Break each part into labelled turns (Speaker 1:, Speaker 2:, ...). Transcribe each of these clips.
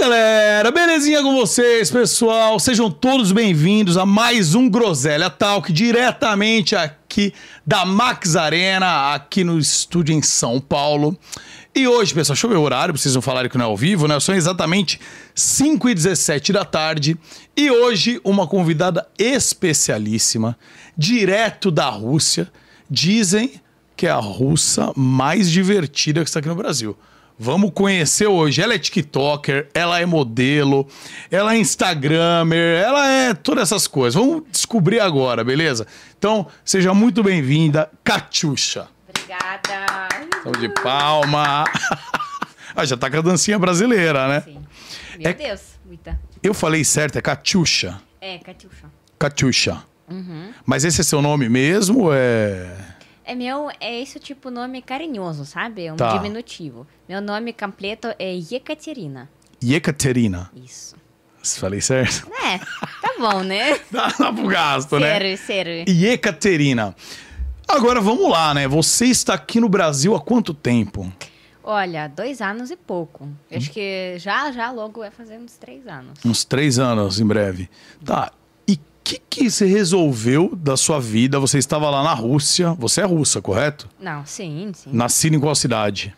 Speaker 1: galera, belezinha com vocês, pessoal? Sejam todos bem-vindos a mais um Groselha Talk, diretamente aqui da Max Arena, aqui no estúdio em São Paulo. E hoje, pessoal, deixa eu ver o horário, pra vocês não falarem que não é ao vivo, né? São exatamente 5 e 17 da tarde. E hoje, uma convidada especialíssima, direto da Rússia. Dizem que é a russa mais divertida que está aqui no Brasil. Vamos conhecer hoje. Ela é TikToker, ela é modelo, ela é Instagrammer, ela é todas essas coisas. Vamos descobrir agora, beleza? Então, seja muito bem-vinda, Catiuxa.
Speaker 2: Obrigada.
Speaker 1: Salve de palma. ah, já tá com a dancinha brasileira, né?
Speaker 2: Sim. Meu
Speaker 1: É-
Speaker 2: Deus, muita.
Speaker 1: Eu falei certo, é Catiuxa.
Speaker 2: É, Catiuxa.
Speaker 1: Catiuxa.
Speaker 2: Uhum.
Speaker 1: Mas esse é seu nome mesmo? ou É.
Speaker 2: É meu, é esse tipo nome carinhoso, sabe? É um
Speaker 1: Tá.
Speaker 2: diminutivo. Meu nome completo é Yekaterina.
Speaker 1: Yekaterina.
Speaker 2: Isso.
Speaker 1: Se falei certo?
Speaker 2: É, tá bom, né?
Speaker 1: Dá, dá pro gasto, né?
Speaker 2: Sério, sério.
Speaker 1: Yekaterina. Agora vamos lá, né? Você está aqui no Brasil há quanto tempo?
Speaker 2: Olha, dois anos e pouco. Eu Acho que já, já logo vai fazer uns três anos.
Speaker 1: Uns três anos em breve. Tá. E o que, que você resolveu da sua vida? Você estava lá na Rússia. Você é russa, correto?
Speaker 2: Não, sim, sim.
Speaker 1: Nascido em qual cidade?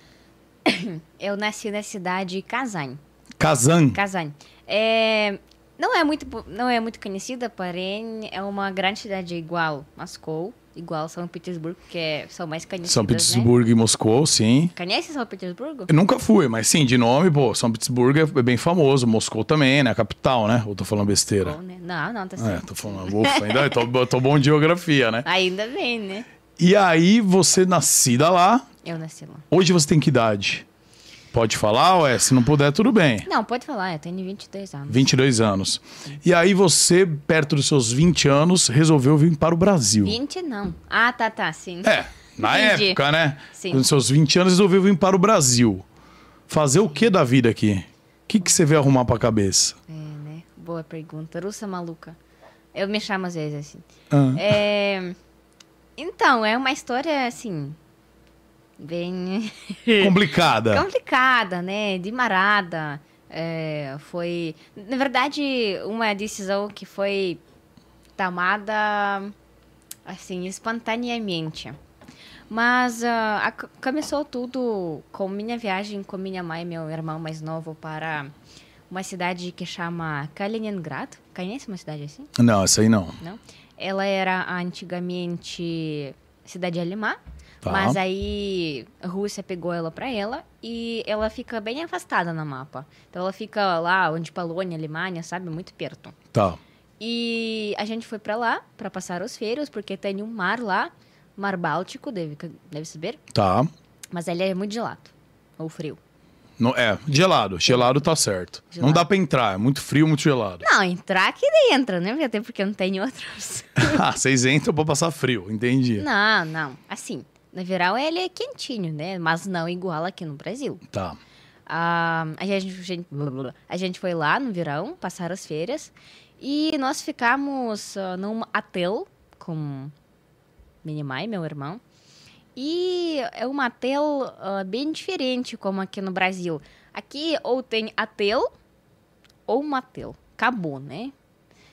Speaker 2: Eu nasci na cidade de Kazan.
Speaker 1: Kazan.
Speaker 2: Kazan. É, não é muito po- não é muito conhecida, porém é uma grande cidade igual Moscou, igual São Petersburgo, que é- são mais conhecidas,
Speaker 1: São
Speaker 2: Né?
Speaker 1: Petersburgo e Moscou, sim.
Speaker 2: Conhece São Petersburgo?
Speaker 1: Eu nunca fui, mas sim, de nome, pô, São Petersburgo é bem famoso. Moscou também, né? A capital, né? Ou tô falando besteira?
Speaker 2: Bom, né? Não, não, tá
Speaker 1: É,
Speaker 2: certo.
Speaker 1: tô falando, ufa, ainda tô, tô bom em geografia, né?
Speaker 2: Ainda bem, né?
Speaker 1: E aí, você nascida lá,
Speaker 2: Eu nasci lá.
Speaker 1: Hoje você tem que idade? Pode falar, ué? Se não puder, tudo bem.
Speaker 2: Não, pode falar, eu tenho 22 anos.
Speaker 1: 22 anos. E aí você, perto dos seus 20 anos, resolveu vir para o Brasil.
Speaker 2: 20 não. Ah, tá, tá,
Speaker 1: um.
Speaker 2: sim.
Speaker 1: É, na
Speaker 2: Entendi.
Speaker 1: época, né?
Speaker 2: Sim.
Speaker 1: Nos seus 20 anos, resolveu vir para o Brasil. Fazer o que da vida aqui? O que, que você veio arrumar para a cabeça?
Speaker 2: É, né? Boa pergunta. Russa maluca. Eu me chamo às vezes assim.
Speaker 1: Ah,
Speaker 2: É, Então, é uma história assim. Bem.
Speaker 1: É Complicada.
Speaker 2: complicada, né? De marada. É, foi, na verdade, uma decisão que foi tomada assim espontaneamente. Mas ah, a- começou tudo com minha viagem com minha mãe e meu irmão mais novo para uma cidade que chama Kaliningrad. Conhece uma cidade assim?
Speaker 1: Não, essa aí não.
Speaker 2: não? Ela era antigamente cidade alemã,
Speaker 1: Tá.
Speaker 2: mas aí a Rússia pegou ela pra ela e ela fica bem afastada no mapa. Então ela fica lá onde Polônia, Alemanha, sabe, muito perto.
Speaker 1: Tá.
Speaker 2: E a gente foi pra lá pra passar os férias porque tem um mar lá, Mar Báltico, deve deve saber,
Speaker 1: Tá.
Speaker 2: mas ele é muito gelado ou frio.
Speaker 1: Não, é, gelado. Gelado tá certo. Não
Speaker 2: Gelado.
Speaker 1: dá para entrar. É muito frio, muito gelado.
Speaker 2: Não, entrar aqui entra, né? Até porque não tem outra opção.
Speaker 1: ah, vocês entram para passar frio. Entendi.
Speaker 2: Não, não. Assim, no verão ele é quentinho, né? Mas não igual aqui no Brasil.
Speaker 1: Tá.
Speaker 2: Ah, a, gente, a gente- blá, blá, blá. a gente foi lá no verão, passar as férias. E nós ficamos ah, num hotel com minha mãe, meu irmão. E é um hotel ah, bem diferente como aqui no Brasil. Aqui ou tem hotel ou motel. Acabou, né?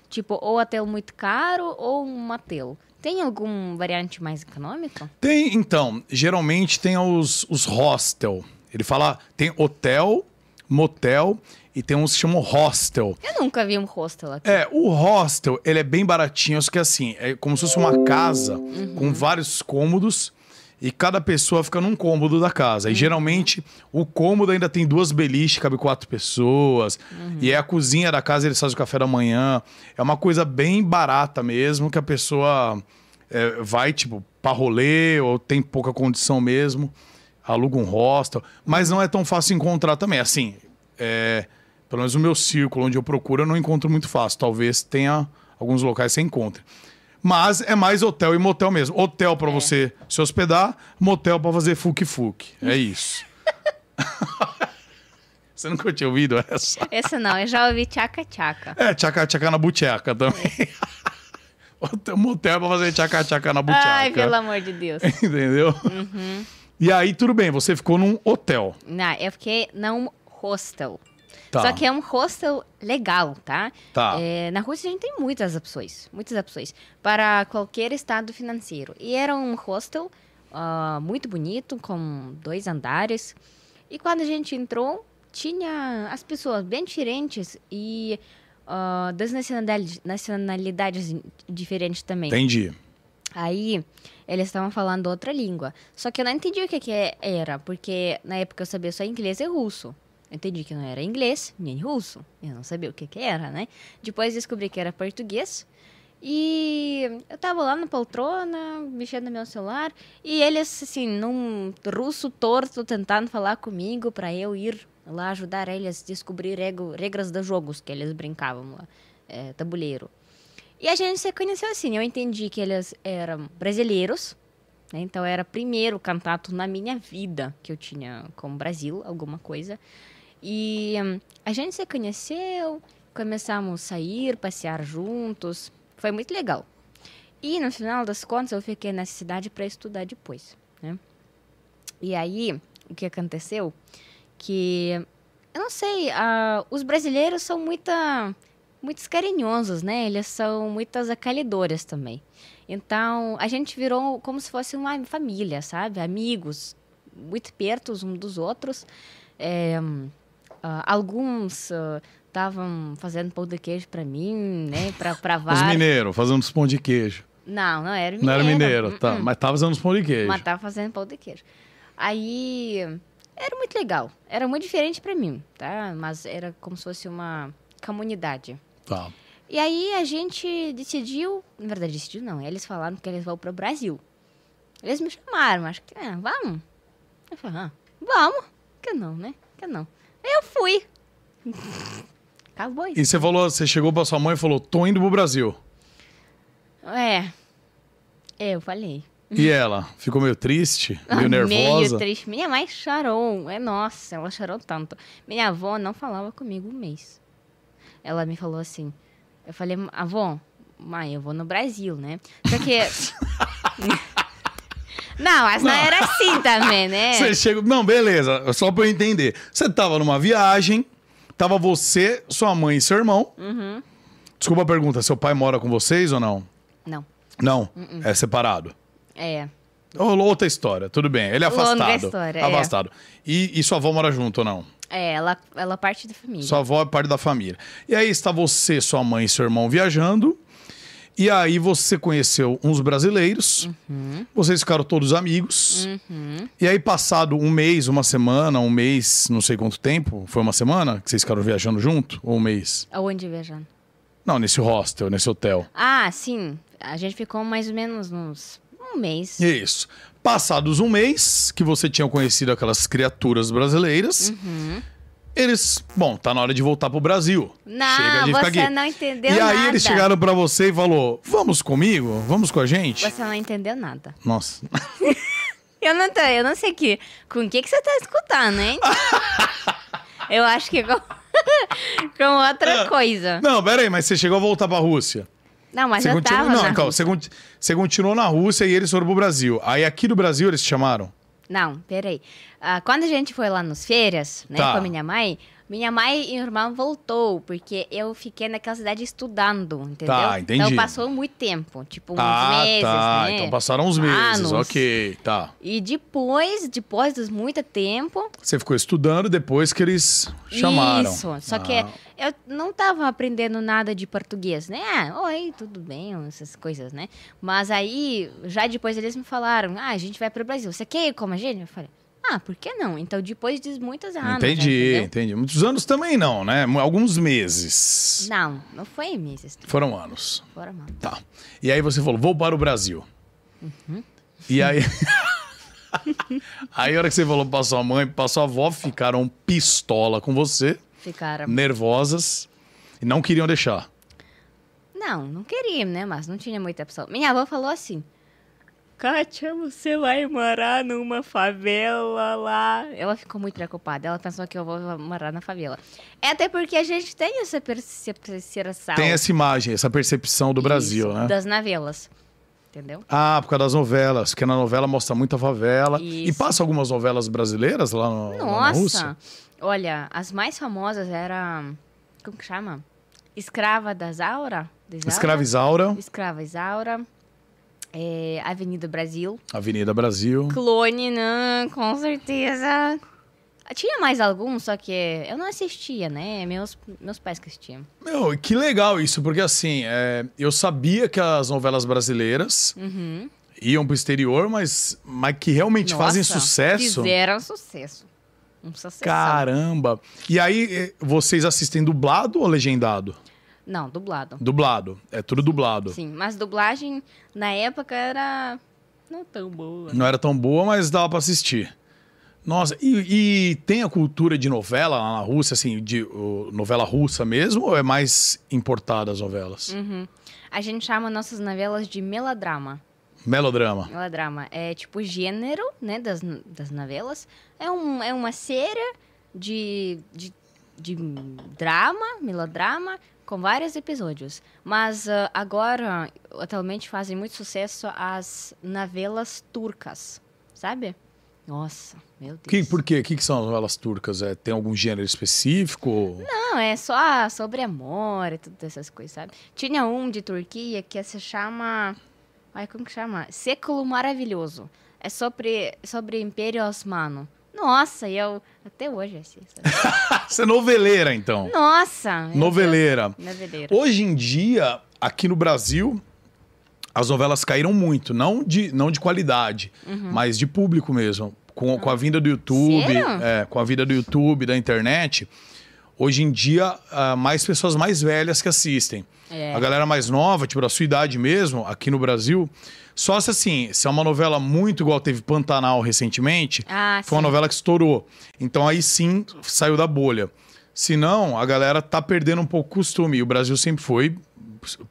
Speaker 2: Tipo, ou hotel muito caro ou um motel. Tem algum variante mais econômico?
Speaker 1: Tem, então, geralmente tem os, os hostel. Ele fala, tem hotel, motel e tem uns que chamam hostel.
Speaker 2: Eu nunca vi um hostel aqui.
Speaker 1: É, o hostel, ele é bem baratinho, só que assim, é como se fosse uma casa com vários cômodos e cada pessoa fica num cômodo da casa. E geralmente o cômodo ainda tem duas beliches, cabe quatro pessoas. E é a cozinha da casa, eles fazem o café da manhã. É uma coisa bem barata mesmo, que a pessoa é, vai, tipo, pra rolê ou tem pouca condição mesmo, aluga um hostel. Mas não é tão fácil encontrar também. Assim, é, pelo menos o meu círculo onde eu procuro, eu não encontro muito fácil. Talvez tenha alguns locais que você encontre. Mas é mais hotel e motel mesmo. Hotel
Speaker 2: É.
Speaker 1: pra você se hospedar, motel pra fazer fuque-fuque. É isso. você nunca tinha ouvido essa?
Speaker 2: Essa não, eu já ouvi tchaca-tchaca.
Speaker 1: É, tchaca-tchaca na bucheca também. Hotel- motel pra fazer tchaca-tchaca na bucheca.
Speaker 2: Ai, pelo amor Uhum. de Deus.
Speaker 1: Entendeu? E aí, tudo bem, você ficou num hotel.
Speaker 2: é Não, eu fiquei num um hostel.
Speaker 1: Tá.
Speaker 2: Só que é um hostel legal, tá?
Speaker 1: Tá.
Speaker 2: É, na Rússia a gente tem muitas opções, muitas opções para qualquer estado financeiro. E era um hostel ah, muito bonito, com dois andares. E quando a gente entrou, tinha as pessoas bem diferentes e ah, das nacionalidades, nacionalidades diferentes também.
Speaker 1: Entendi.
Speaker 2: Aí eles estavam falando outra língua. Só que eu não entendi o que, que é- era, porque na época eu sabia só inglês e russo. Eu entendi que não era inglês nem russo. Eu não sabia o que, que era, né? Depois descobri que era português. E eu tava lá na poltrona, mexendo no meu celular. E eles, assim, num russo torto, tentando falar comigo pra eu ir lá ajudar eles a descobrir rego- regras dos jogos que eles brincavam lá. É, tabuleiro. E a gente se conheceu assim. Eu entendi que eles eram brasileiros. né? Então, era o primeiro contato na minha vida que eu tinha com o Brasil, alguma coisa. E hum, a gente se conheceu, começamos a sair, passear juntos. Foi muito legal. E no final das contas, eu fiquei nessa cidade para estudar depois. né? E aí, o que aconteceu? Que, eu não sei, ah, os brasileiros são muita muitos carinhosos, né? Eles são muitas acolhedores também. Então, a gente virou como se fosse uma família, sabe? Amigos, muito pertos um dos outros. É, hum, ah, alguns estavam fazendo pão de queijo para mim, né? Para pra
Speaker 1: Os
Speaker 2: vários.
Speaker 1: mineiros, fazendo uns pão de queijo.
Speaker 2: Não, não era mineiro. Uhum.
Speaker 1: Não era mineiro, tá.
Speaker 2: Mm-mm.
Speaker 1: Mas tava fazendo uns pão de queijo.
Speaker 2: Mas tava fazendo pão de queijo. Aí era muito legal. Era muito diferente para mim, tá? Mas era como se fosse uma comunidade.
Speaker 1: Tá.
Speaker 2: E aí a gente decidiu, na verdade decidiu não, eles falaram que eles vão pro Brasil. Eles me chamaram, acho que, ah, vamos. Eu falei, ah, vamos. Que não, né? Que não. Eu fui. Acabou isso.
Speaker 1: E você falou, você chegou pra sua mãe e falou, tô indo pro Brasil.
Speaker 2: É. Eu falei.
Speaker 1: E ela ficou meio triste, meio nervosa.
Speaker 2: Uhum. Ah, Meio triste. Minha mãe chorou. É, nossa, ela chorou tanto. Minha avó não falava comigo um mês. Ela me falou assim. Eu falei, avó, mãe, eu vou no Brasil, né? Só que. não, mas não.
Speaker 1: Não.
Speaker 2: era assim também, né?
Speaker 1: Você chegou. Não, beleza. Só pra eu entender. Você tava numa viagem, tava você, sua mãe e seu irmão.
Speaker 2: Uhum.
Speaker 1: Desculpa a pergunta, seu pai mora com vocês ou não?
Speaker 2: Não.
Speaker 1: Não,
Speaker 2: Uh-uh.
Speaker 1: é separado.
Speaker 2: É.
Speaker 1: Ou- Outra história, tudo bem. Ele é
Speaker 2: Longa
Speaker 1: afastado.
Speaker 2: história, é.
Speaker 1: afastado. E, e sua avó mora junto ou não?
Speaker 2: É, ela, ela parte da família.
Speaker 1: Sua avó é parte da família. E aí está você, sua mãe e seu irmão viajando. E aí você conheceu uns brasileiros.
Speaker 2: Uhum.
Speaker 1: Vocês ficaram todos amigos. E aí, passado um mês, uma semana, um mês, não sei quanto tempo, foi uma semana que vocês ficaram viajando junto? Ou um mês?
Speaker 2: Aonde viajando?
Speaker 1: Não, nesse hostel, nesse hotel.
Speaker 2: Ah, sim. A gente ficou mais ou menos uns. Um mês.
Speaker 1: Isso. Passados um mês que você tinha conhecido aquelas criaturas brasileiras,
Speaker 2: Uhum.
Speaker 1: eles, bom, tá na hora de voltar pro Brasil.
Speaker 2: Não,
Speaker 1: de
Speaker 2: você
Speaker 1: ficar aqui.
Speaker 2: não entendeu
Speaker 1: E aí
Speaker 2: nada.
Speaker 1: eles chegaram pra você e falou: "Vamos comigo? Vamos com a gente?"
Speaker 2: Você não entendeu nada.
Speaker 1: Nossa.
Speaker 2: Eu não, tô, eu não sei que, com o que, que você tá escutando, hein? eu acho que é com, com
Speaker 1: Ah.
Speaker 2: outra coisa.
Speaker 1: Não, pera aí, mas você chegou a voltar pra Rússia.
Speaker 2: Não, mas
Speaker 1: você
Speaker 2: eu
Speaker 1: continuou,
Speaker 2: tava.
Speaker 1: não,
Speaker 2: na
Speaker 1: então, Você,
Speaker 2: Rússia.
Speaker 1: conti- você continuou na Rússia e eles foram pro Brasil. Aí aqui do Brasil eles te chamaram?
Speaker 2: Não, peraí. Ah, quando a gente foi lá nos férias, né,
Speaker 1: Tá.
Speaker 2: com a minha mãe, minha mãe e meu irmão voltou, porque eu fiquei naquela cidade estudando, entendeu?
Speaker 1: Tá, entendi.
Speaker 2: Então passou muito tempo, tipo uns
Speaker 1: ah,
Speaker 2: meses,
Speaker 1: tá.
Speaker 2: né?
Speaker 1: Então passaram uns meses.
Speaker 2: Anos.
Speaker 1: OK, tá.
Speaker 2: E depois, depois de muito tempo,
Speaker 1: Você ficou estudando depois que eles chamaram.
Speaker 2: Isso, só
Speaker 1: Ah,
Speaker 2: que é eu não tava aprendendo nada de português, né? Ah, oi, tudo bem, essas coisas, né? Mas aí, já depois eles me falaram, ah, a gente vai pro Brasil, você quer ir como a gente? Eu falei, ah, por que não? Então, depois de muitas anos, já,
Speaker 1: entendi,
Speaker 2: né, entendeu?
Speaker 1: entendi. Muitos anos também não, né? Alguns meses.
Speaker 2: Não, não foi Mrs.
Speaker 1: Foram anos.
Speaker 2: Bora, mano.
Speaker 1: Tá. E aí você falou, vou para o Brasil.
Speaker 2: Uhum.
Speaker 1: E aí. aí a hora que você falou pra sua mãe, pra sua avó, ficaram pistola com você,
Speaker 2: Ficaram...
Speaker 1: nervosas, e não queriam deixar.
Speaker 2: Não, não queria, né? Mas não tinha muita opção. Minha avó falou assim: Kátia, você vai morar numa favela lá. Ela ficou muito preocupada. Ela pensou que eu vou morar na favela. É até porque a gente tem essa percepção
Speaker 1: Tem essa imagem, essa percepção do Brasil, né?
Speaker 2: das novelas. entendeu?
Speaker 1: Ah, por causa das novelas, porque na novela mostra muita favela. E
Speaker 2: Isso.
Speaker 1: passa algumas novelas brasileiras lá, no, lá na Rússia.
Speaker 2: Nossa! Olha, as mais famosas era. Como que chama? Escrava da Zaura? da Isaura?
Speaker 1: Escrava Isaura,
Speaker 2: Escrava Isaura. É, Avenida Brasil.
Speaker 1: Avenida Brasil.
Speaker 2: Clone, né? Com certeza. Tinha mais algum, só que eu não assistia, né? Meus, meus pais que assistiam.
Speaker 1: Meu, e que legal isso, porque assim, é, eu sabia que as novelas brasileiras
Speaker 2: Uhum.
Speaker 1: iam pro exterior, mas, mas que realmente fazem
Speaker 2: Nossa,
Speaker 1: sucesso.
Speaker 2: Fizeram sucesso. Um sucesso.
Speaker 1: Caramba! E aí, eh, vocês assistem dublado ou legendado?
Speaker 2: Não, dublado.
Speaker 1: Dublado. É tudo dublado.
Speaker 2: Sim, mas dublagem na época era não tão boa.
Speaker 1: Não era tão boa, mas dava pra assistir. Nossa, e, e tem a cultura de novela lá na Rússia, assim, de ô, novela russa mesmo, ou é mais importada as novelas?
Speaker 2: Uhum. A gente chama nossas novelas de melodrama.
Speaker 1: Melodrama.
Speaker 2: Melodrama é tipo gênero, né, das, das novelas. É, um, é uma série de, de, de drama, melodrama, com vários episódios. Mas ah, agora, atualmente, fazem muito sucesso as novelas turcas, sabe? Nossa, meu Deus.
Speaker 1: Que, por quê? O que, que são as novelas turcas? É, tem algum gênero específico?
Speaker 2: Não, é só sobre amor e todas essas coisas, sabe? Tinha um de Turquia que se chama. Ai, como que chama? Século Maravilhoso. É sobre, sobre Império Osmano. Nossa, e eu até hoje assisto.
Speaker 1: Você é noveleira, então.
Speaker 2: Nossa! meu
Speaker 1: Noveleira.
Speaker 2: Deus. Noveleira.
Speaker 1: Hoje em dia, aqui no Brasil, as novelas caíram muito. Não de, não de qualidade,
Speaker 2: Uhum.
Speaker 1: mas de público mesmo. Com, com a vinda do YouTube,
Speaker 2: Ah. Sério?
Speaker 1: é, com a vinda do YouTube, da internet, hoje em dia, ah, mais pessoas mais velhas que assistem.
Speaker 2: É.
Speaker 1: A galera mais nova, tipo, da sua idade mesmo, aqui no Brasil. Só se assim, se é uma novela muito igual teve Pantanal recentemente,
Speaker 2: Ah,
Speaker 1: foi uma
Speaker 2: sim.
Speaker 1: novela que estourou. Então aí sim saiu da bolha. Senão, a galera tá perdendo um pouco o costume. E o Brasil sempre foi.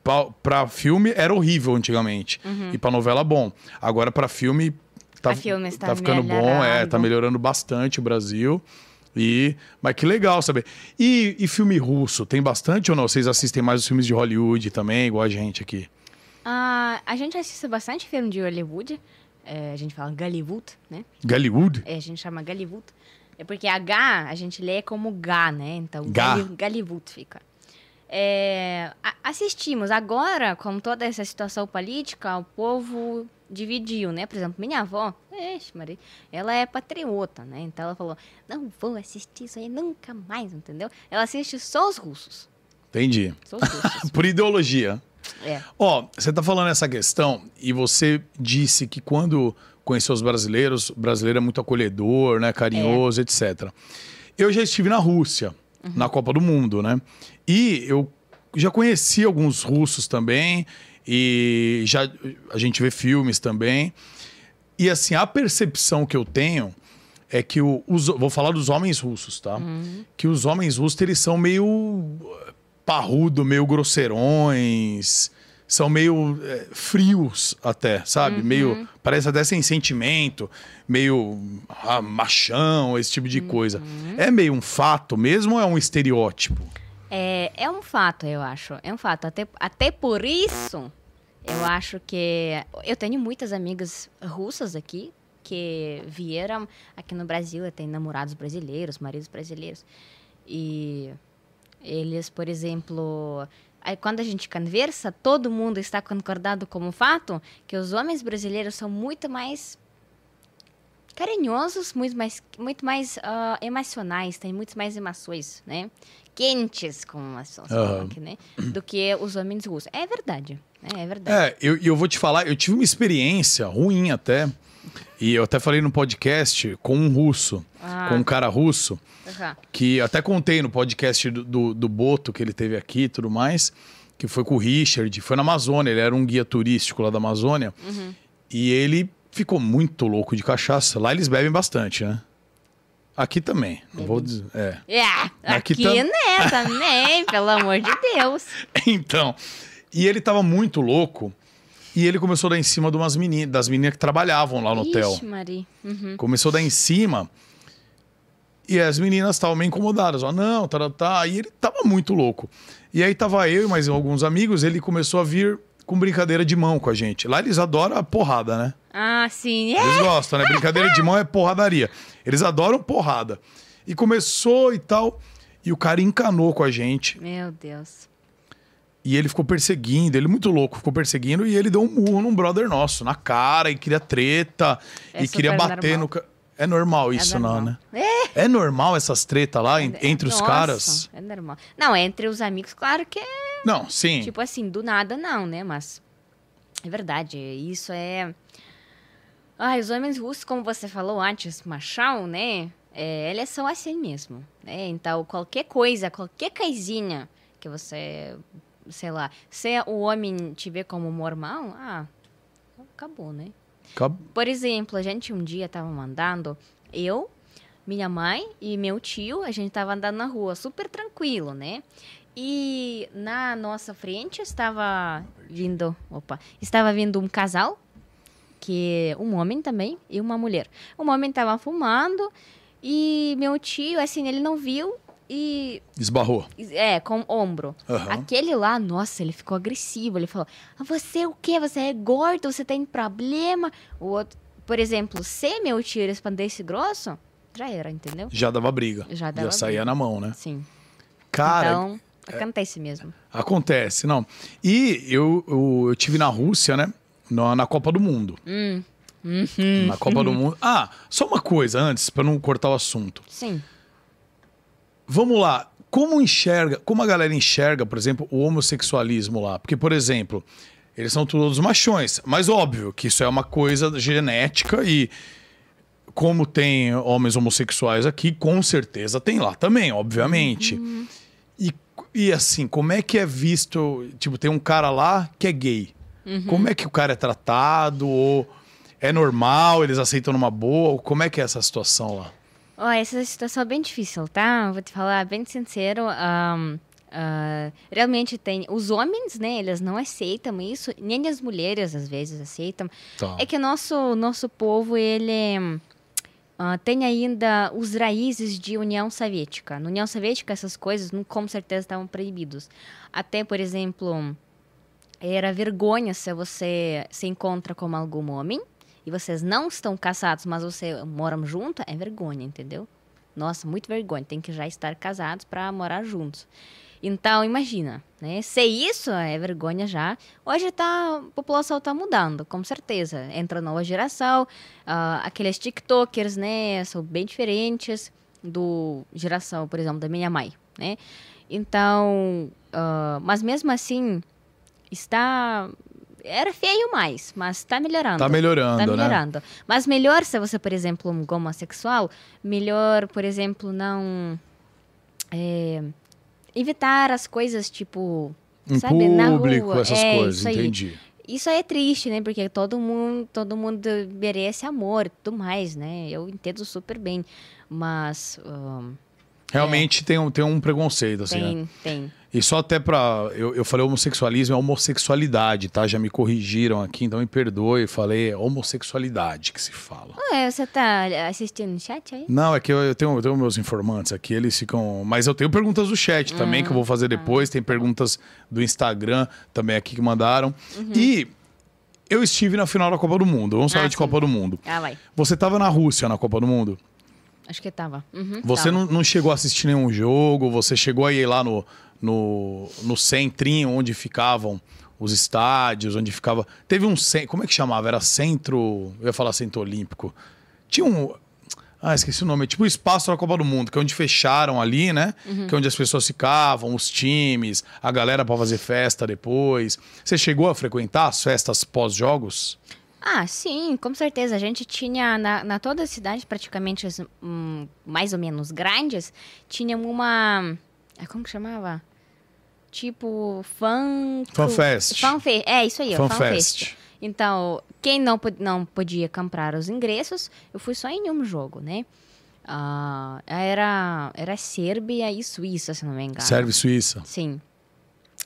Speaker 1: Pra, pra filme era horrível antigamente. E pra novela, bom. Agora, pra filme. Tá,
Speaker 2: Uhum. Pra filme está
Speaker 1: tá ficando bom, é. Tá
Speaker 2: melhorando.
Speaker 1: melhorando bastante o Brasil. E, mas que legal saber. E, e filme russo, tem bastante ou não? Vocês assistem mais os filmes de Hollywood também, igual a gente aqui?
Speaker 2: Ah, a gente assiste bastante filme de Hollywood. É, a gente fala Hollywood, né?
Speaker 1: Hollywood?
Speaker 2: É, a gente chama Galivut. É porque H a gente lê como Gá, né? Então,
Speaker 1: Gá.
Speaker 2: Gali- Galivut fica. É, a- assistimos. Agora, com toda essa situação política, o povo dividiu, né? Por exemplo, minha avó, eixe, Maria, ela é patriota, né? Então ela falou: não vou assistir isso aí nunca mais, entendeu? Ela assiste só os russos.
Speaker 1: Entendi.
Speaker 2: Só os russos.
Speaker 1: Por ideologia.
Speaker 2: é.
Speaker 1: Ó, você tá falando essa questão e você disse que quando conheceu os brasileiros, o brasileiro é muito acolhedor, né, carinhoso, etc. Eu já estive na Rússia, na Copa do Mundo, né? E eu já conheci alguns russos também e já a gente vê filmes também. E assim, a percepção que eu tenho é que o, os- vou falar dos homens russos, tá? Que os homens russos eles são meio eh, parrudo, meio grosseirões, são meio é, frios até, sabe? Meio parece até sem sentimento, meio ah, machão, esse tipo de coisa. É meio um fato mesmo ou é um estereótipo?
Speaker 2: É, é um fato, eu acho. É um fato. Até, até por isso, eu acho que. Eu tenho muitas amigas russas aqui que vieram aqui no Brasil. Eu tenho namorados brasileiros, maridos brasileiros. E eles, por exemplo. Aí, quando a gente conversa, todo mundo está concordado como fato que os homens brasileiros são muito mais carinhosos, muito mais, muito mais ah, emocionais, têm muito mais emoções, né? Quentes, como as pessoas falam
Speaker 1: Aham.
Speaker 2: aqui, né? Do que os homens russos. É verdade, né? é verdade.
Speaker 1: É, eu, e eu vou te falar, eu tive uma experiência ruim até, e eu até falei no podcast com um russo,
Speaker 2: Ah.
Speaker 1: com um cara russo,
Speaker 2: Aham.
Speaker 1: que até contei no podcast do, do, do Boto que ele teve aqui e tudo mais, que foi com o Richard, foi na Amazônia, ele era um guia turístico lá da Amazônia, e ele ficou muito louco de cachaça. Lá eles bebem bastante, né? Aqui também, não vou dizer. É.
Speaker 2: É,
Speaker 1: Aqui
Speaker 2: aqui,
Speaker 1: tam-
Speaker 2: né, também, pelo amor de Deus.
Speaker 1: Então, e ele tava muito louco, e ele começou a dar em cima de umas meninas, das meninas que trabalhavam lá no hotel.
Speaker 2: Ixi, Mari. Uhum.
Speaker 1: Começou a dar em cima. E as meninas estavam meio incomodadas. Ó, não, tá, tá, tá. E ele tava muito louco. E aí tava eu e mais alguns amigos. Ele começou a vir com brincadeira de mão com a gente. Lá eles adoram a porrada, né?
Speaker 2: Ah, sim. É.
Speaker 1: Eles gostam, né? Brincadeira de mão é porradaria. Eles adoram porrada. E começou e tal. E o cara encanou com a gente.
Speaker 2: Meu Deus.
Speaker 1: E ele ficou perseguindo, ele muito louco, ficou perseguindo. E ele deu um murro num brother nosso, na cara, e queria treta,
Speaker 2: É
Speaker 1: e queria
Speaker 2: super
Speaker 1: bater
Speaker 2: normal.
Speaker 1: no. ca- É normal isso, não, né?
Speaker 2: normal. É,
Speaker 1: É normal essas tretas lá en- entre os
Speaker 2: Nossa,
Speaker 1: caras?
Speaker 2: É normal. Não, entre os amigos, claro que é.
Speaker 1: Não, sim.
Speaker 2: Tipo assim, do nada não, né? Mas é verdade, isso é... Ai, os homens russos, como você falou antes, machão, né? É, eles são assim mesmo, né? Então, qualquer coisa, qualquer coisinha que você, sei lá, se o homem te vê como normal, ah, acabou, né?
Speaker 1: Cab-
Speaker 2: Por exemplo, a gente um dia tava mandando, eu, minha mãe e meu tio, a gente tava andando na rua, super tranquilo, né? E na nossa frente estava vindo, opa, estava vindo um casal, que um homem também e uma mulher. O homem tava fumando e meu tio, assim, ele não viu e
Speaker 1: Esbarrou.
Speaker 2: é, com o ombro.
Speaker 1: Aham.
Speaker 2: Aquele lá, nossa, ele ficou agressivo. Ele falou: "Ah, Você o quê? Você é gordo? Você tem problema? O outro, por exemplo, se meu tio respondesse grosso, já era, entendeu?
Speaker 1: Já dava briga.
Speaker 2: Já dava
Speaker 1: saía na mão, né?
Speaker 2: Sim.
Speaker 1: Cara, é-
Speaker 2: então, acontece mesmo.
Speaker 1: acontece, não. E eu, eu, eu tive na Rússia, né? Na, na Copa do Mundo.
Speaker 2: Hum, uhum.
Speaker 1: Na Copa do Mundo. Ah, só uma coisa antes, pra não cortar o assunto.
Speaker 2: Sim.
Speaker 1: Vamos lá. Como enxerga, como a galera enxerga, por exemplo, o homossexualismo lá? Porque, por exemplo, eles são todos machões, mas óbvio que isso é uma coisa genética e como tem homens homossexuais aqui, com certeza tem lá também, obviamente.
Speaker 2: Uhum.
Speaker 1: E, e assim, como é que é visto, tipo, tem um cara lá que é gay.
Speaker 2: Uhum.
Speaker 1: Como é que o cara é tratado ou é normal, eles aceitam numa boa? Como é que é essa situação lá?
Speaker 2: Ó, essa situação é bem difícil, tá? Vou te falar bem sincero. ahn, ah, realmente tem. Os homens, né? Eles não aceitam isso, nem as mulheres às vezes aceitam.
Speaker 1: Tá.
Speaker 2: É que nosso nosso povo ele ah, tem ainda os raízes de União Soviética. Na União Soviética essas coisas não- com certeza estavam proibidos. Até por exemplo era vergonha se você se encontra com algum homem e vocês não estão casados, mas você moram junto, é vergonha, entendeu? Nossa, muito vergonha. Tem que já estar casados para morar juntos. Então, imagina, né? Se isso é vergonha já, hoje tá, a população está mudando, com certeza. Entra nova geração, ah, aqueles tiktokers, né? São bem diferentes do geração, por exemplo, da minha mãe, né? Então, ah, mas mesmo assim, está... Era feio mais, mas está melhorando.
Speaker 1: Tá melhorando,
Speaker 2: Tá
Speaker 1: né?
Speaker 2: melhorando. Mas melhor se você, por exemplo, um homossexual, melhor, por exemplo, não é, evitar as coisas tipo
Speaker 1: em
Speaker 2: sabe, na
Speaker 1: público,
Speaker 2: rua.
Speaker 1: essas
Speaker 2: É,
Speaker 1: coisas,
Speaker 2: isso aí.
Speaker 1: entendi.
Speaker 2: isso aí é triste, né? Porque todo mundo, todo mundo merece amor e tudo mais, né? Eu entendo super bem, mas ahn,
Speaker 1: Realmente tem, um, tem um preconceito, assim, né?
Speaker 2: tem, tem.
Speaker 1: E só até pra. Eu, eu falei homossexualismo é homossexualidade, tá? Já me corrigiram aqui, então me perdoe. Eu falei é homossexualidade que se fala.
Speaker 2: Ué, você tá assistindo no chat aí?
Speaker 1: Não, é que eu, eu tenho, eu tenho meus informantes aqui, eles ficam. Mas eu tenho perguntas do chat também, que eu vou
Speaker 2: Hum,
Speaker 1: fazer
Speaker 2: tá.
Speaker 1: depois. Tem perguntas do Instagram também aqui que mandaram.
Speaker 2: Uhum.
Speaker 1: E eu estive na final da Copa do Mundo. Vamos
Speaker 2: Ah,
Speaker 1: falar de
Speaker 2: sim.
Speaker 1: Copa do Mundo.
Speaker 2: Ah, vai.
Speaker 1: Você tava na Rússia na Copa do Mundo?
Speaker 2: Acho que tava. Uhum,
Speaker 1: Você
Speaker 2: tava.
Speaker 1: não, não chegou a assistir nenhum jogo, você chegou a ir lá no, no, no centrinho onde ficavam os estádios, onde ficava. Teve um centro. Como é que chamava? Era centro. Eu ia falar centro olímpico. Tinha um. Ah, esqueci o nome. É tipo o espaço da Copa do Mundo, que é onde fecharam ali, né?
Speaker 2: Uhum.
Speaker 1: Que é onde as pessoas ficavam, os times, a galera pra fazer festa depois. Você chegou a frequentar as festas pós-jogos?
Speaker 2: Ah, sim, com certeza. A gente tinha na, na toda a cidade, praticamente as, hum, mais ou menos grandes, tinha uma. ah, Como que chamava? Tipo, fan.
Speaker 1: Fanfest.
Speaker 2: Fanfe... É, isso aí, ó, fanfest.
Speaker 1: Fanfest.
Speaker 2: Então, quem não, pod- não podia comprar os ingressos, eu fui só em um jogo, né? Ah, era, era Sérbia e Suíça, se não me engano.
Speaker 1: Serve Suíça.
Speaker 2: Sim.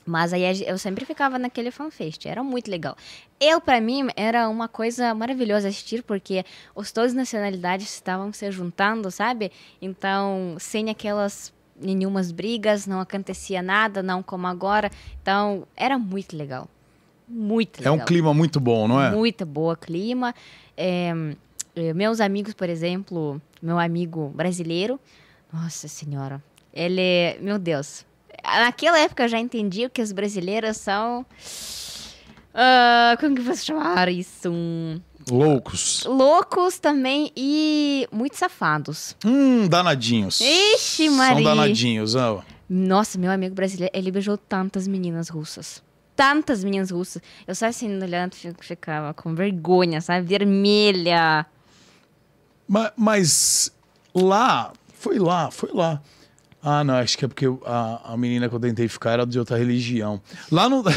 Speaker 2: Mas aí a ge- eu sempre ficava naquele fanfest, era muito legal. Eu, pra mim, era uma coisa maravilhosa assistir, porque os todas as nacionalidades estavam se juntando, sabe? Então, sem aquelas nenhumas brigas, não acontecia nada, não como agora. Então, era muito legal. muito
Speaker 1: É
Speaker 2: legal.
Speaker 1: um clima muito bom, não é?
Speaker 2: Muito boa clima. É, eh, meus amigos, por exemplo, meu amigo brasileiro, nossa senhora, ele, é, meu Deus. Naquela época eu já entendi que as brasileiras são. ah, como que posso chamar isso? Hum,
Speaker 1: Loucos.
Speaker 2: Loucos também e muito safados.
Speaker 1: Hum, danadinhos.
Speaker 2: Ixi,
Speaker 1: São
Speaker 2: Maria.
Speaker 1: danadinhos, ó.
Speaker 2: Nossa, meu amigo brasileiro, ele beijou tantas meninas russas. Tantas meninas russas. Eu só assim, olhando, fi- ficava com vergonha, sabe? Vermelha.
Speaker 1: Ma- Mas, lá, foi lá, foi lá. Ah, não, acho que é porque eu- a, a menina que eu tentei ficar era de outra religião. Lá no.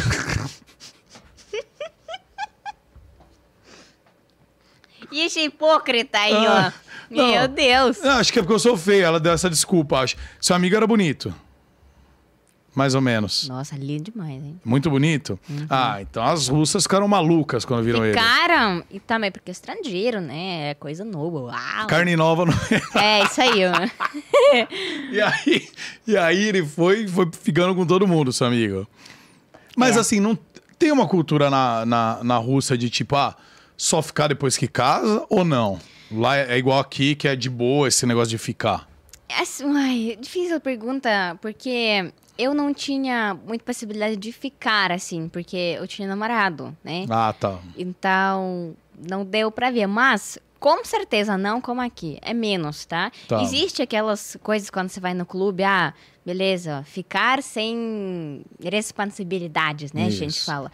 Speaker 2: E esse hipócrita aí,
Speaker 1: Ah,
Speaker 2: ó.
Speaker 1: não.
Speaker 2: Meu Deus.
Speaker 1: Não, acho que é porque eu sou feio, ela deu essa desculpa, acho. Seu amigo era bonito. Mais ou menos.
Speaker 2: Nossa, lindo demais, hein?
Speaker 1: Muito bonito? Ah, então as russas ficaram malucas quando viram ele.
Speaker 2: Uhum. Ficaram, e também porque é estrangeiro, né? É coisa nova. Uau.
Speaker 1: Carne nova no...
Speaker 2: É, isso aí, ó.
Speaker 1: e aí E aí ele foi, foi ficando com todo mundo, seu amigo. Mas
Speaker 2: É.
Speaker 1: assim, não tem uma cultura na, na, na Rússia de tipo, ah, só ficar depois que casa ou não? Lá é é igual aqui, que é de boa esse negócio de ficar.
Speaker 2: Assim, ai, difícil a pergunta, porque eu não tinha muita possibilidade de ficar assim, porque eu tinha namorado, né?
Speaker 1: Ah, tá.
Speaker 2: Então, não deu pra ver. Mas, com certeza, não como aqui. É menos, tá?
Speaker 1: Tá.
Speaker 2: Existe aquelas coisas quando você vai no clube, ah, beleza, ficar sem responsabilidades, né? A gente
Speaker 1: Isso.
Speaker 2: fala.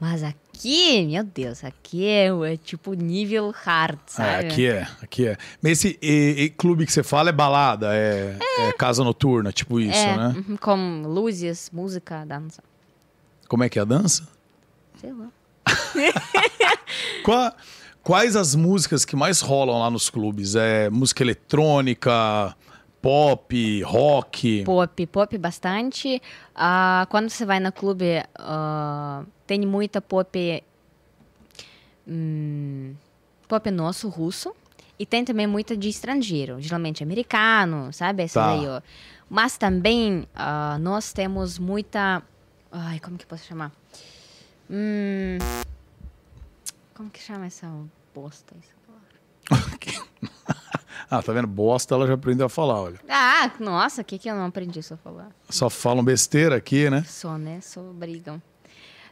Speaker 2: Mas aqui, meu Deus, aqui é, é tipo nível hard,
Speaker 1: É,
Speaker 2: sabe?
Speaker 1: aqui é, aqui é. Mas esse e- e clube que você fala é balada, é, é casa noturna, tipo isso,
Speaker 2: É,
Speaker 1: né?
Speaker 2: uhum, com luzes, música, dança.
Speaker 1: Como é que é a dança?
Speaker 2: Sei lá.
Speaker 1: Qua- quais as músicas que mais rolam lá nos clubes? É música eletrônica, pop, rock?
Speaker 2: Pop, pop bastante. Ah, quando você vai no clube, ah, tem muita pop. hum, pop nosso, russo. E tem também muita de estrangeiro, geralmente americano, sabe? Essa
Speaker 1: Tá.
Speaker 2: daí, ó. Mas também ah, nós temos muita. Ai, como que eu posso chamar? Hum, como que chama essa bosta? essa palavra?
Speaker 1: ah, tá vendo? Bosta, ela já aprendeu a falar, olha.
Speaker 2: Ah, nossa, o que, que eu não aprendi isso a falar?
Speaker 1: Só falam besteira aqui, né?
Speaker 2: Só, né? Só brigam.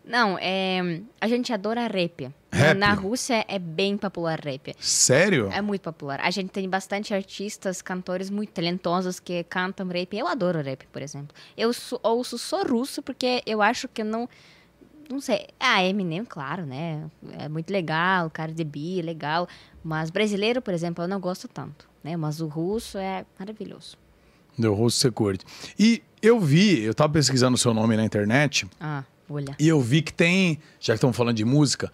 Speaker 2: Não, é, a gente adora rap.
Speaker 1: Rap?
Speaker 2: Na Rússia é bem popular rap.
Speaker 1: Sério?
Speaker 2: É muito popular. A gente tem bastante artistas, cantores muito talentosos que cantam rap. Eu adoro rap, por exemplo. Eu sou- ouço só russo porque eu acho que não. Não sei. Ah, Eminem, claro, né? É muito legal. Cardi B, legal. Mas brasileiro, por exemplo, eu não gosto tanto. Né? Mas o russo é maravilhoso.
Speaker 1: Deu rosto, você curte. E eu vi, eu tava pesquisando o seu nome na internet,
Speaker 2: Ah, olha.
Speaker 1: E eu vi que tem, já que estamos falando de música,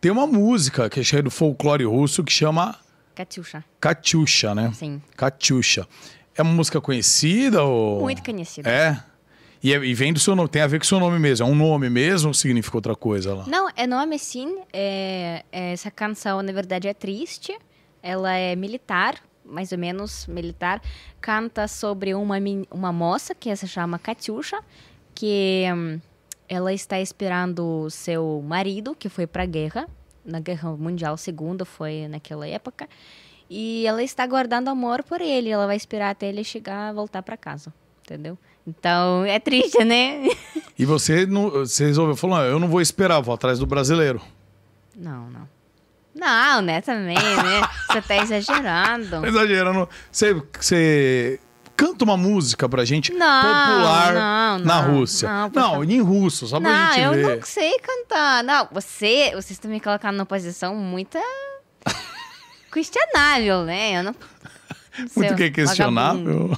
Speaker 1: tem uma música que é cheia do folclore russo que chama
Speaker 2: Katyusha.
Speaker 1: Katyusha, né?
Speaker 2: Sim.
Speaker 1: Katyusha. É uma música conhecida ou...
Speaker 2: Muito conhecida.
Speaker 1: É? E, é- e vem do seu nome, tem a ver com o seu nome mesmo. É um nome mesmo ou significa outra coisa lá?
Speaker 2: Não, é nome sim. É, é, essa canção, na verdade, é triste. Ela é militar, mais ou menos militar. Canta sobre uma, men- uma moça que se chama Katyusha, que hum, ela está esperando seu marido, que foi para a guerra, na Guerra Mundial Segunda, foi naquela época. E ela está guardando amor por ele. Ela vai esperar até ele chegar, voltar para casa, entendeu? Então, é triste, né?
Speaker 1: E você, não, você resolveu, falou, "Ah, eu não vou esperar, vou atrás do brasileiro.
Speaker 2: Não, não. Não, né? Também, né? Você tá exagerando.
Speaker 1: Tá Exagerando. Você, você canta uma música pra gente
Speaker 2: Não,
Speaker 1: popular
Speaker 2: não,
Speaker 1: na
Speaker 2: não,
Speaker 1: Rússia.
Speaker 2: não,
Speaker 1: Não,
Speaker 2: por favor.
Speaker 1: em russo, só pra
Speaker 2: não,
Speaker 1: gente
Speaker 2: eu
Speaker 1: ver.
Speaker 2: não sei cantar. Não, você, vocês estão me colocando numa posição muito questionável, né? Eu não. não sei,
Speaker 1: Muito que é questionável.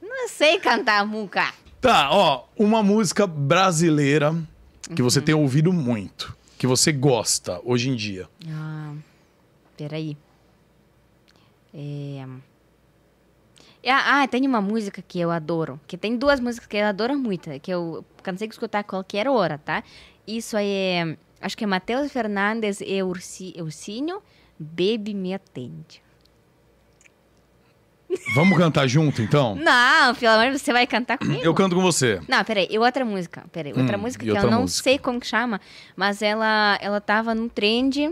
Speaker 2: Não sei cantar nunca.
Speaker 1: Tá, ó, uma música brasileira que
Speaker 2: Uhum.
Speaker 1: você tem ouvido muito, que você gosta hoje em dia.
Speaker 2: Ah, peraí. É... é, Ah, tem uma música que eu adoro. Que tem duas músicas que eu adoro muito. Que eu consigo escutar a qualquer hora, tá? Isso aí é... Acho que é Matheus Fernandes e Ursi, Ursinho. Baby me atende.
Speaker 1: Vamos cantar junto, então?
Speaker 2: Não, pelo amor de Deus, você vai cantar comigo?
Speaker 1: Eu canto com você.
Speaker 2: Não, peraí, e outra música, peraí, outra
Speaker 1: Hum, e
Speaker 2: música que eu
Speaker 1: outra
Speaker 2: não
Speaker 1: música.
Speaker 2: sei como que chama, mas ela, ela tava no trend,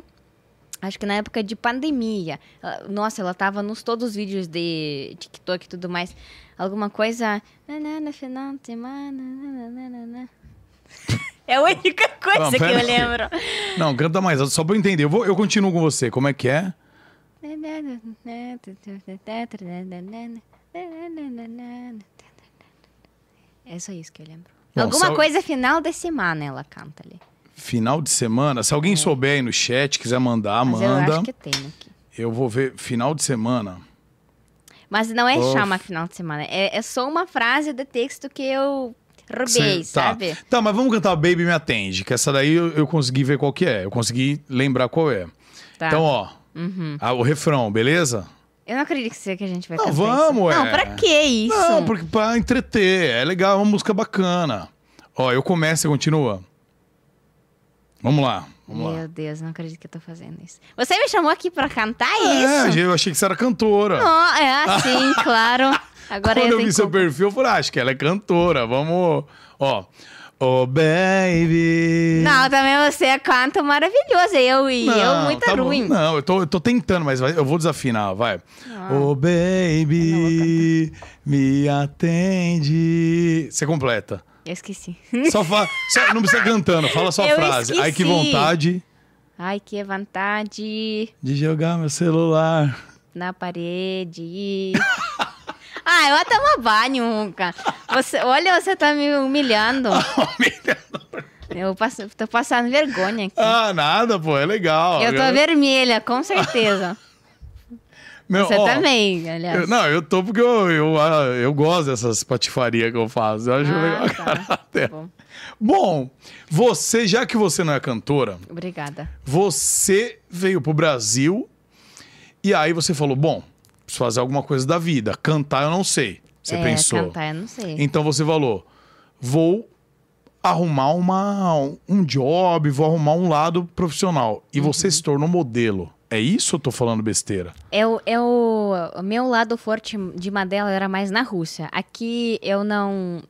Speaker 2: acho que na época de pandemia. Ela- Nossa, ela tava nos todos os vídeos de TikTok e tudo mais. Alguma coisa. "Na, na, na, final de semana, na, na, na, na, na." É a única coisa
Speaker 1: Não,
Speaker 2: que
Speaker 1: pera
Speaker 2: eu
Speaker 1: aí.
Speaker 2: lembro.
Speaker 1: Não, canta mais alto, só pra eu entender. Eu, vou- eu continuo com você. Como é que é?
Speaker 2: É só isso que eu lembro.
Speaker 1: Bom,
Speaker 2: Alguma
Speaker 1: só-
Speaker 2: coisa final de semana ela canta ali.
Speaker 1: Final de semana. Se alguém souber aí no chat, quiser mandar,
Speaker 2: É. Mas eu
Speaker 1: manda.
Speaker 2: acho que tem aqui.
Speaker 1: Eu vou ver final de semana.
Speaker 2: Mas não é
Speaker 1: Of.
Speaker 2: chama final de semana. É, é só uma frase de texto que eu roubei,
Speaker 1: Cê- tá.
Speaker 2: sabe?
Speaker 1: Tá, mas vamos cantar Baby Me Atende, que essa daí eu, eu consegui ver qual que é. Eu consegui lembrar qual é.
Speaker 2: Tá.
Speaker 1: Então, ó,
Speaker 2: Uhum.
Speaker 1: a- o refrão, beleza?
Speaker 2: Eu não acredito que seja que a gente vai
Speaker 1: Não,
Speaker 2: cantar
Speaker 1: vamos,
Speaker 2: isso.
Speaker 1: é.
Speaker 2: Não, pra que isso?
Speaker 1: Não, porque pra entreter. É legal, é uma música bacana. Ó, eu começo e continua. Vamos lá, vamos lá.
Speaker 2: Meu Deus, não acredito que eu tô fazendo isso. Você me chamou aqui pra cantar
Speaker 1: É,
Speaker 2: isso?
Speaker 1: eu achei que você era cantora.
Speaker 2: Não, é assim, claro. Agora
Speaker 1: Quando eu
Speaker 2: tenho
Speaker 1: vi seu
Speaker 2: culpa.
Speaker 1: perfil, eu falei, ah, acho que ela é cantora. Vamos. Ó. Oh, baby.
Speaker 2: Não, também você canta maravilhoso. Eu e eu muito
Speaker 1: tá bom.
Speaker 2: ruim.
Speaker 1: Não, eu tô, eu tô tentando, mas vai- eu vou desafinar, vai.
Speaker 2: Ah.
Speaker 1: Oh, baby, me atende. Você completa.
Speaker 2: Eu esqueci.
Speaker 1: Só fa... só- não precisa cantando, fala só a
Speaker 2: Eu
Speaker 1: frase. Ai, que
Speaker 2: esqueci.
Speaker 1: vontade
Speaker 2: Ai, que vontade
Speaker 1: de jogar meu celular.
Speaker 2: na parede. ah, eu até uma banho, cara. Você, olha, você tá me humilhando. Eu passo, tô passando vergonha aqui.
Speaker 1: ah, nada, pô, é legal.
Speaker 2: eu tô vermelha, com certeza.
Speaker 1: Meu,
Speaker 2: Você
Speaker 1: ó,
Speaker 2: também, aliás.
Speaker 1: Eu- não, eu tô porque eu, eu, ah, eu gosto dessas patifarias que eu faço. Eu acho
Speaker 2: Ah,
Speaker 1: legal.
Speaker 2: tá.
Speaker 1: Até.
Speaker 2: Bom,
Speaker 1: Bom, você, já que você não é cantora,
Speaker 2: obrigada.
Speaker 1: você veio pro Brasil e aí você falou: bom, preciso fazer alguma coisa da vida. Cantar eu não sei. Você
Speaker 2: é,
Speaker 1: pensou.
Speaker 2: cantar, é. eu não sei.
Speaker 1: Então você falou: vou arrumar uma, um job, vou arrumar um lado profissional. E
Speaker 2: Uhum.
Speaker 1: você se tornou modelo. É isso ou eu tô falando besteira?
Speaker 2: Eu, eu, É o meu lado forte de Madela era mais na Rússia. Aqui eu não,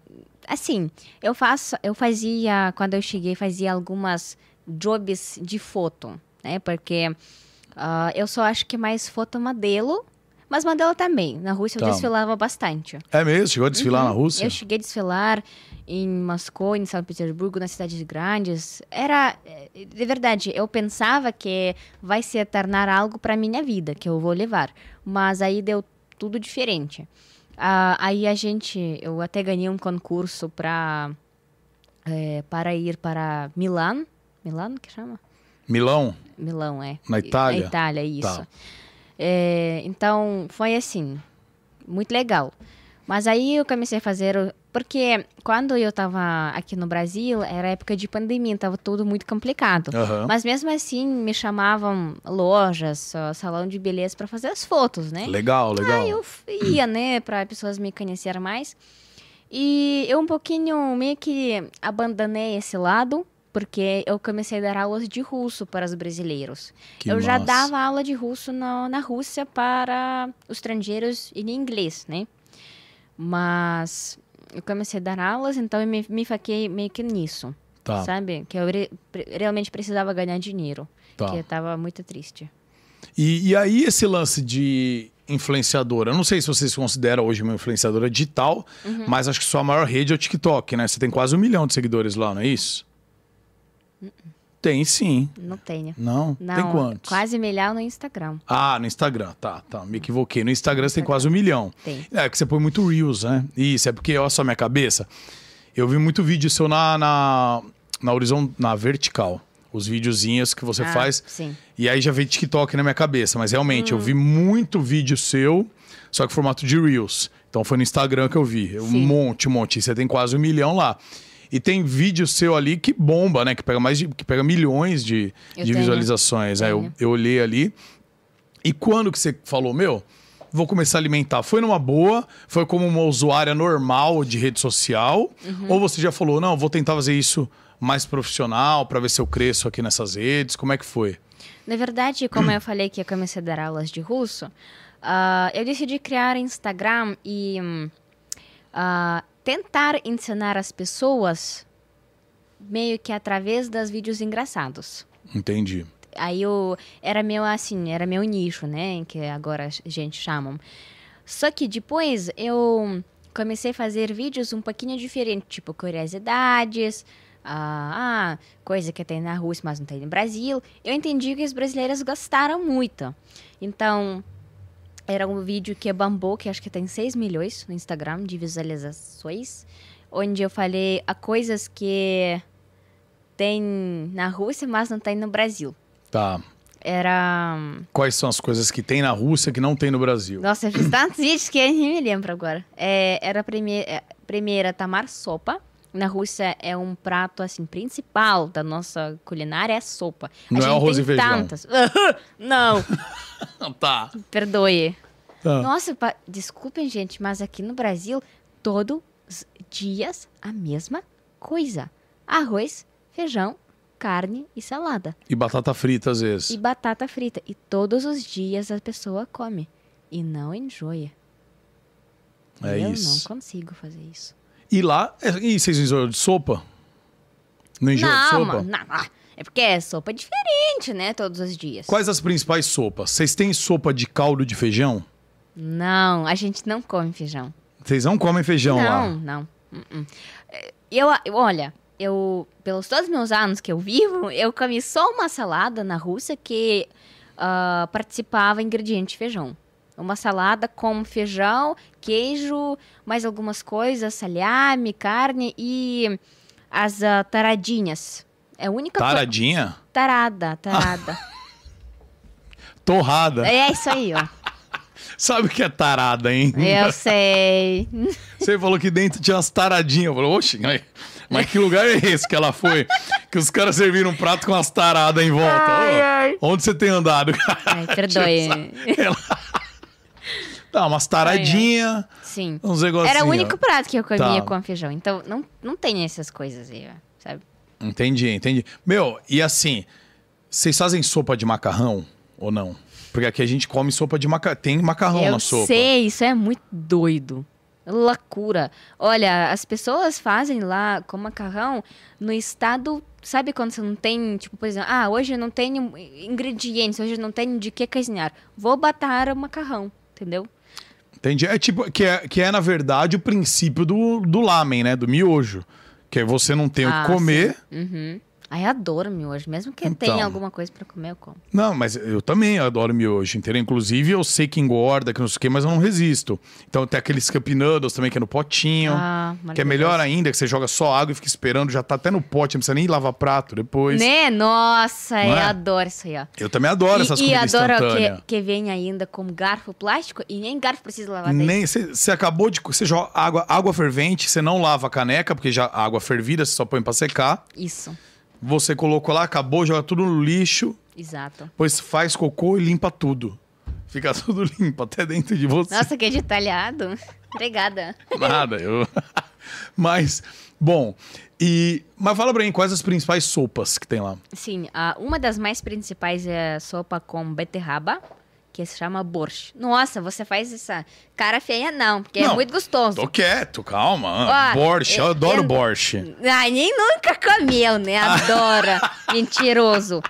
Speaker 2: assim, eu faço, eu fazia quando eu cheguei fazia algumas jobs de foto, né? Porque ah, eu só acho que mais foto modelo, mas modelo também. Na Rússia
Speaker 1: Tá.
Speaker 2: eu desfilava bastante.
Speaker 1: É mesmo? Chegou a desfilar na Rússia?
Speaker 2: Eu cheguei a desfilar em Moscou, em São Petersburgo, nas cidades grandes. Era, eh, de verdade, eu pensava que vai se tornar algo para minha vida, que eu vou levar. Mas aí deu tudo diferente. Ah, aí a gente, eu até ganhei um concurso para para ir para Milão, Milão que chama?
Speaker 1: Milão?
Speaker 2: Milão é.
Speaker 1: Na Itália?
Speaker 2: Na Itália, isso.
Speaker 1: Tá.
Speaker 2: É, então, foi assim, muito legal. Mas aí eu comecei a fazer. o- Porque quando eu tava aqui no Brasil, era época de pandemia, tava tudo muito complicado.
Speaker 1: Aham.
Speaker 2: Mas mesmo assim, me chamavam lojas, ó, salão de beleza para fazer as fotos, né?
Speaker 1: Legal, legal.
Speaker 2: Aí eu f- ia, né, para pessoas me conhecerem mais. E eu um pouquinho meio que abandonei esse lado, porque eu comecei a dar aulas de russo para os brasileiros.
Speaker 1: Que
Speaker 2: eu já
Speaker 1: massa.
Speaker 2: dava aula de russo na, na Rússia para os estrangeiros e em inglês, né? Mas eu comecei a dar aulas, então eu me, me faquei meio que nisso,
Speaker 1: Tá,
Speaker 2: sabe? Que eu re- pre- realmente precisava ganhar dinheiro,
Speaker 1: tá.
Speaker 2: que eu tava muito triste.
Speaker 1: E, e aí esse lance de influenciadora, eu não sei se você se considera hoje uma influenciadora digital,
Speaker 2: Uhum.
Speaker 1: mas acho que sua maior rede é o TikTok, né? Você tem quase um milhão de seguidores lá, não é isso? Tem sim.
Speaker 2: Não tenho.
Speaker 1: Não?
Speaker 2: Uh-uh. Não,
Speaker 1: tem quantos?
Speaker 2: quase milhão no Instagram.
Speaker 1: Ah, no Instagram, tá, tá. Me equivoquei. No Instagram você tem quase um milhão.
Speaker 2: Tem.
Speaker 1: É que você põe muito Reels, né? Isso, é porque, olha só a minha cabeça. Eu vi muito vídeo seu na, na, na horizon, na vertical. Os videozinhos que você
Speaker 2: Ah,
Speaker 1: faz.
Speaker 2: Sim.
Speaker 1: E aí já veio TikTok na minha cabeça, mas realmente eu vi muito vídeo seu, só que formato de Reels. Então foi no Instagram que eu vi. Um
Speaker 2: Sim.
Speaker 1: monte, um monte. Você tem quase um milhão lá. E tem vídeo seu ali que bomba, né? Que pega mais de, que pega milhões de,
Speaker 2: Eu
Speaker 1: de
Speaker 2: tenho.
Speaker 1: visualizações. né? Eu,
Speaker 2: Tenho.
Speaker 1: eu olhei ali. E quando que você falou, meu, vou começar a alimentar? Foi numa boa? Foi como uma usuária normal de rede social?
Speaker 2: Uhum.
Speaker 1: Ou você já falou, não, vou tentar fazer isso mais profissional pra ver se eu cresço aqui nessas redes? Como é que foi?
Speaker 2: Na verdade, como eu falei que eu comecei a dar aulas de russo, Ah, eu decidi criar Instagram e hum, ah, tentar ensinar as pessoas meio que através dos vídeos engraçados.
Speaker 1: Entendi.
Speaker 2: Aí eu era meu assim, era meu nicho, né, que agora a gente chamam. Só que depois eu comecei a fazer vídeos um pouquinho diferente, tipo curiosidades, ah, ah, coisa que tem na Rússia, mas não tem no Brasil. Eu entendi que os brasileiros gostaram muito. Então, era um vídeo que bombou, que acho que tem 6 milhões no Instagram de visualizações, onde eu falei a coisas que tem na Rússia, mas não tem no Brasil.
Speaker 1: Tá.
Speaker 2: Era.
Speaker 1: Quais são as coisas que tem na Rússia que não tem no Brasil?
Speaker 2: Nossa, eu fiz tantos vídeos que eu nem me lembro agora. É, era a primeira, é, primeira tamar sopa. Na Rússia é um prato assim principal da nossa culinária é sopa.
Speaker 1: Não é
Speaker 2: gente
Speaker 1: arroz
Speaker 2: tem
Speaker 1: e feijão.
Speaker 2: Tantas. Não,
Speaker 1: Tá.
Speaker 2: perdoe.
Speaker 1: tá.
Speaker 2: Nossa, pa- desculpem, gente, mas aqui no Brasil, todos os dias a mesma coisa: arroz, feijão, carne e salada.
Speaker 1: E batata frita às vezes.
Speaker 2: E batata frita. E todos os dias a pessoa come. E não enjoia.
Speaker 1: É
Speaker 2: eu
Speaker 1: isso.
Speaker 2: não consigo fazer isso.
Speaker 1: E lá. é, E vocês enjoam de sopa? Não enjoam de
Speaker 2: não,
Speaker 1: sopa?
Speaker 2: mano, não, ah, É porque é sopa diferente, né? Todos os dias.
Speaker 1: Quais as principais sopas? Vocês têm sopa de caldo de feijão?
Speaker 2: Não, a gente não come feijão.
Speaker 1: Vocês não comem feijão
Speaker 2: não,
Speaker 1: lá.
Speaker 2: não. Uh-uh. É, Eu, eu- olha, eu, pelos todos os meus anos que eu vivo, eu comi só uma salada na Rússia que ah, participava ingrediente feijão. Uma salada com feijão, queijo, mais algumas coisas, salhame, carne e as ah, taradinhas. É a única coisa-
Speaker 1: Taradinha?
Speaker 2: Tarada, tarada.
Speaker 1: Torrada.
Speaker 2: é isso aí, ó.
Speaker 1: Sabe o que é tarada, hein?
Speaker 2: Eu sei.
Speaker 1: Você falou que dentro tinha umas taradinhas. Eu falei, oxe, mas- mas que lugar é esse que ela foi? Que os caras serviram um prato com umas taradas em volta.
Speaker 2: Ai,
Speaker 1: Ô,
Speaker 2: ai.
Speaker 1: Onde você tem andado, cara?
Speaker 2: Ai, perdoe.
Speaker 1: Ela... Não, umas taradinhas,
Speaker 2: Sim.
Speaker 1: uns negocinhos.
Speaker 2: Era o único prato que eu comia
Speaker 1: Tá.
Speaker 2: com feijão. Então, não, não tem essas coisas aí, ó, sabe?
Speaker 1: Entendi, entendi. Meu, e assim, vocês fazem sopa de macarrão ou não? Porque aqui a gente come sopa de macarrão. Tem macarrão
Speaker 2: eu
Speaker 1: na Tá sopa.
Speaker 2: sei, isso é muito doido. Loucura. Olha, as pessoas fazem lá com macarrão no estado... Sabe quando você não tem, tipo, por exemplo... Ah, hoje eu não tenho ingredientes, hoje eu não tenho de que cozinhar. Vou batar o macarrão, entendeu?
Speaker 1: Entendi. É tipo, que é, que é na verdade o princípio do, do lamen, né? Do miojo. Que é você não tem o
Speaker 2: Ah,
Speaker 1: que comer.
Speaker 2: Uhum. Aí eu adoro miojo. Mesmo que
Speaker 1: Então.
Speaker 2: tenha alguma coisa pra comer, eu como.
Speaker 1: Não, mas eu também adoro miojo, entendeu? Inclusive, eu sei que engorda, que não sei o quê, mas eu não resisto. Então tem aqueles cup noodles também, que é no potinho.
Speaker 2: Ah,
Speaker 1: que é
Speaker 2: maravilhoso.
Speaker 1: melhor ainda, que você joga só água e fica esperando, já tá até no pote, não precisa nem lavar prato depois.
Speaker 2: Né? Nossa,
Speaker 1: Não
Speaker 2: eu
Speaker 1: é?
Speaker 2: adoro isso aí, ó.
Speaker 1: Eu também adoro essas
Speaker 2: e, e
Speaker 1: comidas
Speaker 2: adoro
Speaker 1: instantâneas.
Speaker 2: que, que vem ainda com garfo plástico e nem garfo precisa lavar daí.
Speaker 1: Nem você acabou de. Você joga água, água fervente, você não lava a caneca, porque já a água fervida, você só põe pra secar.
Speaker 2: Isso,
Speaker 1: Você colocou lá, acabou, joga tudo no lixo,
Speaker 2: exato.
Speaker 1: depois faz cocô e limpa tudo. Fica tudo limpo, até dentro de você.
Speaker 2: Nossa, que detalhado. Obrigada.
Speaker 1: Nada, eu. mas, bom. E. Mas fala pra mim, quais as principais sopas que tem lá?
Speaker 2: Sim, a- uma das mais principais é sopa com beterraba, que se chama borsch. Nossa, você faz essa cara feia não, porque
Speaker 1: Não,
Speaker 2: é muito gostoso.
Speaker 1: Tô quieto, calma.
Speaker 2: Ó, é,
Speaker 1: Borsche, eu
Speaker 2: eu-
Speaker 1: adoro
Speaker 2: eu-
Speaker 1: borsche.
Speaker 2: Ai, nem nunca comeu, né? Adora. Mentiroso.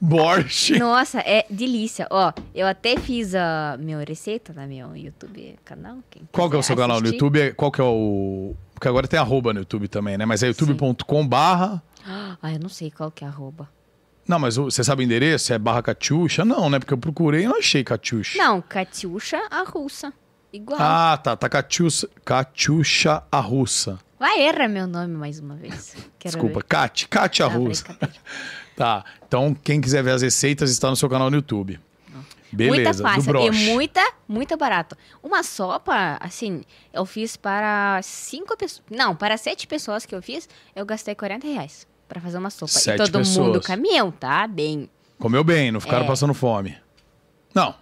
Speaker 1: Borsche.
Speaker 2: Nossa, é delícia. Ó, eu até fiz a minha receita no meu YouTube canal. quem
Speaker 1: Qual que é o
Speaker 2: quiser
Speaker 1: seu canal no
Speaker 2: assistir.
Speaker 1: YouTube? Qual que é o. Porque agora tem arroba no YouTube também, né? Mas é youtube.com barra.
Speaker 2: Ah, eu não sei qual que é a arroba.
Speaker 1: Não, mas o- você sabe o endereço? É barra Catiuxa? Não, né? Porque eu procurei e não achei Catiuxa.
Speaker 2: Não, Katiusha, a russa. Igual.
Speaker 1: Ah, tá. Tá Catiuxa, Catiuxa a russa.
Speaker 2: Vai errar meu nome mais uma vez. Quero
Speaker 1: Desculpa,
Speaker 2: ver.
Speaker 1: Cate. Cate a
Speaker 2: Ah,
Speaker 1: russa.
Speaker 2: brincadeira.
Speaker 1: Tá. Então, quem quiser ver as receitas está no seu canal no YouTube.
Speaker 2: muita
Speaker 1: Beleza, do
Speaker 2: fácil e
Speaker 1: broche.
Speaker 2: muita, muito barato. Uma sopa, assim, eu fiz para cinco pessoas. Não, para sete pessoas que eu fiz, eu gastei 40 reais pra fazer uma sopa.
Speaker 1: Sete
Speaker 2: e todo mundo
Speaker 1: pessoas.
Speaker 2: caminhão, tá? Bem.
Speaker 1: Comeu bem, não ficaram
Speaker 2: É.
Speaker 1: passando fome. Não,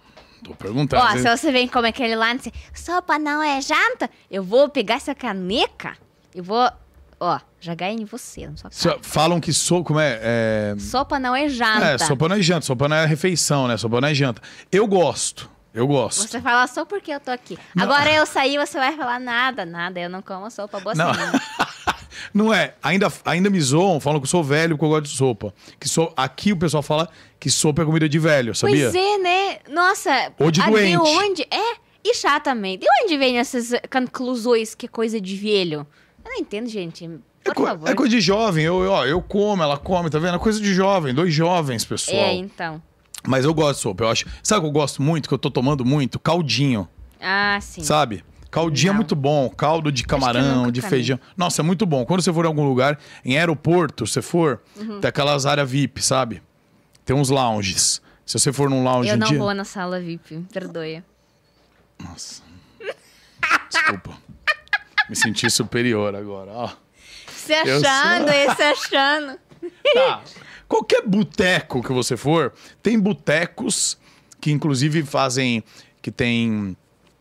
Speaker 1: tô perguntando.
Speaker 2: Ó,
Speaker 1: Vocês-
Speaker 2: se você vem como aquele lá, não sei, sopa não é janta, eu vou pegar essa caneca e vou, ó, jogar em você, na sua cara.
Speaker 1: Só- Falam que sopa. Como é? É,
Speaker 2: Sopa não é janta.
Speaker 1: é, sopa não é janta, sopa não é refeição, né? Sopa não é janta. Eu gosto. Eu gosto.
Speaker 2: Você fala só porque eu tô aqui. Agora eu saí, você vai falar nada, nada. Eu não como sopa boa assim.
Speaker 1: Não.
Speaker 2: semana.
Speaker 1: Não é. Ainda, ainda me zoam, falam que eu sou velho porque eu gosto de sopa. Que so, aqui o pessoal fala que sopa é comida de velho, sabia?
Speaker 2: Pois é, né? Nossa.
Speaker 1: Ou de
Speaker 2: ah,
Speaker 1: doente.
Speaker 2: onde? É. E chata também. De onde vêm essas eh, conclusões que é coisa de velho? Eu não entendo, gente. Por
Speaker 1: é, co-
Speaker 2: favor.
Speaker 1: é coisa de jovem. Eu, eu- ó, eu como, ela come, tá vendo? É coisa de jovem, dois jovens, pessoal.
Speaker 2: É, então.
Speaker 1: Mas eu gosto de sopa, eu acho. Sabe o que eu gosto muito, que eu tô tomando muito? Caldinho,
Speaker 2: Ah, sim.
Speaker 1: sabe? Caldinho é
Speaker 2: Não.
Speaker 1: muito bom, caldo de camarão,
Speaker 2: nunca
Speaker 1: de
Speaker 2: pra
Speaker 1: feijão. Nossa, é muito bom. Quando você for em algum lugar, em aeroporto, você for,
Speaker 2: Uhum.
Speaker 1: tem aquelas áreas VIP, sabe? Tem uns lounges. Se você for num lounge
Speaker 2: eu
Speaker 1: um
Speaker 2: não
Speaker 1: dia.
Speaker 2: vou na sala VIP. Perdoe.
Speaker 1: Nossa. Desculpa. Me senti superior agora. ó.
Speaker 2: Se
Speaker 1: Eu sou-
Speaker 2: achando, esse achando.
Speaker 1: Tá. Qualquer boteco que você for, tem botecos que inclusive fazem. que tem.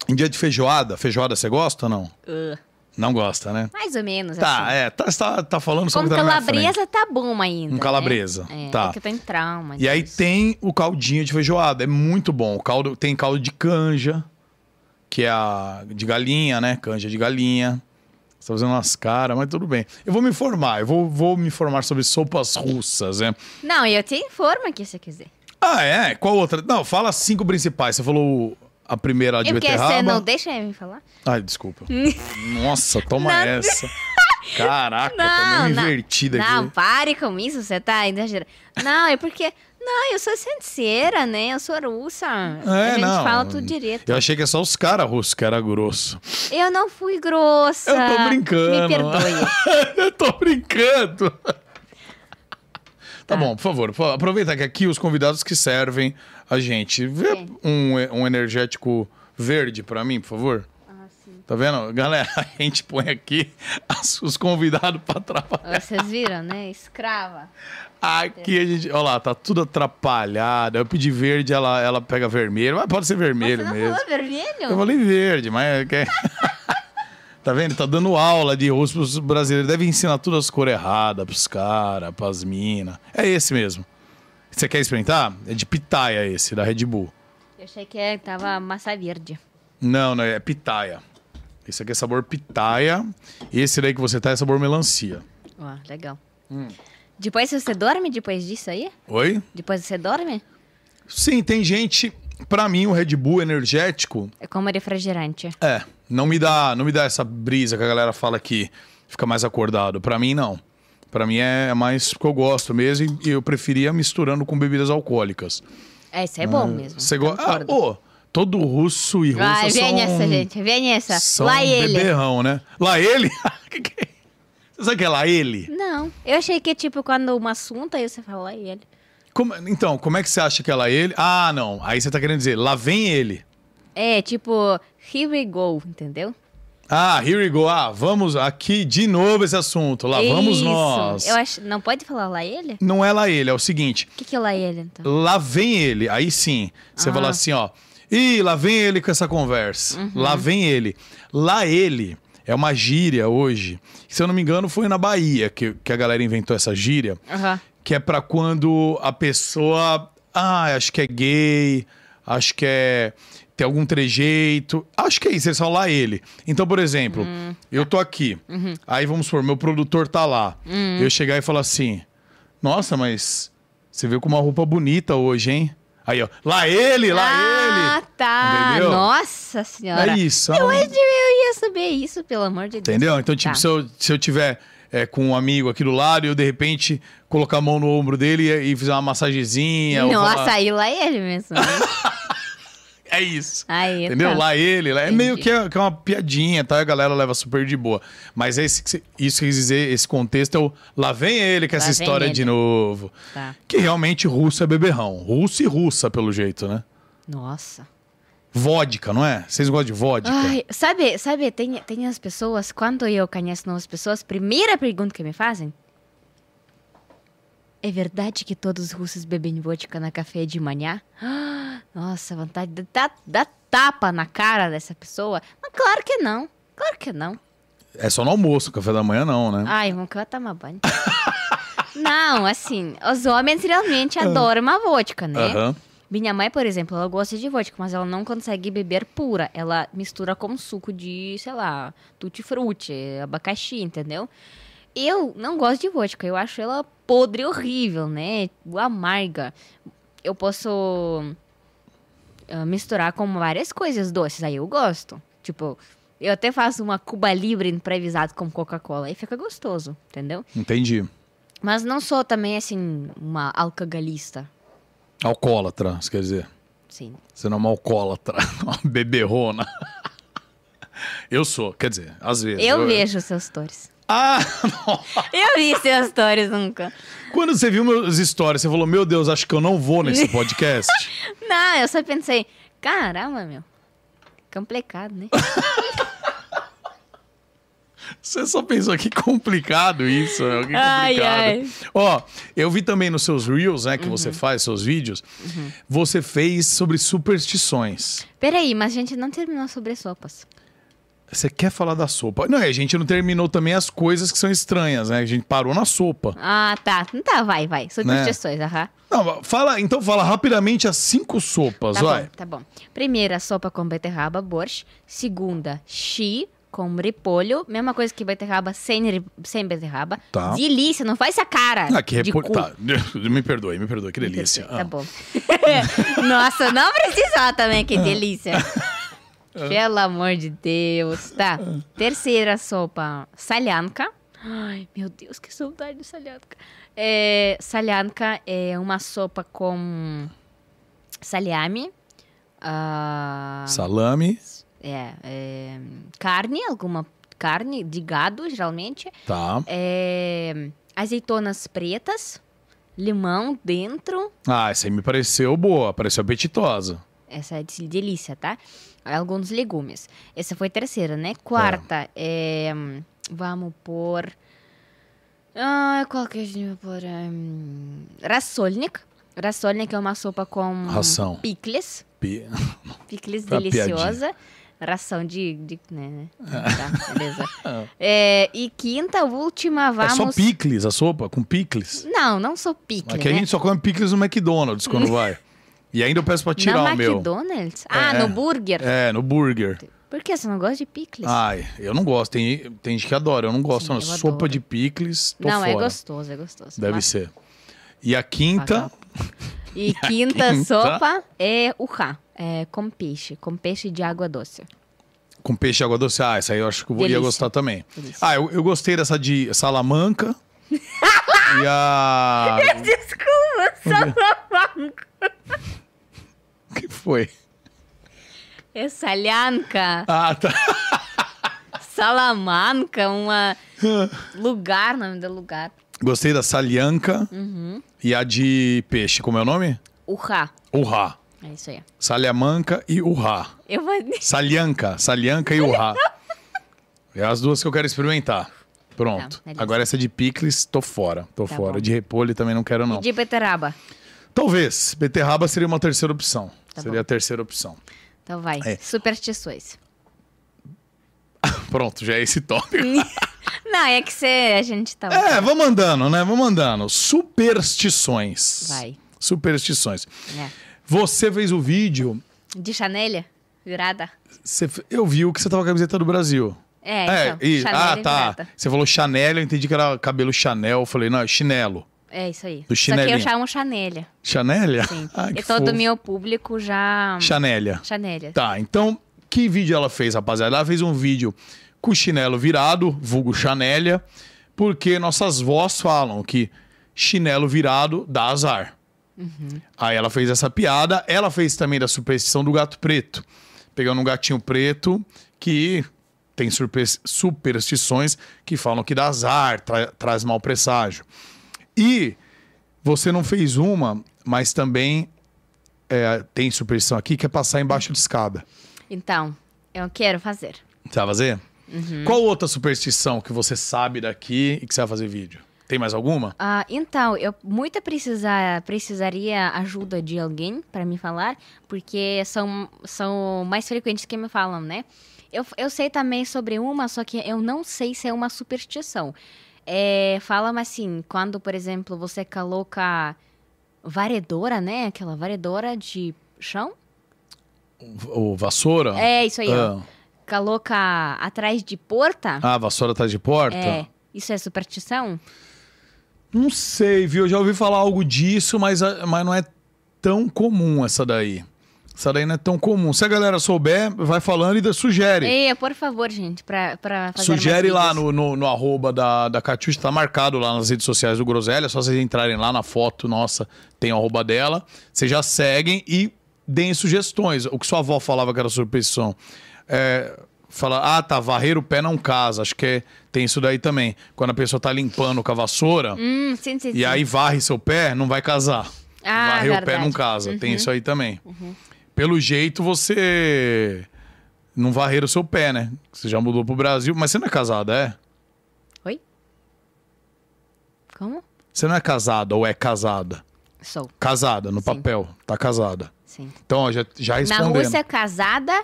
Speaker 1: Em dia de feijoada. Feijoada você gosta ou não?
Speaker 2: Uh,
Speaker 1: Não gosta, né?
Speaker 2: mais ou menos
Speaker 1: Tá,
Speaker 2: assim.
Speaker 1: é. Tá, tá, tá falando sobre
Speaker 2: Como
Speaker 1: o que tá na minha frente.
Speaker 2: calabresa tá bom ainda.
Speaker 1: Um calabresa,
Speaker 2: Né? É,
Speaker 1: tá.
Speaker 2: é que eu tô em trauma.
Speaker 1: E aí
Speaker 2: disso.
Speaker 1: tem o caldinho de feijoada, é muito bom. O caldo tem caldo de canja, que é a de galinha, né? Canja de galinha. Você tá fazendo umas caras, mas tudo bem. Eu vou me informar, eu vou, vou me informar sobre sopas russas, né?
Speaker 2: Não, eu te informo aqui se quiser.
Speaker 1: Ah, é? Qual outra? Não, fala as cinco principais. Você falou a primeira de
Speaker 2: É porque você não
Speaker 1: beterraba.
Speaker 2: deixa eu me falar?
Speaker 1: Ai, desculpa. Nossa, toma
Speaker 2: Não.
Speaker 1: essa. Caraca, tô
Speaker 2: Não,
Speaker 1: meio
Speaker 2: não.
Speaker 1: invertida
Speaker 2: Não,
Speaker 1: aqui.
Speaker 2: pare com isso, você tá exagerando. Não, é porque. Não, eu sou sincera, né? Eu sou russa. a
Speaker 1: É,
Speaker 2: gente
Speaker 1: não.
Speaker 2: fala tudo direito.
Speaker 1: Eu achei que é só os caras russos que era grosso.
Speaker 2: Eu não fui grossa.
Speaker 1: Eu tô brincando.
Speaker 2: Me perdoe.
Speaker 1: Eu tô brincando. Tá bom, por favor, fa- aproveita que aqui os convidados que servem a gente. Vê
Speaker 2: Sim.
Speaker 1: um, e- um energético verde pra mim, por favor.
Speaker 2: Ah, sim.
Speaker 1: Tá vendo? Galera, a gente põe aqui as- os convidados pra trabalhar.
Speaker 2: Vocês viram, né? Escrava.
Speaker 1: Aqui a gente. Olha lá, tá tudo atrapalhado. Eu pedi verde, ela, ela pega vermelho. Mas pode ser vermelho
Speaker 2: Você não
Speaker 1: mesmo.
Speaker 2: falou vermelho?
Speaker 1: Eu falei verde, mas. é que- tá vendo? Tá dando aula de russo pros brasileiros. Deve ensinar todas as cores erradas pros caras, pras minas. É esse mesmo. Você quer experimentar? É de pitaia esse, da Red Bull.
Speaker 2: Eu achei que é- tava massa verde.
Speaker 1: Não, não, é pitaia. Esse aqui é sabor pitaia. Esse daí que você tá é sabor melancia.
Speaker 2: Ó, legal. Depois você dorme depois disso aí?
Speaker 1: Oi?
Speaker 2: Depois você dorme?
Speaker 1: Sim, tem gente. Pra mim, o Red Bull energético
Speaker 2: É como refrigerante.
Speaker 1: É, não me dá, não me dá essa brisa que a galera fala que fica mais acordado. Pra mim não. Pra mim é mais porque eu gosto mesmo e eu preferia misturando com bebidas alcoólicas.
Speaker 2: É, isso é bom mesmo.
Speaker 1: Você
Speaker 2: eu
Speaker 1: gosta? Ah,
Speaker 2: concordo.
Speaker 1: ô, é todo russo e russa
Speaker 2: Vai, vem
Speaker 1: são
Speaker 2: essa, gente. Vem essa.
Speaker 1: são
Speaker 2: Lá ele.
Speaker 1: beberrão, né? Lá ele? Que que é? Você sabe o que é lá ele?
Speaker 2: Não. Eu achei que, tipo, quando um assunto, aí você fala lá ele.
Speaker 1: Como- então, como é que você acha que é lá ele? Ah, não. Aí você tá querendo dizer, lá vem ele.
Speaker 2: É, tipo, here we go, entendeu?
Speaker 1: Ah, here we go. Ah, vamos aqui de novo esse assunto. Lá vamos
Speaker 2: Isso.
Speaker 1: nós.
Speaker 2: Eu acho... Não pode falar lá ele?
Speaker 1: Não é lá ele, é o seguinte.
Speaker 2: O que, que é lá ele, então?
Speaker 1: Lá vem ele. Aí sim, você
Speaker 2: Ah. Uhum.
Speaker 1: fala assim, ó. Ih, lá vem ele com essa conversa. Lá vem ele. Lá ele é uma gíria hoje. Se eu não me engano, foi na Bahia que, que a galera inventou essa gíria.
Speaker 2: Aham.
Speaker 1: Que é pra quando a pessoa... Ah, acho que é gay. Acho que é... Tem algum trejeito. Acho que é isso, eles falam lá ele. Então, por exemplo,
Speaker 2: Hum,
Speaker 1: eu
Speaker 2: tá.
Speaker 1: tô aqui.
Speaker 2: Uhum.
Speaker 1: Aí, vamos supor, meu produtor tá lá.
Speaker 2: Hum.
Speaker 1: Eu chegar e falar assim... Nossa, mas você veio com uma roupa bonita hoje, hein? Aí, ó. Lá ele, lá
Speaker 2: ah,
Speaker 1: ele.
Speaker 2: tá.
Speaker 1: Entendeu?
Speaker 2: Nossa senhora.
Speaker 1: É isso.
Speaker 2: Eu,
Speaker 1: ah,
Speaker 2: eu ia saber isso, pelo amor de Deus.
Speaker 1: Entendeu? Então, tipo,
Speaker 2: Tá.
Speaker 1: se, eu, se eu tiver é, com um amigo aqui do lado e eu, de repente, colocar a mão no ombro dele e, e fizer uma massagenzinha. ou
Speaker 2: Nossa,
Speaker 1: falar-
Speaker 2: aí lá ele mesmo. né?
Speaker 1: É isso.
Speaker 2: Aí,
Speaker 1: Entendeu?
Speaker 2: tá.
Speaker 1: Lá ele, lá é meio
Speaker 2: Entendi.
Speaker 1: que é, que é uma piadinha, tá? A galera leva super de boa. Mas é esse, que se- isso que quer dizer, esse contexto é o lá vem ele com
Speaker 2: Lá
Speaker 1: essa
Speaker 2: vem
Speaker 1: história
Speaker 2: ele.
Speaker 1: de novo.
Speaker 2: Tá.
Speaker 1: Que realmente russo é beberrão. Russo e russa, pelo jeito, né?
Speaker 2: Nossa.
Speaker 1: Vodka, não é? Vocês gostam de vodka?
Speaker 2: Ai, sabe, sabe, tem, tem as pessoas, quando eu conheço novas pessoas, primeira pergunta que me fazem. É verdade que todos os russos bebem vodka na café de manhã? Ah, Nossa, vontade de dar, dar tapa na cara dessa pessoa. Mas claro que não. Claro que não.
Speaker 1: É só no almoço, café da manhã não, né?
Speaker 2: Ai, vão que eu tomar banho. não, assim, os homens realmente adoram uma vodka, né?
Speaker 1: Ah. Aham.
Speaker 2: Minha mãe, por exemplo, ela gosta de vodka, mas ela não consegue beber pura. Ela mistura com suco de, sei lá, tutti-frutti, abacaxi, entendeu? Eu não gosto de vodka. Eu acho ela podre, horrível, né? Amarga. Eu posso ah, misturar com várias coisas doces. Aí eu gosto. Tipo, eu até faço uma Cuba Libre improvisada com Coca-Cola. Aí fica gostoso, entendeu?
Speaker 1: Entendi.
Speaker 2: Mas não sou também, assim, uma alcagalista.
Speaker 1: Alcoólatra, isso quer dizer.
Speaker 2: Sim.
Speaker 1: Você não é uma alcoólatra, é uma beberrona. Eu sou, quer dizer, às vezes.
Speaker 2: Eu vejo seus stories.
Speaker 1: Ah, nossa.
Speaker 2: Eu vi seus stories nunca.
Speaker 1: quando você viu meus stories, você falou, meu Deus, acho que eu não vou nesse podcast.
Speaker 2: Não, eu só pensei, caramba, meu. Complicado, né?
Speaker 1: Você só pensou que complicado isso, né? que complicado.
Speaker 2: Ai, ai. Uhum.
Speaker 1: Ó, eu vi também nos seus reels, né, que você faz, seus vídeos, você fez sobre superstições.
Speaker 2: Peraí, mas a gente não terminou sobre sopas.
Speaker 1: Você quer falar da sopa? Não, e a gente não terminou também as coisas que são estranhas, né? A gente parou na sopa.
Speaker 2: Ah, tá. Não tá, vai, vai.
Speaker 1: Né?
Speaker 2: Sugestões, aham.
Speaker 1: Não, fala, então fala rapidamente as cinco sopas,
Speaker 2: Tá
Speaker 1: vai.
Speaker 2: bom, tá bom. Primeira, sopa com beterraba, borscht. Segunda, chi com repolho. Mesma coisa que beterraba sem, re- sem beterraba.
Speaker 1: Tá.
Speaker 2: Delícia, não faz essa cara.
Speaker 1: Ah, que
Speaker 2: de
Speaker 1: repol...
Speaker 2: cu.
Speaker 1: tá, me perdoe, me perdoe, que delícia.
Speaker 2: Tá
Speaker 1: Ah.
Speaker 2: bom. Nossa, não precisa também,
Speaker 1: Ah.
Speaker 2: que delícia. Pelo amor de Deus. Tá. Terceira sopa, salhanka. Ai, meu Deus, que saudade de salhanka. É, salhanka é uma sopa com salhame. ah,
Speaker 1: Salame,
Speaker 2: é, é, carne, alguma carne de gado, geralmente.
Speaker 1: tá.
Speaker 2: É, azeitonas pretas, limão dentro.
Speaker 1: Ah, essa aí me pareceu boa, pareceu apetitosa.
Speaker 2: Essa é de delícia, tá? Alguns legumes. Essa foi a terceira, né? Quarta, é, hum, vamos pôr. Ah, qual que a gente vai pôr? Hum, Rassolnik. Rassolnik é uma sopa com
Speaker 1: Ração.
Speaker 2: picles.
Speaker 1: Pi-
Speaker 2: Picles
Speaker 1: Foi uma
Speaker 2: deliciosa. Ração de. de- né, né? Tá, beleza. É, e quinta, última,
Speaker 1: É
Speaker 2: vamos.
Speaker 1: só picles a sopa, com picles.
Speaker 2: Não, não sou picle.
Speaker 1: Aqui a
Speaker 2: né?
Speaker 1: gente só come picles no McDonald's quando vai. E ainda eu peço pra tirar
Speaker 2: Na
Speaker 1: o meu.
Speaker 2: McDonald's? Ah,
Speaker 1: É.
Speaker 2: no burger.
Speaker 1: É, no burger.
Speaker 2: Por que você não gosta de picles?
Speaker 1: Ai, eu não gosto. Tem, tem gente que adora, eu não gosto.
Speaker 2: Sim,
Speaker 1: não.
Speaker 2: eu
Speaker 1: Sopa
Speaker 2: adoro.
Speaker 1: de picles, tô
Speaker 2: não,
Speaker 1: fora.
Speaker 2: é gostoso, é gostoso.
Speaker 1: Deve
Speaker 2: Mas-
Speaker 1: ser. E a quinta,
Speaker 2: E quinta,
Speaker 1: Quinta.
Speaker 2: sopa é o rá, é com peixe, com peixe de água doce.
Speaker 1: com peixe e água doce. Ah, essa aí eu acho que eu ia
Speaker 2: Delícia.
Speaker 1: gostar também.
Speaker 2: Delícia.
Speaker 1: Ah, eu, eu gostei dessa de Salamanca. e a.
Speaker 2: Desculpa, salamanca.
Speaker 1: O que foi?
Speaker 2: É salhanca.
Speaker 1: Ah, tá.
Speaker 2: Salamanca, uma lugar, nome do lugar.
Speaker 1: Gostei da Salianca
Speaker 2: Uhum.
Speaker 1: e a de peixe. Como é o nome?
Speaker 2: O rá.
Speaker 1: Urra.
Speaker 2: É isso aí.
Speaker 1: Salamanca e Urra.
Speaker 2: Eu vou...
Speaker 1: Salianca. Salianca e Urra. É as duas que eu quero experimentar. Pronto.
Speaker 2: Tá, beleza.
Speaker 1: Agora essa de picles, tô fora. Tô
Speaker 2: Tá
Speaker 1: fora.
Speaker 2: bom.
Speaker 1: De repolho também não quero, não.
Speaker 2: De beterraba.
Speaker 1: Talvez. Beterraba seria uma terceira opção.
Speaker 2: Tá
Speaker 1: seria
Speaker 2: bom.
Speaker 1: a terceira opção.
Speaker 2: Então vai.
Speaker 1: É.
Speaker 2: Superstições.
Speaker 1: Pronto, já é esse tópico.
Speaker 2: Não, é que você... A gente tá...
Speaker 1: É, vamos andando, né? Vamos andando. Superstições.
Speaker 2: Vai.
Speaker 1: Superstições.
Speaker 2: É.
Speaker 1: Você fez o vídeo.
Speaker 2: De chanelha, virada.
Speaker 1: você fe- eu vi o que você tava com a camiseta do Brasil.
Speaker 2: É, então,
Speaker 1: e- ah,
Speaker 2: chanelha
Speaker 1: tá.
Speaker 2: virada.
Speaker 1: Você falou Chanel, eu entendi que era cabelo Chanel. Eu falei, não, é chinelo.
Speaker 2: É isso aí.
Speaker 1: Do
Speaker 2: Só que eu
Speaker 1: chinelinho.
Speaker 2: chamo chanelha.
Speaker 1: Chanélia?
Speaker 2: Sim.
Speaker 1: Ah, que
Speaker 2: e todo
Speaker 1: fofo.
Speaker 2: o meu público já.
Speaker 1: Chanélia.
Speaker 2: Chanelha.
Speaker 1: Tá, então, que vídeo ela fez, rapaziada? Ela fez um vídeo com o chinelo virado, vulgo Chanélia, porque nossas vós falam que chinelo virado dá azar. Aí ela fez essa piada. Ela fez também da superstição do gato preto. Pegando um gatinho preto que tem surpe- superstições que falam que dá azar, tra- traz mau presságio. E você não fez uma, mas também é, tem superstição aqui que é passar embaixo de escada.
Speaker 2: Então, eu quero fazer.
Speaker 1: Você vai fazer?
Speaker 2: Uhum.
Speaker 1: Qual outra superstição que você sabe daqui e que você vai fazer vídeo? Tem mais alguma?
Speaker 2: Ah, então, eu muito precisa, precisaria ajuda de alguém para me falar, porque são, são mais frequentes que me falam, né? Eu, eu sei também sobre uma, só que eu não sei se é uma superstição. É, falam assim, quando, por exemplo, você coloca Varedora, né? Aquela varedora de chão.
Speaker 1: O vassoura?
Speaker 2: É, isso aí, ó.
Speaker 1: Ah,
Speaker 2: Caloca atrás de porta.
Speaker 1: ah, vassoura atrás de porta?
Speaker 2: É. Isso é superstição?
Speaker 1: Não sei, viu? Eu já ouvi falar algo disso, mas, ah, mas não é tão comum essa daí. Essa daí não é tão comum. Se a galera souber, vai falando e sugere.
Speaker 2: Ei, por favor, gente, pra, pra fazer mais
Speaker 1: Sugere lá
Speaker 2: vídeos.
Speaker 1: no, no, no arroba da, da Catiuxa, tá marcado lá nas redes sociais do Groselha. É só vocês entrarem lá na foto nossa, tem o arroba dela. Vocês já seguem e deem sugestões. O que sua avó falava que era superstição. É, fala, ah, tá, varrer o pé não casa. Acho que é- tem isso daí também. Quando a pessoa tá limpando com a vassoura
Speaker 2: Hum, sim, sim, sim.
Speaker 1: e aí varre seu pé, não vai casar.
Speaker 2: Ah,
Speaker 1: varrer o pé
Speaker 2: verdade. Uhum.
Speaker 1: não casa. Tem isso aí também. Pelo jeito, você não varrer o seu pé, né? Você já mudou pro Brasil, mas você não é casada, é?
Speaker 2: Oi? Como?
Speaker 1: Você não é casada ou é casada?
Speaker 2: Sou,
Speaker 1: Casada, no
Speaker 2: Sim.
Speaker 1: papel. Tá casada.
Speaker 2: sim.
Speaker 1: Então, ó, já, já
Speaker 2: Na
Speaker 1: respondendo.
Speaker 2: Rússia, é casada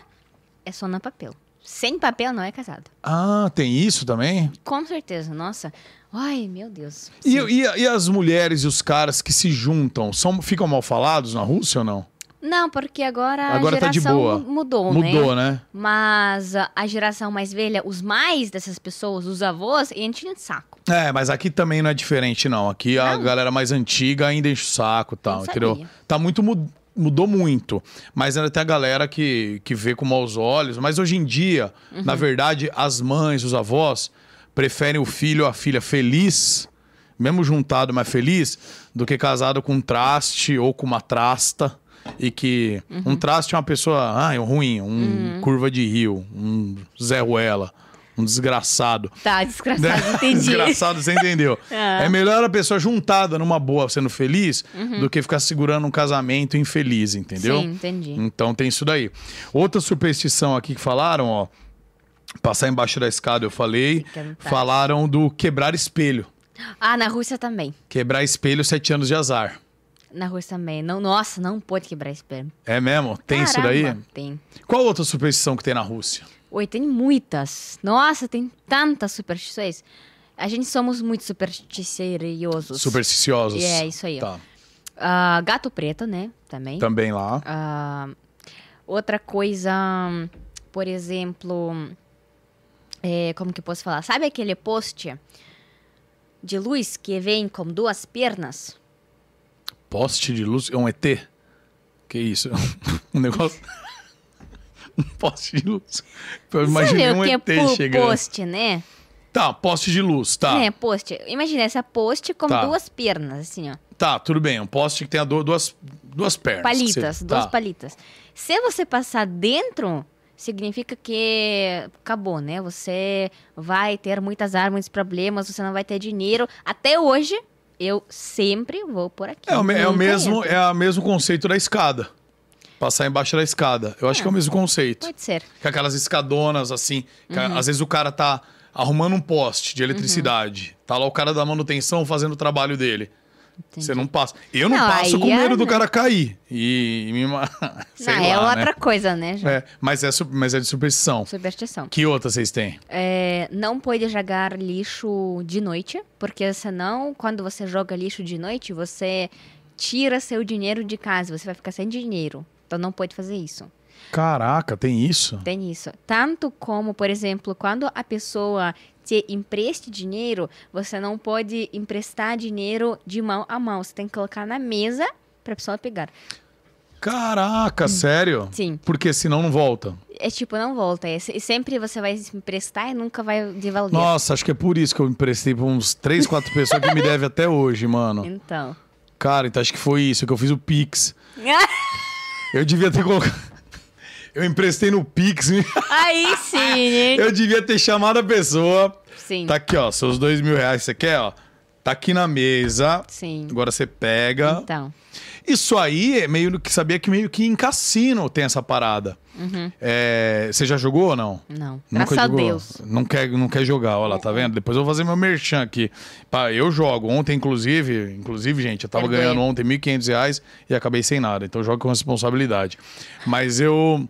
Speaker 2: é só no papel. Sem papel não é casado.
Speaker 1: Ah, tem isso também?
Speaker 2: Com certeza, nossa. Ai, meu Deus.
Speaker 1: E, e, e as mulheres e os caras que se juntam, são, ficam mal falados na Rússia ou não?
Speaker 2: Não, porque agora,
Speaker 1: Agora
Speaker 2: a
Speaker 1: tá de
Speaker 2: geração
Speaker 1: boa.
Speaker 2: mu- mudou, né?
Speaker 1: Mudou, né?
Speaker 2: Mas a a geração mais velha, os mais dessas pessoas, os avós, enchem de saco.
Speaker 1: É, mas aqui também não é diferente, não. Aqui a
Speaker 2: Não?
Speaker 1: galera mais antiga ainda enche o saco e tal,
Speaker 2: Não
Speaker 1: entendeu?
Speaker 2: sabia.
Speaker 1: Tá muito. mu- Mudou muito. Mas ainda tem a galera que, que vê com maus olhos. Mas hoje em dia, na
Speaker 2: Uhum.
Speaker 1: verdade, as mães, os avós, preferem o filho ou a filha feliz, mesmo juntado, mas feliz, do que casado com um traste ou com uma trasta. E que
Speaker 2: Uhum.
Speaker 1: um traste é uma pessoa ah, é um ruim, um curva de rio, um Zé Ruela, um desgraçado.
Speaker 2: Tá, desgraçado, entendi.
Speaker 1: Né? Desgraçado, você entendeu?
Speaker 2: Ah.
Speaker 1: É melhor a pessoa juntada numa boa, sendo feliz, do que ficar segurando um casamento infeliz, entendeu?
Speaker 2: Uhum. Sim, entendi.
Speaker 1: Então tem isso daí. Outra superstição aqui que falaram, ó. Passar embaixo da escada, eu falei.
Speaker 2: Fica à vontade.
Speaker 1: Falaram do quebrar espelho.
Speaker 2: Ah, na Rússia também.
Speaker 1: Quebrar espelho, sete anos de azar.
Speaker 2: Na Rússia também. Não, nossa, não pode quebrar espelho.
Speaker 1: É mesmo? Tem isso daí?
Speaker 2: Caramba, Tem.
Speaker 1: Qual outra superstição que tem na Rússia?
Speaker 2: Oi, tem muitas. Nossa, tem tantas superstições. A gente somos muito supersticiosos.
Speaker 1: Supersticiosos.
Speaker 2: É, isso aí, ó.
Speaker 1: Tá.
Speaker 2: Ah, gato preto, né? Também.
Speaker 1: Também lá.
Speaker 2: Ah, outra coisa, por exemplo, é, como que eu posso falar? Sabe aquele poste de luz que vem com duas pernas?
Speaker 1: Poste de luz? É um ET? Que isso? Um negócio. Um poste de luz. Eu imaginei
Speaker 2: Sabe
Speaker 1: um
Speaker 2: o que é
Speaker 1: ET
Speaker 2: po-
Speaker 1: chegando.
Speaker 2: poste, né?
Speaker 1: Tá, poste de luz, tá.
Speaker 2: É, poste. Imagina essa poste com
Speaker 1: Tá.
Speaker 2: duas pernas, assim, ó.
Speaker 1: Tá, tudo bem. Um poste que tenha du- duas, duas pernas.
Speaker 2: Palitas,
Speaker 1: que você-
Speaker 2: duas
Speaker 1: É, tá.
Speaker 2: palitas. Se você passar dentro, significa que acabou, né? Você vai ter muitas armas, muitos problemas, você não vai ter dinheiro. Até hoje, eu sempre vou por aqui.
Speaker 1: É o, me- é o
Speaker 2: Nunca
Speaker 1: mesmo,
Speaker 2: entro.
Speaker 1: é o mesmo conceito da escada. Passar embaixo da escada.
Speaker 2: Ah.
Speaker 1: Eu acho que é o mesmo conceito.
Speaker 2: Pode ser.
Speaker 1: Com aquelas escadonas, assim. que
Speaker 2: Uhum.
Speaker 1: a- Às vezes o cara tá arrumando um poste de eletricidade.
Speaker 2: Uhum.
Speaker 1: Tá lá o cara da manutenção fazendo o trabalho dele. Você não passa. Eu não,
Speaker 2: Não,
Speaker 1: passo
Speaker 2: aí
Speaker 1: com medo
Speaker 2: é-
Speaker 1: do cara cair. E, e me. ma- Sei
Speaker 2: não,
Speaker 1: lá,
Speaker 2: é
Speaker 1: né?
Speaker 2: outra coisa, né? gente?
Speaker 1: É, mas, é, su- mas é de superstição.
Speaker 2: Superstição.
Speaker 1: Que outra vocês têm?
Speaker 2: É, não pode jogar lixo de noite, porque senão, quando você joga lixo de noite, você tira seu dinheiro de casa, você vai ficar sem dinheiro. Então não pode fazer isso.
Speaker 1: Caraca, tem isso?
Speaker 2: Tem isso. Tanto como, por exemplo, quando a pessoa te empreste dinheiro, você não pode emprestar dinheiro de mão a mão. Você tem que colocar na mesa pra pessoa pegar.
Speaker 1: Caraca, sério?
Speaker 2: Hum. Sim.
Speaker 1: Porque senão não volta.
Speaker 2: É tipo, não volta. É, se- sempre você vai se emprestar e nunca vai devolver.
Speaker 1: Nossa, acho que é por isso que eu emprestei pra uns 3, 4 pessoas que me devem até hoje, mano.
Speaker 2: Então.
Speaker 1: Cara, então acho que foi isso, que eu fiz o Pix. Eu devia ter colocado. Eu emprestei no Pix,
Speaker 2: Aí sim, hein?
Speaker 1: eu devia ter chamado a pessoa.
Speaker 2: Sim.
Speaker 1: Tá aqui, ó, seus dois mil reais, você quer, ó? Tá aqui na mesa.
Speaker 2: Sim.
Speaker 1: Agora você pega.
Speaker 2: Então.
Speaker 1: Isso aí é meio que sabia que meio que em cassino tem essa parada. É, você já jogou ou não?
Speaker 2: Não. Graças a
Speaker 1: jogou.
Speaker 2: Deus.
Speaker 1: Não quer, não quer jogar, olha lá, tá vendo? Depois eu vou fazer meu merchan aqui. Pá, eu jogo. Ontem, inclusive, inclusive, gente, eu tava
Speaker 2: Perdoe.
Speaker 1: ganhando ontem R$ 1.500 reais e acabei sem nada. Então eu jogo com responsabilidade. Mas eu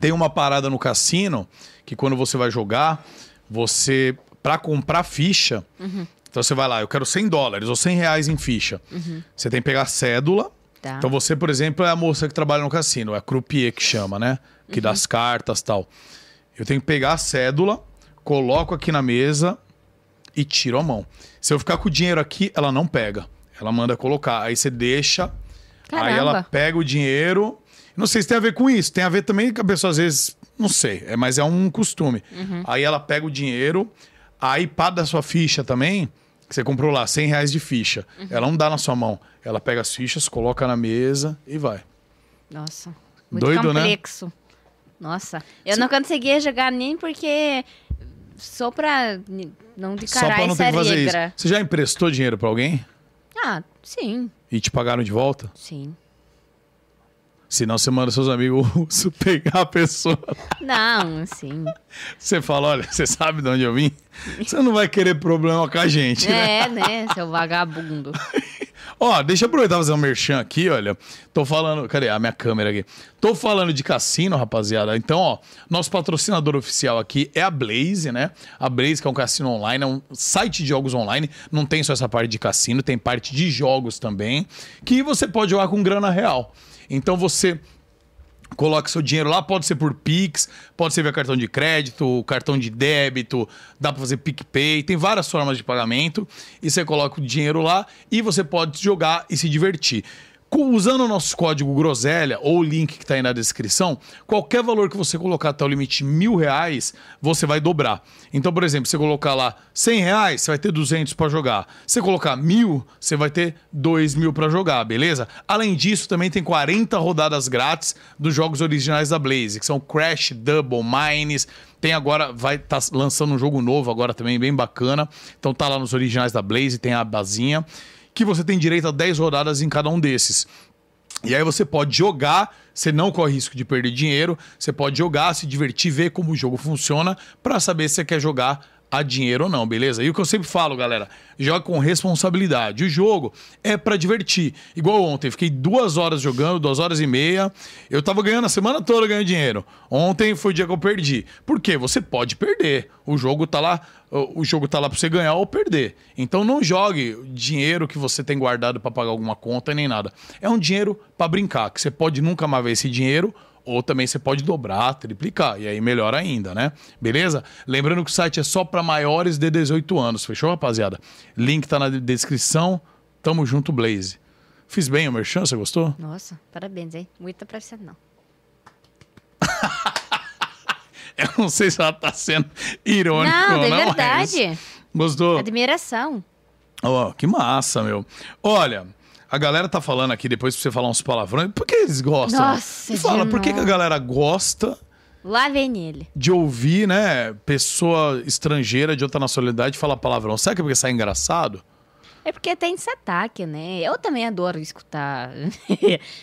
Speaker 1: tem uma parada no
Speaker 2: Uhum.
Speaker 1: cassino que quando você vai jogar, você, pra comprar ficha, então Então você vai lá, eu quero 100 dólares ou 100 reais em ficha.
Speaker 2: Uhum.
Speaker 1: Você tem que pegar a cédula.
Speaker 2: Tá.
Speaker 1: Então você, por exemplo, é a moça que trabalha no cassino, é a croupier que chama, né? Que dá as cartas tal. Eu tenho que pegar a cédula, coloco aqui na mesa e tiro a mão. Se eu ficar com o dinheiro aqui, ela não pega. Ela manda colocar. Aí você deixa. Aí ela
Speaker 2: Caramba.
Speaker 1: pega o dinheiro. Não sei se tem a ver com isso. Tem a ver também que a pessoa às vezes. Não sei, é, mas é um costume.
Speaker 2: Uhum.
Speaker 1: Aí ela pega o dinheiro, aí pá da sua ficha também, que você comprou lá 100 reais de ficha.
Speaker 2: Uhum.
Speaker 1: Ela não dá na sua mão. Ela pega as fichas, coloca na mesa e vai.
Speaker 2: Nossa, muito
Speaker 1: Doido, né?
Speaker 2: complexo. Nossa, eu não conseguia jogar nem porque sou pra ni- não de
Speaker 1: Só pra
Speaker 2: caralho é
Speaker 1: não ter que fazer
Speaker 2: regra.
Speaker 1: isso. Você já emprestou dinheiro pra alguém
Speaker 2: Ah, sim,
Speaker 1: e te pagaram de volta?
Speaker 2: sim.
Speaker 1: Senão você manda seus amigos pegar a pessoa.
Speaker 2: Não, sim.
Speaker 1: Você fala: olha, você sabe de onde eu vim? Você não vai querer problema com a gente, né?
Speaker 2: É, né, seu vagabundo.
Speaker 1: Ó, deixa eu aproveitar e fazer um merchan aqui, olha. Tô falando. Cadê a minha câmera aqui? Tô falando de cassino, rapaziada. Então, ó, nosso patrocinador oficial aqui é a Blaze, né? A Blaze, que é um cassino online, é um site de jogos online. Não tem só essa parte de cassino, tem parte de jogos também. Que você pode jogar com grana real. Então você Coloque seu dinheiro lá, pode ser por Pix, pode ser via cartão de crédito, cartão de débito, dá para fazer PicPay, tem várias formas de pagamento. E você coloca o dinheiro lá e você pode jogar e se divertir. Com- usando o nosso código Groselha ou o link que está aí na descrição, qualquer valor que você colocar até o limite mil reais, você vai dobrar. Então, por exemplo, você colocar lá 100 reais, você vai ter 200 para jogar. Você colocar mil, você vai ter 2 mil para jogar, beleza? Além disso, também tem 40 rodadas grátis dos jogos originais da Blaze, que são Crash, Double, Mines. Tem agora, vai estar lançando um jogo novo agora também, bem bacana. Então tá lá nos originais da Blaze, tem a bazinha. Que você tem direito a 10 rodadas em cada um desses. E aí você pode jogar, você não corre risco de perder dinheiro, você pode jogar, se divertir, ver como o jogo funciona pra saber se você quer jogar a dinheiro ou não, beleza? E o que eu sempre falo, galera, joga com responsabilidade. O jogo é pra divertir. Igual ontem, fiquei duas horas jogando, duas horas e meia. Eu tava ganhando a semana toda ganhando dinheiro. Ontem foi o dia que eu perdi. Por quê? Você pode perder. O jogo tá lá, o o jogo tá lá pra você ganhar ou perder. Então não jogue dinheiro que você tem guardado pra pagar alguma conta nem nada. É um dinheiro pra brincar, que você pode nunca mais ver esse dinheiro ou também você pode dobrar, triplicar, e aí melhor ainda, né? Beleza? Lembrando que o site é só pra maiores de 18 anos, fechou, rapaziada? Link tá na de- descrição. Tamo junto, Blaze. Fiz bem o merchan, você gostou?
Speaker 2: Nossa, parabéns, hein? Muito profissional.
Speaker 1: Eu não sei se ela tá sendo irônica
Speaker 2: Não,
Speaker 1: ou não.
Speaker 2: de
Speaker 1: mas
Speaker 2: verdade. É
Speaker 1: Gostou?
Speaker 2: Admiração.
Speaker 1: Ó, que massa, meu. Olha, a galera tá falando aqui, depois pra você falar uns palavrões, por que eles gostam?
Speaker 2: Nossa,
Speaker 1: Me Fala,
Speaker 2: de
Speaker 1: por que, que a
Speaker 2: novo.
Speaker 1: galera gosta
Speaker 2: Lá vem ele.
Speaker 1: de ouvir, né, pessoa estrangeira de outra nacionalidade falar palavrão? Será que é porque sai engraçado?
Speaker 2: É porque tem sotaque, né? Eu também adoro escutar.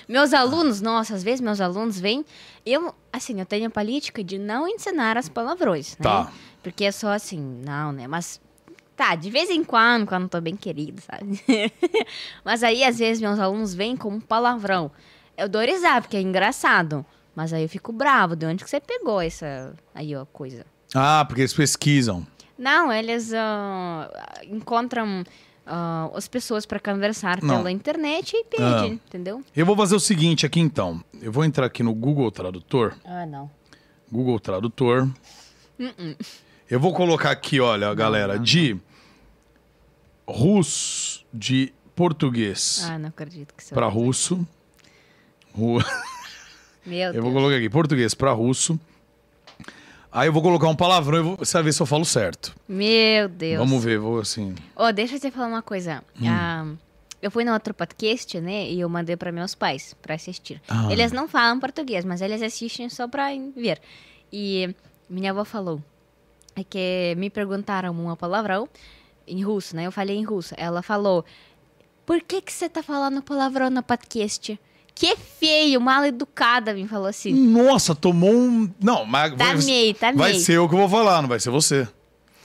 Speaker 2: meus alunos, nossa, às vezes meus alunos vêm. Eu, assim, eu tenho a política de não ensinar as palavrões, né?
Speaker 1: Tá.
Speaker 2: Porque é só assim, não, né? Mas. Tá, de vez em quando, quando eu tô bem querido, sabe? Mas aí, às vezes, meus alunos vêm com um palavrão. Eu dou risada, porque é engraçado. Mas aí eu fico bravo, de onde que você pegou essa aí, ó, coisa?
Speaker 1: Ah, porque eles pesquisam.
Speaker 2: Não, eles ah, encontram ah, as pessoas para conversar
Speaker 1: Não. Ah.
Speaker 2: pela internet e pedem, entendeu?
Speaker 1: Eu vou fazer o seguinte aqui então. Eu vou entrar aqui no Google Tradutor.
Speaker 2: Ah, não.
Speaker 1: Google Tradutor. Eu vou colocar aqui, olha, galera, de russo, de português
Speaker 2: Ah, não acredito que
Speaker 1: Então,
Speaker 2: sou.
Speaker 1: pra russo. Ru-
Speaker 2: Meu
Speaker 1: Eu
Speaker 2: Deus.
Speaker 1: vou colocar aqui português pra russo. Aí eu vou colocar um palavrão e vou saber se eu falo certo.
Speaker 2: Meu Deus.
Speaker 1: Vamos ver, vou assim.
Speaker 2: Ó, deixa eu te falar uma coisa.
Speaker 1: Hum.
Speaker 2: Ah, eu fui no outro podcast, né? E eu mandei para meus pais para assistir.
Speaker 1: Ah.
Speaker 2: Eles não falam português, mas eles assistem só para ver. E minha avó falou é que me perguntaram uma palavrão em russo, né? Eu falei em russo. Ela falou: Por que que você tá falando palavrão no podcast? Que feio, mal educada, me falou assim.
Speaker 1: Nossa, tomou um. Não, mas
Speaker 2: Tá
Speaker 1: vai,
Speaker 2: meio, tá
Speaker 1: vai
Speaker 2: meio.
Speaker 1: ser eu que vou falar, não vai ser você.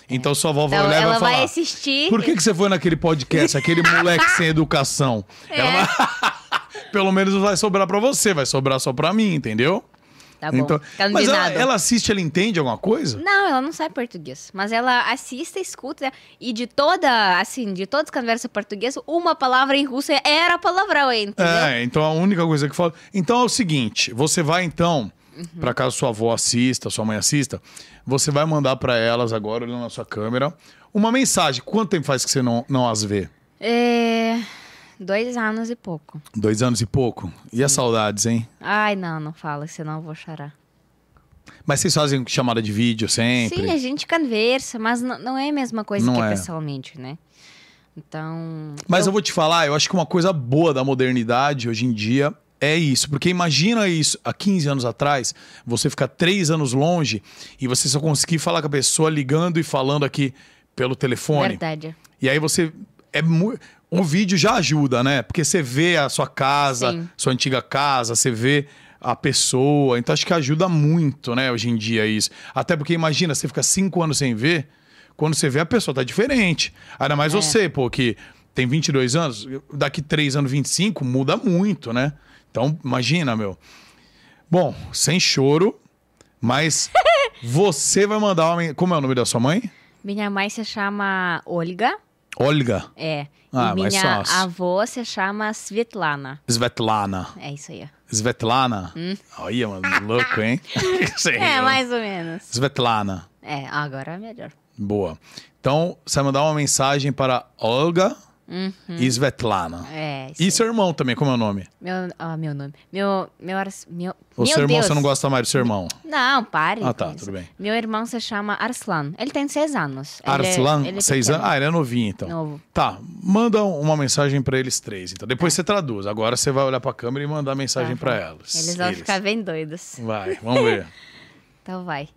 Speaker 1: Então sua avó vai
Speaker 2: Então,
Speaker 1: olhar e
Speaker 2: ela
Speaker 1: vai falar.
Speaker 2: vai assistir.
Speaker 1: Por que, que você foi naquele podcast, aquele moleque sem educação?
Speaker 2: É.
Speaker 1: Ela vai- Pelo menos não vai sobrar pra você, vai sobrar só pra mim, entendeu?
Speaker 2: Tá bom.
Speaker 1: Então-
Speaker 2: Ela não
Speaker 1: mas
Speaker 2: diz
Speaker 1: ela,
Speaker 2: nada.
Speaker 1: ela assiste, ela entende alguma coisa?
Speaker 2: Não, ela não sabe português. Mas ela assiste, escuta. né? E de toda, assim, de todas as conversas em português, uma palavra em russo era palavrão, entendeu?
Speaker 1: É, então a única coisa que fala. Então é o seguinte: você vai então,
Speaker 2: Uhum.
Speaker 1: pra caso sua avó assista, sua mãe assista, você vai mandar pra elas agora, olhando na sua câmera, uma mensagem. Quanto tempo faz que você não, não as vê?
Speaker 2: É, Dois anos e pouco.
Speaker 1: Dois anos e pouco? E as saudades, hein?
Speaker 2: Ai, não, não fala, senão eu vou chorar.
Speaker 1: Mas vocês fazem chamada de vídeo sempre?
Speaker 2: Sim, a gente conversa, mas n- não é a mesma coisa
Speaker 1: Não
Speaker 2: que
Speaker 1: é.
Speaker 2: pessoalmente, né? Então.
Speaker 1: Mas eu
Speaker 2: eu-
Speaker 1: vou te falar, eu acho que uma coisa boa da modernidade hoje em dia é isso. Porque imagina isso, há 15 anos atrás, você ficar três anos longe e você só conseguir falar com a pessoa ligando e falando aqui pelo telefone.
Speaker 2: Verdade.
Speaker 1: E aí você. É mu- Um vídeo já ajuda, né? Porque você vê a sua casa,
Speaker 2: Sim.
Speaker 1: sua antiga casa, você vê a pessoa. Então acho que ajuda muito, né, hoje em dia isso. Até porque imagina, você fica cinco anos sem ver, quando você vê a pessoa tá diferente. Ainda mais você, pô, que tem 22 anos, daqui três anos, 25, muda muito, né? Então imagina, meu. Bom, sem choro, mas você vai mandar uma. men- Como é o nome da sua mãe?
Speaker 2: Minha mãe se chama Olga,
Speaker 1: Olga
Speaker 2: é.
Speaker 1: Ah,
Speaker 2: e
Speaker 1: mas
Speaker 2: minha
Speaker 1: só-
Speaker 2: avó se chama Svetlana.
Speaker 1: Svetlana.
Speaker 2: É isso aí. ó.
Speaker 1: Svetlana. Olha, mano, louco, hein? Sei,
Speaker 2: Hum? É,
Speaker 1: né?
Speaker 2: mais ou menos.
Speaker 1: Svetlana.
Speaker 2: É, agora é melhor.
Speaker 1: Boa. Então, você vai mandar uma mensagem para Olga
Speaker 2: Uhum.
Speaker 1: e Svetlana.
Speaker 2: É, isso.
Speaker 1: E seu irmão também, como é o nome?
Speaker 2: Meu, ah, meu nome. Meu, meu, ars- meu,
Speaker 1: O
Speaker 2: meu
Speaker 1: seu irmão,
Speaker 2: Deus.
Speaker 1: você não gosta mais do seu irmão.
Speaker 2: Não, pare.
Speaker 1: Ah,
Speaker 2: com
Speaker 1: tá,
Speaker 2: isso.
Speaker 1: tudo bem.
Speaker 2: Meu irmão se chama Arslan. Ele tem seis anos. Ele é-
Speaker 1: Arslan,
Speaker 2: ele é
Speaker 1: seis
Speaker 2: pequeno,
Speaker 1: anos. Ah, ele é novinho, então.
Speaker 2: Novo.
Speaker 1: Tá, manda uma mensagem para eles três. Então, depois você traduz. Agora você vai olhar para a câmera e mandar mensagem
Speaker 2: Tá.
Speaker 1: para elas.
Speaker 2: Eles vão ficar bem doidos.
Speaker 1: Vai, vamos ver.
Speaker 2: Então vai.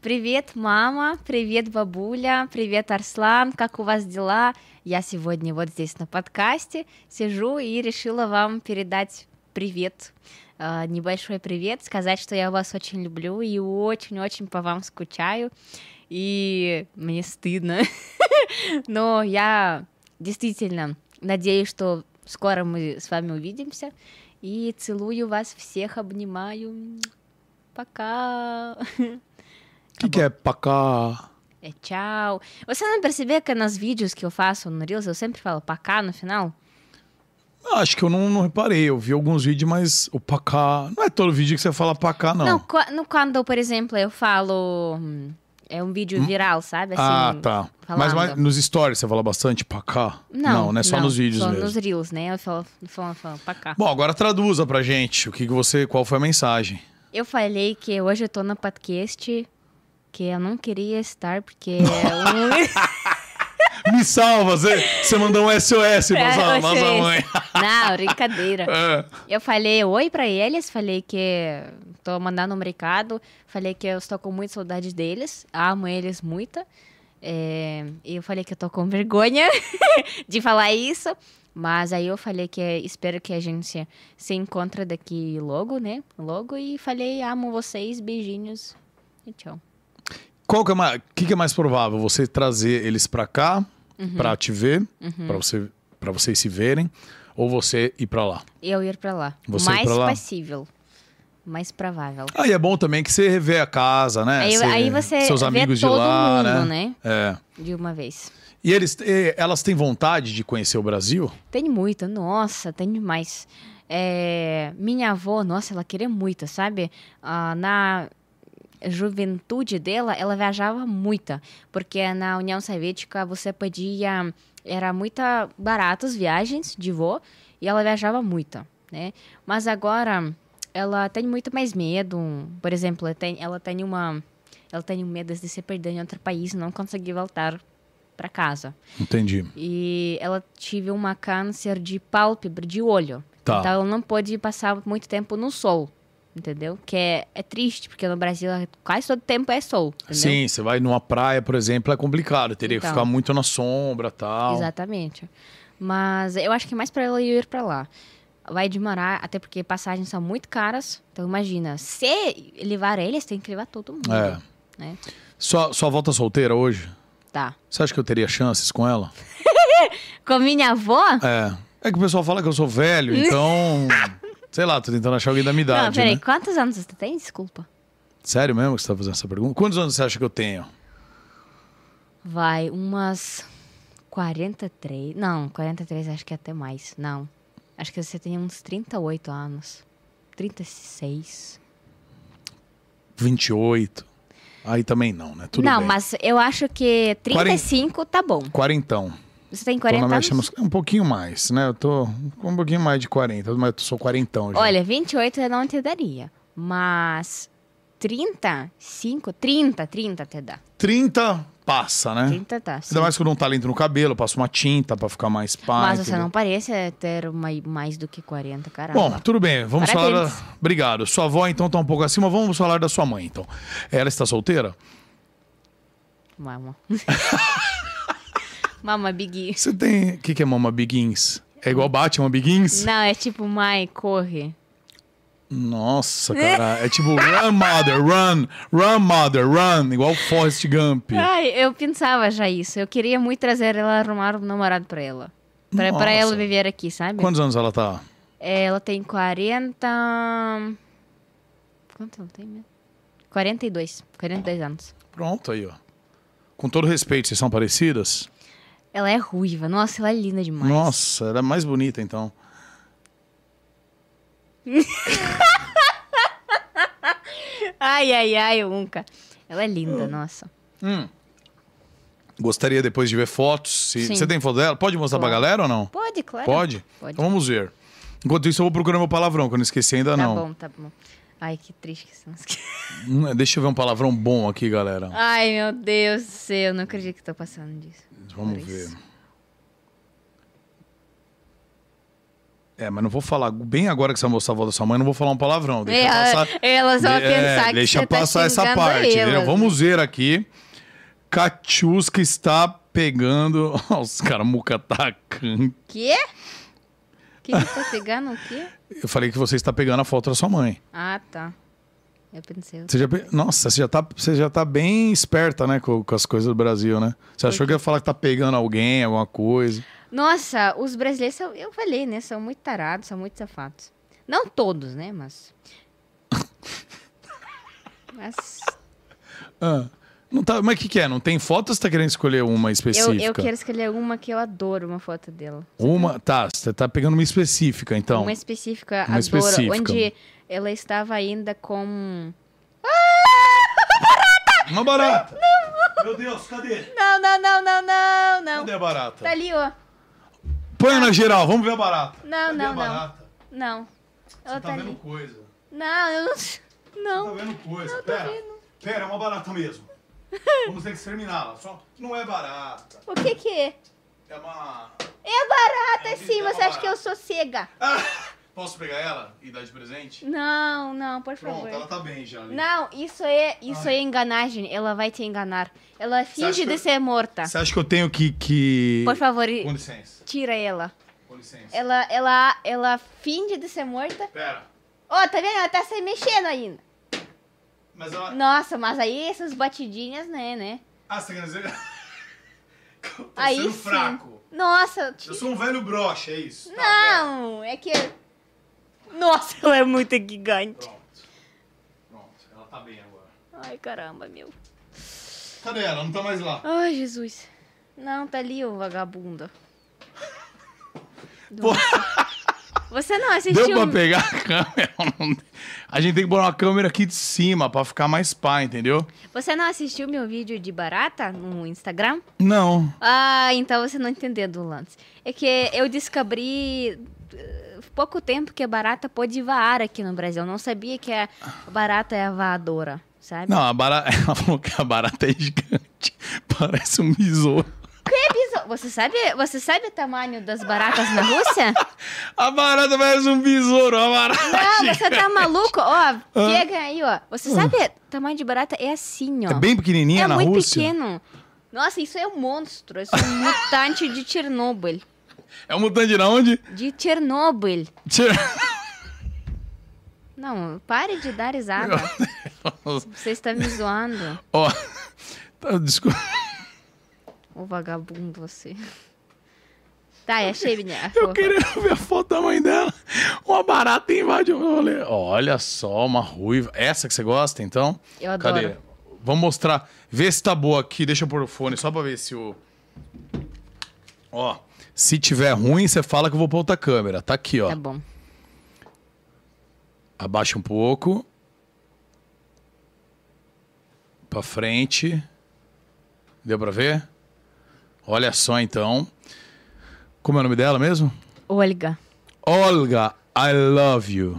Speaker 2: Привет, мама, привет, бабуля, привет, Арслан, как у вас дела? Я сегодня вот здесь на подкасте сижу и решила вам передать привет, э, небольшой привет, сказать, что я вас очень люблю и очень-очень по вам скучаю, и мне стыдно, но я действительно надеюсь, что скоро мы с вами увидимся, и целую вас всех, обнимаю, пока.
Speaker 1: O que, que é pacá?
Speaker 2: É tchau. Você não percebeu que nos vídeos que eu faço no Reels eu sempre falo pra cá no final?
Speaker 1: Ah, Acho que eu não, não reparei. Eu vi alguns vídeos, mas o pacá. Não é todo vídeo que você fala pacá, não.
Speaker 2: qua- no, quando, por exemplo, eu falo. hum, É um vídeo viral, sabe? Assim,
Speaker 1: ah, tá. Mas,
Speaker 2: falando.
Speaker 1: mas nos stories você fala bastante pacá?
Speaker 2: Não,
Speaker 1: não, né? Só nos vídeos
Speaker 2: só
Speaker 1: mesmo.
Speaker 2: nos Reels, né? Eu falo, falo, falo pra cá.
Speaker 1: Bom, agora traduza pra gente o que, que você. Qual foi a mensagem?
Speaker 2: Eu falei que hoje eu tô no podcast, que eu não queria estar, porque. é
Speaker 1: Me salva, você, você mandou um SOS pra
Speaker 2: É,
Speaker 1: sua, pra
Speaker 2: um
Speaker 1: sua
Speaker 2: SOS.
Speaker 1: mãe.
Speaker 2: um- não, brincadeira.
Speaker 1: É.
Speaker 2: Eu falei oi pra eles, falei que tô mandando um recado, falei que eu estou com muita saudade deles, amo eles muito. é, e eu falei que eu tô com vergonha de falar isso, mas aí eu falei que espero que a gente se encontre daqui logo, né? Logo e falei amo vocês, beijinhos e tchau.
Speaker 1: Qual que é mais, que, que é mais provável? Você trazer eles pra cá, pra te ver, pra, você, pra vocês se verem, ou você ir pra lá?
Speaker 2: Eu ir pra lá.
Speaker 1: Você ir
Speaker 2: mais
Speaker 1: pra lá?
Speaker 2: possível, mais provável.
Speaker 1: Aí é bom também que você revê a casa, né?
Speaker 2: aí,
Speaker 1: Você-
Speaker 2: aí você
Speaker 1: seus
Speaker 2: vê
Speaker 1: amigos
Speaker 2: todo
Speaker 1: de lá, né?
Speaker 2: mundo, né?
Speaker 1: É.
Speaker 2: De uma vez.
Speaker 1: E eles, e elas têm vontade de conhecer o Brasil?
Speaker 2: Tem muito, nossa, tem demais. É, minha avó, nossa, ela queria muito, sabe? Ah, na juventude dela, ela viajava muito, porque na União Soviética você podia. Era muito barato as viagens de voo, e ela viajava muito, né? Mas agora ela tem muito mais medo. Por exemplo, ela tem, ela tem uma. Ela tem medo de se perder em outro país e não conseguir voltar para casa.
Speaker 1: Entendi.
Speaker 2: E ela tive uma câncer de pálpebra, de olho.
Speaker 1: Tá.
Speaker 2: Então ela não pôde passar muito tempo no sol, entendeu? Que é, é triste, porque no Brasil quase todo tempo é sol, entendeu?
Speaker 1: Sim, você vai numa praia, por exemplo, é complicado. Teria que
Speaker 2: Então.
Speaker 1: ficar muito na sombra tal.
Speaker 2: Exatamente. Mas eu acho que é mais pra ela ir pra lá. Vai demorar, até porque passagens são muito caras. Então imagina, se levar eles, tem que levar todo mundo.
Speaker 1: É.
Speaker 2: Né?
Speaker 1: Sua, sua volta solteira hoje?
Speaker 2: Tá.
Speaker 1: Você acha que eu teria chances com ela?
Speaker 2: Com minha avó,
Speaker 1: É. É que o pessoal fala que eu sou velho, então. Sei lá, tô tentando achar alguém da minha idade.
Speaker 2: Não, peraí,
Speaker 1: né?
Speaker 2: quantos anos você tem? Desculpa.
Speaker 1: Sério mesmo que você tá fazendo essa pergunta? Quantos anos você acha que eu tenho?
Speaker 2: Vai, umas 43. Não, 43 acho que é até mais. Não. Acho que você tem uns 38 anos. 36.
Speaker 1: 28. Aí também não, né? Tudo
Speaker 2: não,
Speaker 1: bem.
Speaker 2: mas eu acho que 35 tá bom.
Speaker 1: Quarentão.
Speaker 2: Você tem
Speaker 1: Tô
Speaker 2: 40
Speaker 1: na minha
Speaker 2: anos?
Speaker 1: chama- Um pouquinho mais, né? Eu tô com um pouquinho mais de 40, mas eu sou quarentão já.
Speaker 2: Olha, 28 eu não te daria. Mas 35, 30, 30 te dá.
Speaker 1: 30 passa, né?
Speaker 2: 30 tá. sim.
Speaker 1: Ainda mais quando não tá lento no cabelo, eu passo uma tinta pra ficar mais pá.
Speaker 2: Mas você
Speaker 1: entendeu?
Speaker 2: não parece ter uma, mais do que 40, caramba.
Speaker 1: Bom, tudo bem, vamos
Speaker 2: Parabéns.
Speaker 1: falar. Da... Obrigado. Sua avó então tá um pouco acima, vamos falar da sua mãe então. Ela está solteira?
Speaker 2: Mama. Mama Biggie.
Speaker 1: Você tem. O que, que é Mama Bigins? É igual Batman Bigins?
Speaker 2: Não, é tipo, mãe, corre.
Speaker 1: Nossa, cara. É tipo Run Mother, Run, Run Mother, Run, igual Forrest Gump.
Speaker 2: Ai, eu pensava já isso. Eu queria muito trazer ela, arrumar um namorado pra ela. Pra, pra ela
Speaker 1: Nossa.
Speaker 2: viver aqui, sabe?
Speaker 1: Quantos anos ela tá?
Speaker 2: Ela tem 40... Quanto ela tem mesmo? 42. 42 anos.
Speaker 1: Pronto, aí, ó. Com todo respeito, vocês são parecidas?
Speaker 2: Ela é ruiva. Nossa, ela é linda demais.
Speaker 1: Nossa, ela é mais bonita então.
Speaker 2: Ai, ai, ai, Unca. Ela é
Speaker 1: Ah.
Speaker 2: linda, nossa.
Speaker 1: Gostaria depois de ver fotos. se-
Speaker 2: Sim.
Speaker 1: Você tem foto dela? Pode mostrar pra
Speaker 2: Claro.
Speaker 1: galera ou não?
Speaker 2: Pode, claro.
Speaker 1: Pode?
Speaker 2: Pode.
Speaker 1: Então vamos ver. Enquanto isso, eu vou procurar meu palavrão, que eu não esqueci ainda,
Speaker 2: tá
Speaker 1: não.
Speaker 2: bom, tá bom. Ai, que triste que você não esqueceu.
Speaker 1: Hum, Deixa eu ver um palavrão bom aqui, galera.
Speaker 2: Ai, meu Deus do céu, não acredito que tô passando disso.
Speaker 1: Vamos
Speaker 2: Por
Speaker 1: ver.
Speaker 2: isso.
Speaker 1: É, mas não vou falar bem agora que você vai mostrar a volta da sua mãe, não vou falar um palavrão. Deixa
Speaker 2: É,
Speaker 1: passar.
Speaker 2: Elas vão
Speaker 1: De- é,
Speaker 2: pensar que
Speaker 1: Deixa
Speaker 2: você tá
Speaker 1: passar essa
Speaker 2: xingando
Speaker 1: parte.
Speaker 2: elas.
Speaker 1: entendeu? Vamos ver aqui. Catiusca está pegando. Ó, Os caras tá mucatacam.
Speaker 2: Quê? Que que tá pegando o quê?
Speaker 1: Eu falei que você está pegando a foto da sua mãe.
Speaker 2: Ah, tá. Eu pensei.
Speaker 1: Você já pe- Nossa, você já, tá, você já tá bem esperta, né, com, com as coisas do Brasil, né? Você achou que ia falar que tá pegando alguém, alguma coisa.
Speaker 2: Nossa, os brasileiros são, eu falei, né? São muito tarados, são muito safados. Não todos, né? Mas. Mas
Speaker 1: Ah, não tá, mas o que, que é? Não tem foto ou você tá querendo escolher uma
Speaker 2: eu,
Speaker 1: específica?
Speaker 2: eu quero escolher uma que eu adoro, uma foto dela.
Speaker 1: Uma. Tá, você tá pegando uma específica, então.
Speaker 2: uma específica,
Speaker 1: uma
Speaker 2: adoro,
Speaker 1: específica.
Speaker 2: onde ela estava ainda com.
Speaker 1: Uma barata! Meu Deus, cadê?
Speaker 2: Não, não, não, não, não, não.
Speaker 1: Cadê a barata?
Speaker 2: Tá ali, ó.
Speaker 1: Põe na geral, vamos ver a barata.
Speaker 2: Não,
Speaker 1: Cadê
Speaker 2: não,
Speaker 1: a
Speaker 2: não.
Speaker 1: barata?
Speaker 2: Não. Ela
Speaker 1: Você
Speaker 2: tá
Speaker 1: tá
Speaker 2: ali.
Speaker 1: vendo coisa.
Speaker 2: Não, eu não. Não.
Speaker 1: Você tá vendo coisa. Pera, pera, é uma barata mesmo. Vamos ter que exterminá-la. Só não é barata.
Speaker 2: O que que é?
Speaker 1: É uma.
Speaker 2: É barata,
Speaker 1: É,
Speaker 2: sim.
Speaker 1: é uma
Speaker 2: Você acha que eu
Speaker 1: barata.
Speaker 2: sou cega?
Speaker 1: Ah, posso pegar ela e dar de presente?
Speaker 2: Não, não, por
Speaker 1: Pronto,
Speaker 2: favor.
Speaker 1: ela tá bem já. ali.
Speaker 2: Não, isso é isso é enganagem. Ela vai te enganar. Ela
Speaker 1: acha
Speaker 2: finge
Speaker 1: que
Speaker 2: de
Speaker 1: eu-
Speaker 2: ser morta.
Speaker 1: Você acha que eu tenho que. que...
Speaker 2: Por favor,
Speaker 1: Com licença,
Speaker 2: tira ela.
Speaker 1: com licença.
Speaker 2: Ela, ela, ela finge de ser morta.
Speaker 1: Pera,
Speaker 2: Ó, tá vendo? Ela tá se mexendo ainda.
Speaker 1: mas ela.
Speaker 2: Nossa, mas aí essas batidinhas, né, né?
Speaker 1: Ah, você quer dizer. que eu tô
Speaker 2: aí
Speaker 1: Tá sendo
Speaker 2: sim.
Speaker 1: fraco.
Speaker 2: Nossa, tira.
Speaker 1: Eu sou um velho broche, é isso? Tá, pera.
Speaker 2: Não, é que. Nossa, ela é muito gigante.
Speaker 1: Pronto. Pronto, ela tá bem agora.
Speaker 2: Ai, caramba, meu.
Speaker 1: Cadê ela? Não tá mais lá.
Speaker 2: Ai, Jesus. Não, tá ali o vagabundo.
Speaker 1: Pô.
Speaker 2: Você não
Speaker 1: Deu
Speaker 2: assistiu. um-
Speaker 1: pra pegar a câmera? Não deu. A gente tem que pôr uma câmera aqui de cima pra ficar mais pá, entendeu?
Speaker 2: Você não assistiu meu vídeo de barata no Instagram?
Speaker 1: Não.
Speaker 2: Ah, então você não entendeu do lance. É que eu descobri eh, pouco tempo que a barata pode voar aqui no Brasil. Eu não sabia que a barata é a voadora, sabe?
Speaker 1: Não, a barata. Ela falou que a barata é gigante. Parece um besouro.
Speaker 2: Biso- é Você sabe, você sabe o tamanho das baratas na Rússia?
Speaker 1: A barata parece um besouro. A barata. é
Speaker 2: Não, você tá maluco? Ó, pega aí, ó. Você sabe, o tamanho de barata é assim, ó.
Speaker 1: É bem pequenininha
Speaker 2: É
Speaker 1: na
Speaker 2: muito
Speaker 1: Rússia.
Speaker 2: pequeno. Nossa, isso é um monstro. Isso é um mutante de Chernobyl.
Speaker 1: É um mutante de onde?
Speaker 2: De Chernobyl.
Speaker 1: Tira-
Speaker 2: Não, pare de dar risada. Você está me zoando,
Speaker 1: Ó. Tá, desculpa.
Speaker 2: ô vagabundo você. Tá, eu achei, minha.
Speaker 1: Eu
Speaker 2: fofa.
Speaker 1: queria ver a foto da mãe dela. Uma barata invade o rolê. Olha só, uma ruiva. Essa que você gosta, então?
Speaker 2: Eu adoro.
Speaker 1: Cadê? Vamos mostrar. Vê se tá boa aqui. Deixa eu pôr o fone só pra ver se o. Ó. Se tiver ruim, você fala que eu vou pra outra câmera. Tá aqui, ó.
Speaker 2: Tá bom.
Speaker 1: Abaixa um pouco. Pra frente. Deu pra ver? Olha só então. Como é o nome dela mesmo?
Speaker 2: Olga.
Speaker 1: Olga, I love you.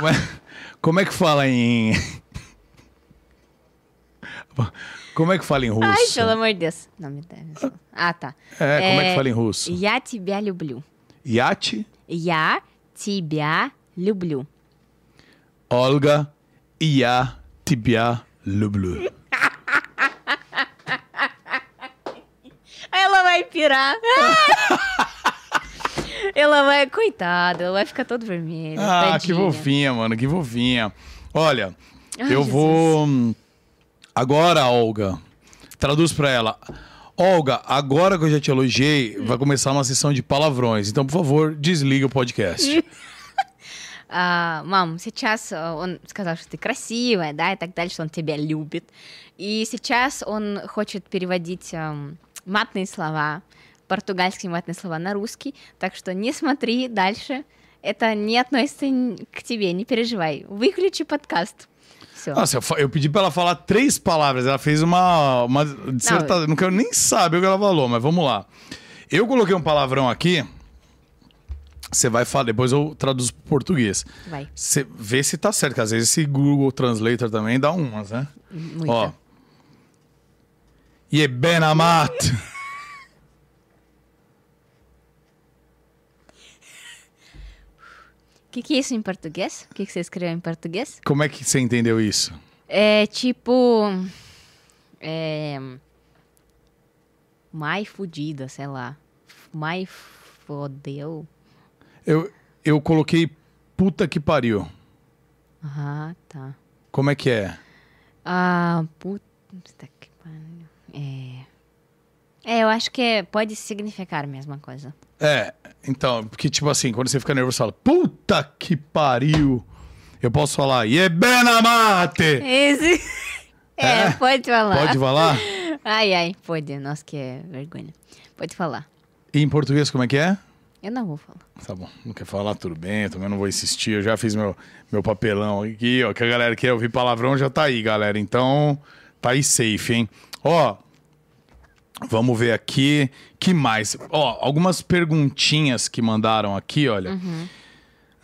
Speaker 1: como, é, como é que fala em. Como é que fala em russo?
Speaker 2: Ai, pelo amor de Deus. Não me deve. Ah, tá.
Speaker 1: É, como é que fala em russo?
Speaker 2: Я тебя люблю.
Speaker 1: Yati,
Speaker 2: Я тебя люблю.
Speaker 1: Olga, Ia, Tibia, Lublu.
Speaker 2: Ela vai pirar. ela vai, coitada, ela vai ficar toda vermelha.
Speaker 1: Ah,
Speaker 2: tadinha.
Speaker 1: que fofinha, mano, que fofinha. Olha,
Speaker 2: Ai,
Speaker 1: eu
Speaker 2: Jesus.
Speaker 1: vou. hum, Agora, Olga, traduz pra ela. Olga, agora que eu já te elogiei,
Speaker 2: Hum.
Speaker 1: vai começar uma sessão de palavrões. Então, por favor, desliga o podcast.
Speaker 2: А, мам, сейчас э, он сказал, что ты красивая, да, и так далее, что он тебя любит. И сейчас он хочет переводить эм, матные слова, португальские матные слова на русский, так что не смотри дальше, это не относится н- к тебе, не переживай, выключи подкаст. Все.
Speaker 1: Nossa, eu, fa- eu pedi pra ela falar três palavras. Ela fez uma, uma dissertação. Não, quero nem saber o que ela falou, mas vamos lá. Eu coloquei um palavrão aqui. Você vai falar, depois eu traduzo pro português.
Speaker 2: Vai,
Speaker 1: Você vê se tá certo, que às vezes esse Google Translator também dá umas, né?
Speaker 2: muito.
Speaker 1: Ó. Yebenamat.
Speaker 2: O que, que é isso em português? O que, que você escreveu em português?
Speaker 1: Como é que você entendeu isso?
Speaker 2: É tipo. É. Mais fudida, sei lá. Mais fodeu.
Speaker 1: Eu, eu coloquei puta que pariu.
Speaker 2: Ah, tá.
Speaker 1: Como é que é?
Speaker 2: Ah, puta que pariu. É. É, eu acho que é- pode significar a mesma coisa.
Speaker 1: É, então, porque tipo assim, quando você fica nervoso, você fala, puta que pariu. Eu posso falar, Yebenamate.
Speaker 2: Esse. É,
Speaker 1: É?
Speaker 2: pode falar.
Speaker 1: Pode falar?
Speaker 2: Ai, ai, pode. Nossa, que vergonha. Pode falar.
Speaker 1: E em português, como é que é?
Speaker 2: Eu não vou falar.
Speaker 1: Tá bom, não quer falar, tudo bem, eu também não vou insistir, eu já fiz meu, meu papelão aqui, ó, que a galera quer ouvir palavrão já tá aí, galera, então tá aí safe, hein? Ó, vamos ver aqui, que mais? Ó, algumas perguntinhas que mandaram aqui, olha.
Speaker 2: Uhum.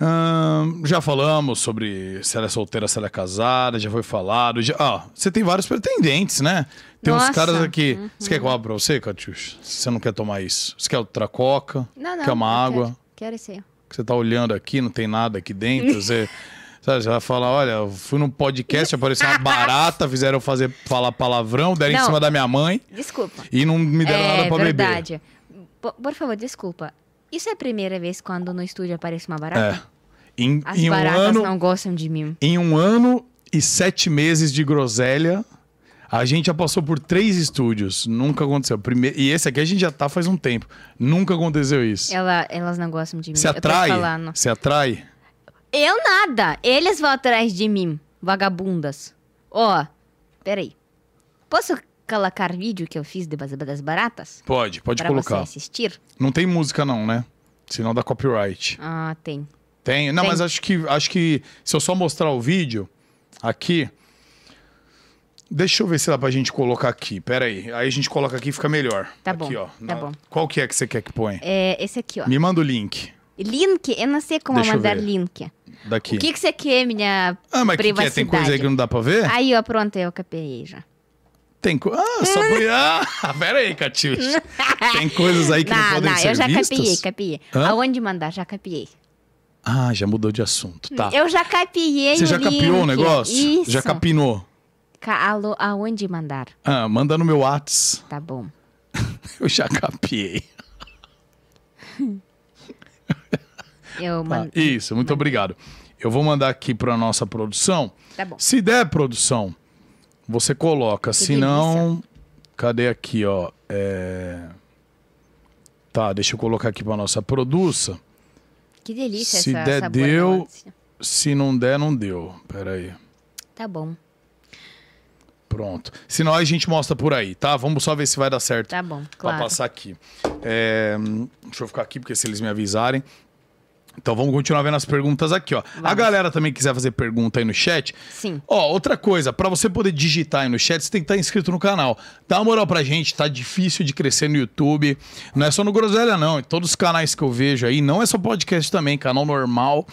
Speaker 1: Ahn, já falamos sobre se ela é solteira, se ela é casada, já foi falado, já... Ó, você tem vários pretendentes, né? Tem uns
Speaker 2: Nossa. Uhum.
Speaker 1: caras aqui, você quer que eu abra pra você, Catiuxa? Você não quer tomar isso? Você quer outra coca?
Speaker 2: Não, não.
Speaker 1: Quer uma
Speaker 2: eu
Speaker 1: água?
Speaker 2: Quero, quero esse aí.
Speaker 1: que você tá olhando aqui, não tem nada aqui dentro, você, sabe, você vai falar, olha, eu fui num podcast, apareceu uma barata, fizeram eu fazer, falar palavrão, deram em
Speaker 2: Não.
Speaker 1: cima da minha mãe
Speaker 2: Desculpa.
Speaker 1: e não me deram nada pra beber.
Speaker 2: É, verdade. Po- Por favor, desculpa. Isso é a primeira vez quando no estúdio aparece uma barata?
Speaker 1: Em,
Speaker 2: tá? As
Speaker 1: É. em um
Speaker 2: baratas
Speaker 1: ano,
Speaker 2: não gostam de mim.
Speaker 1: em um ano e sete meses de groselha, a gente já passou por três estúdios, nunca aconteceu. Primeiro, e esse aqui a gente já tá faz um tempo, nunca aconteceu isso.
Speaker 2: Ela- elas não gostam de mim.
Speaker 1: Se
Speaker 2: Eu tô
Speaker 1: atrai?
Speaker 2: falando.
Speaker 1: Se atrai?
Speaker 2: Eu nada. Eles vão atrás de mim, vagabundas. Ó, peraí. Posso colocar vídeo que eu fiz de bas- das baratas?
Speaker 1: Pode, pode
Speaker 2: pra
Speaker 1: colocar.
Speaker 2: você assistir?
Speaker 1: Não tem música não, né? Senão dá copyright.
Speaker 2: Ah, tem.
Speaker 1: Tem. Não,
Speaker 2: Tem.
Speaker 1: mas acho que, acho que se eu só mostrar o vídeo aqui. Deixa eu ver se dá pra gente colocar aqui. Pera aí. Aí a gente coloca aqui e fica melhor.
Speaker 2: Tá
Speaker 1: aqui,
Speaker 2: bom,
Speaker 1: Ó,
Speaker 2: tá bom.
Speaker 1: Qual que é que você quer que põe?
Speaker 2: É esse aqui, ó.
Speaker 1: Me manda o link
Speaker 2: Link, eu não sei como
Speaker 1: Deixa eu
Speaker 2: mandar
Speaker 1: ver.
Speaker 2: link.
Speaker 1: daqui.
Speaker 2: O que, que você quer, minha
Speaker 1: Ah, mas o que, que é?
Speaker 2: privacidade?
Speaker 1: Tem coisa aí que não dá pra ver?
Speaker 2: Aí, ó, pronto, eu copiei já.
Speaker 1: Tem co... Ah, só põe. Ah, pera aí, Catiuxa. Tem coisas aí que não, podem ser
Speaker 2: eu já
Speaker 1: vistas?
Speaker 2: capiei, capiei.
Speaker 1: Hã?
Speaker 2: Aonde mandar, já capiei.
Speaker 1: Ah, já mudou de assunto. Tá.
Speaker 2: Eu já capiei
Speaker 1: Você
Speaker 2: o
Speaker 1: já
Speaker 2: link.
Speaker 1: capiou o negócio?
Speaker 2: Isso.
Speaker 1: Já capinou.
Speaker 2: Ca- alô, aonde mandar?
Speaker 1: Ah, manda no meu Whats.
Speaker 2: Tá bom.
Speaker 1: Eu já capiei.
Speaker 2: Eu
Speaker 1: Tá,
Speaker 2: mando.
Speaker 1: Isso, muito obrigado. Eu vou mandar aqui para nossa produção.
Speaker 2: Tá bom.
Speaker 1: Se der produção, você coloca. Se não, cadê aqui, ó? É, Tá, deixa eu colocar aqui pra nossa produça.
Speaker 2: Que delícia
Speaker 1: Se
Speaker 2: essa,
Speaker 1: der,
Speaker 2: essa
Speaker 1: deu.
Speaker 2: borboleta.
Speaker 1: Se não der, não deu. Pera aí.
Speaker 2: Tá bom,
Speaker 1: Pronto. Se não, a gente mostra por aí, tá? Vamos só ver se vai dar certo.
Speaker 2: tá bom,
Speaker 1: Pra
Speaker 2: claro.
Speaker 1: passar aqui. É, hum, deixa eu ficar aqui, porque se eles me avisarem. Então vamos continuar vendo as perguntas aqui, ó. A
Speaker 2: Vamos.
Speaker 1: galera também quiser fazer pergunta aí no chat.
Speaker 2: Sim.
Speaker 1: Ó, outra coisa, pra você poder digitar aí no chat, você tem que estar inscrito no canal. Dá uma moral pra gente, tá difícil de crescer no YouTube. Não é só no Groselha, não. Em todos os canais que eu vejo aí, não é só podcast também, canal normal.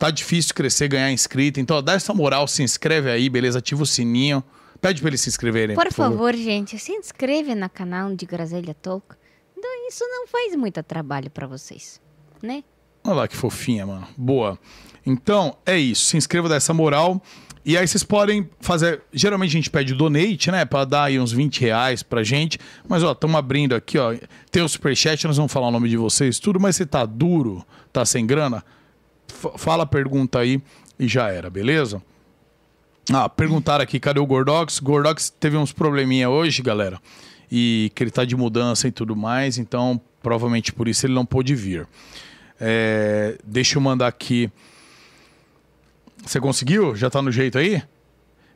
Speaker 1: Tá difícil crescer, ganhar inscrito. Então, ó, dá essa moral, se inscreve aí, beleza? Ativa o sininho. Pede pra eles se inscreverem.
Speaker 2: Por favor, gente, se inscreve no canal de Grazelha Talk. Não, Isso não faz muito trabalho pra vocês, né?
Speaker 1: Olha lá que fofinha, mano. Boa. Então, é isso. Se inscreva dessa moral. E aí vocês podem fazer. Geralmente a gente pede o donate, né? Pra dar aí uns 20 reais pra gente. Mas, ó, estamos abrindo aqui, ó. Tem o superchat, nós vamos falar o nome de vocês, tudo. Mas se tá duro, tá sem grana, f- fala a pergunta aí e já era, beleza? Ah, perguntaram aqui, cadê o Gordox? Gordox teve uns probleminha hoje, galera. E que ele tá de mudança e tudo mais, então provavelmente por isso ele não pôde vir. É, deixa eu mandar aqui. Você conseguiu? Já tá no jeito aí?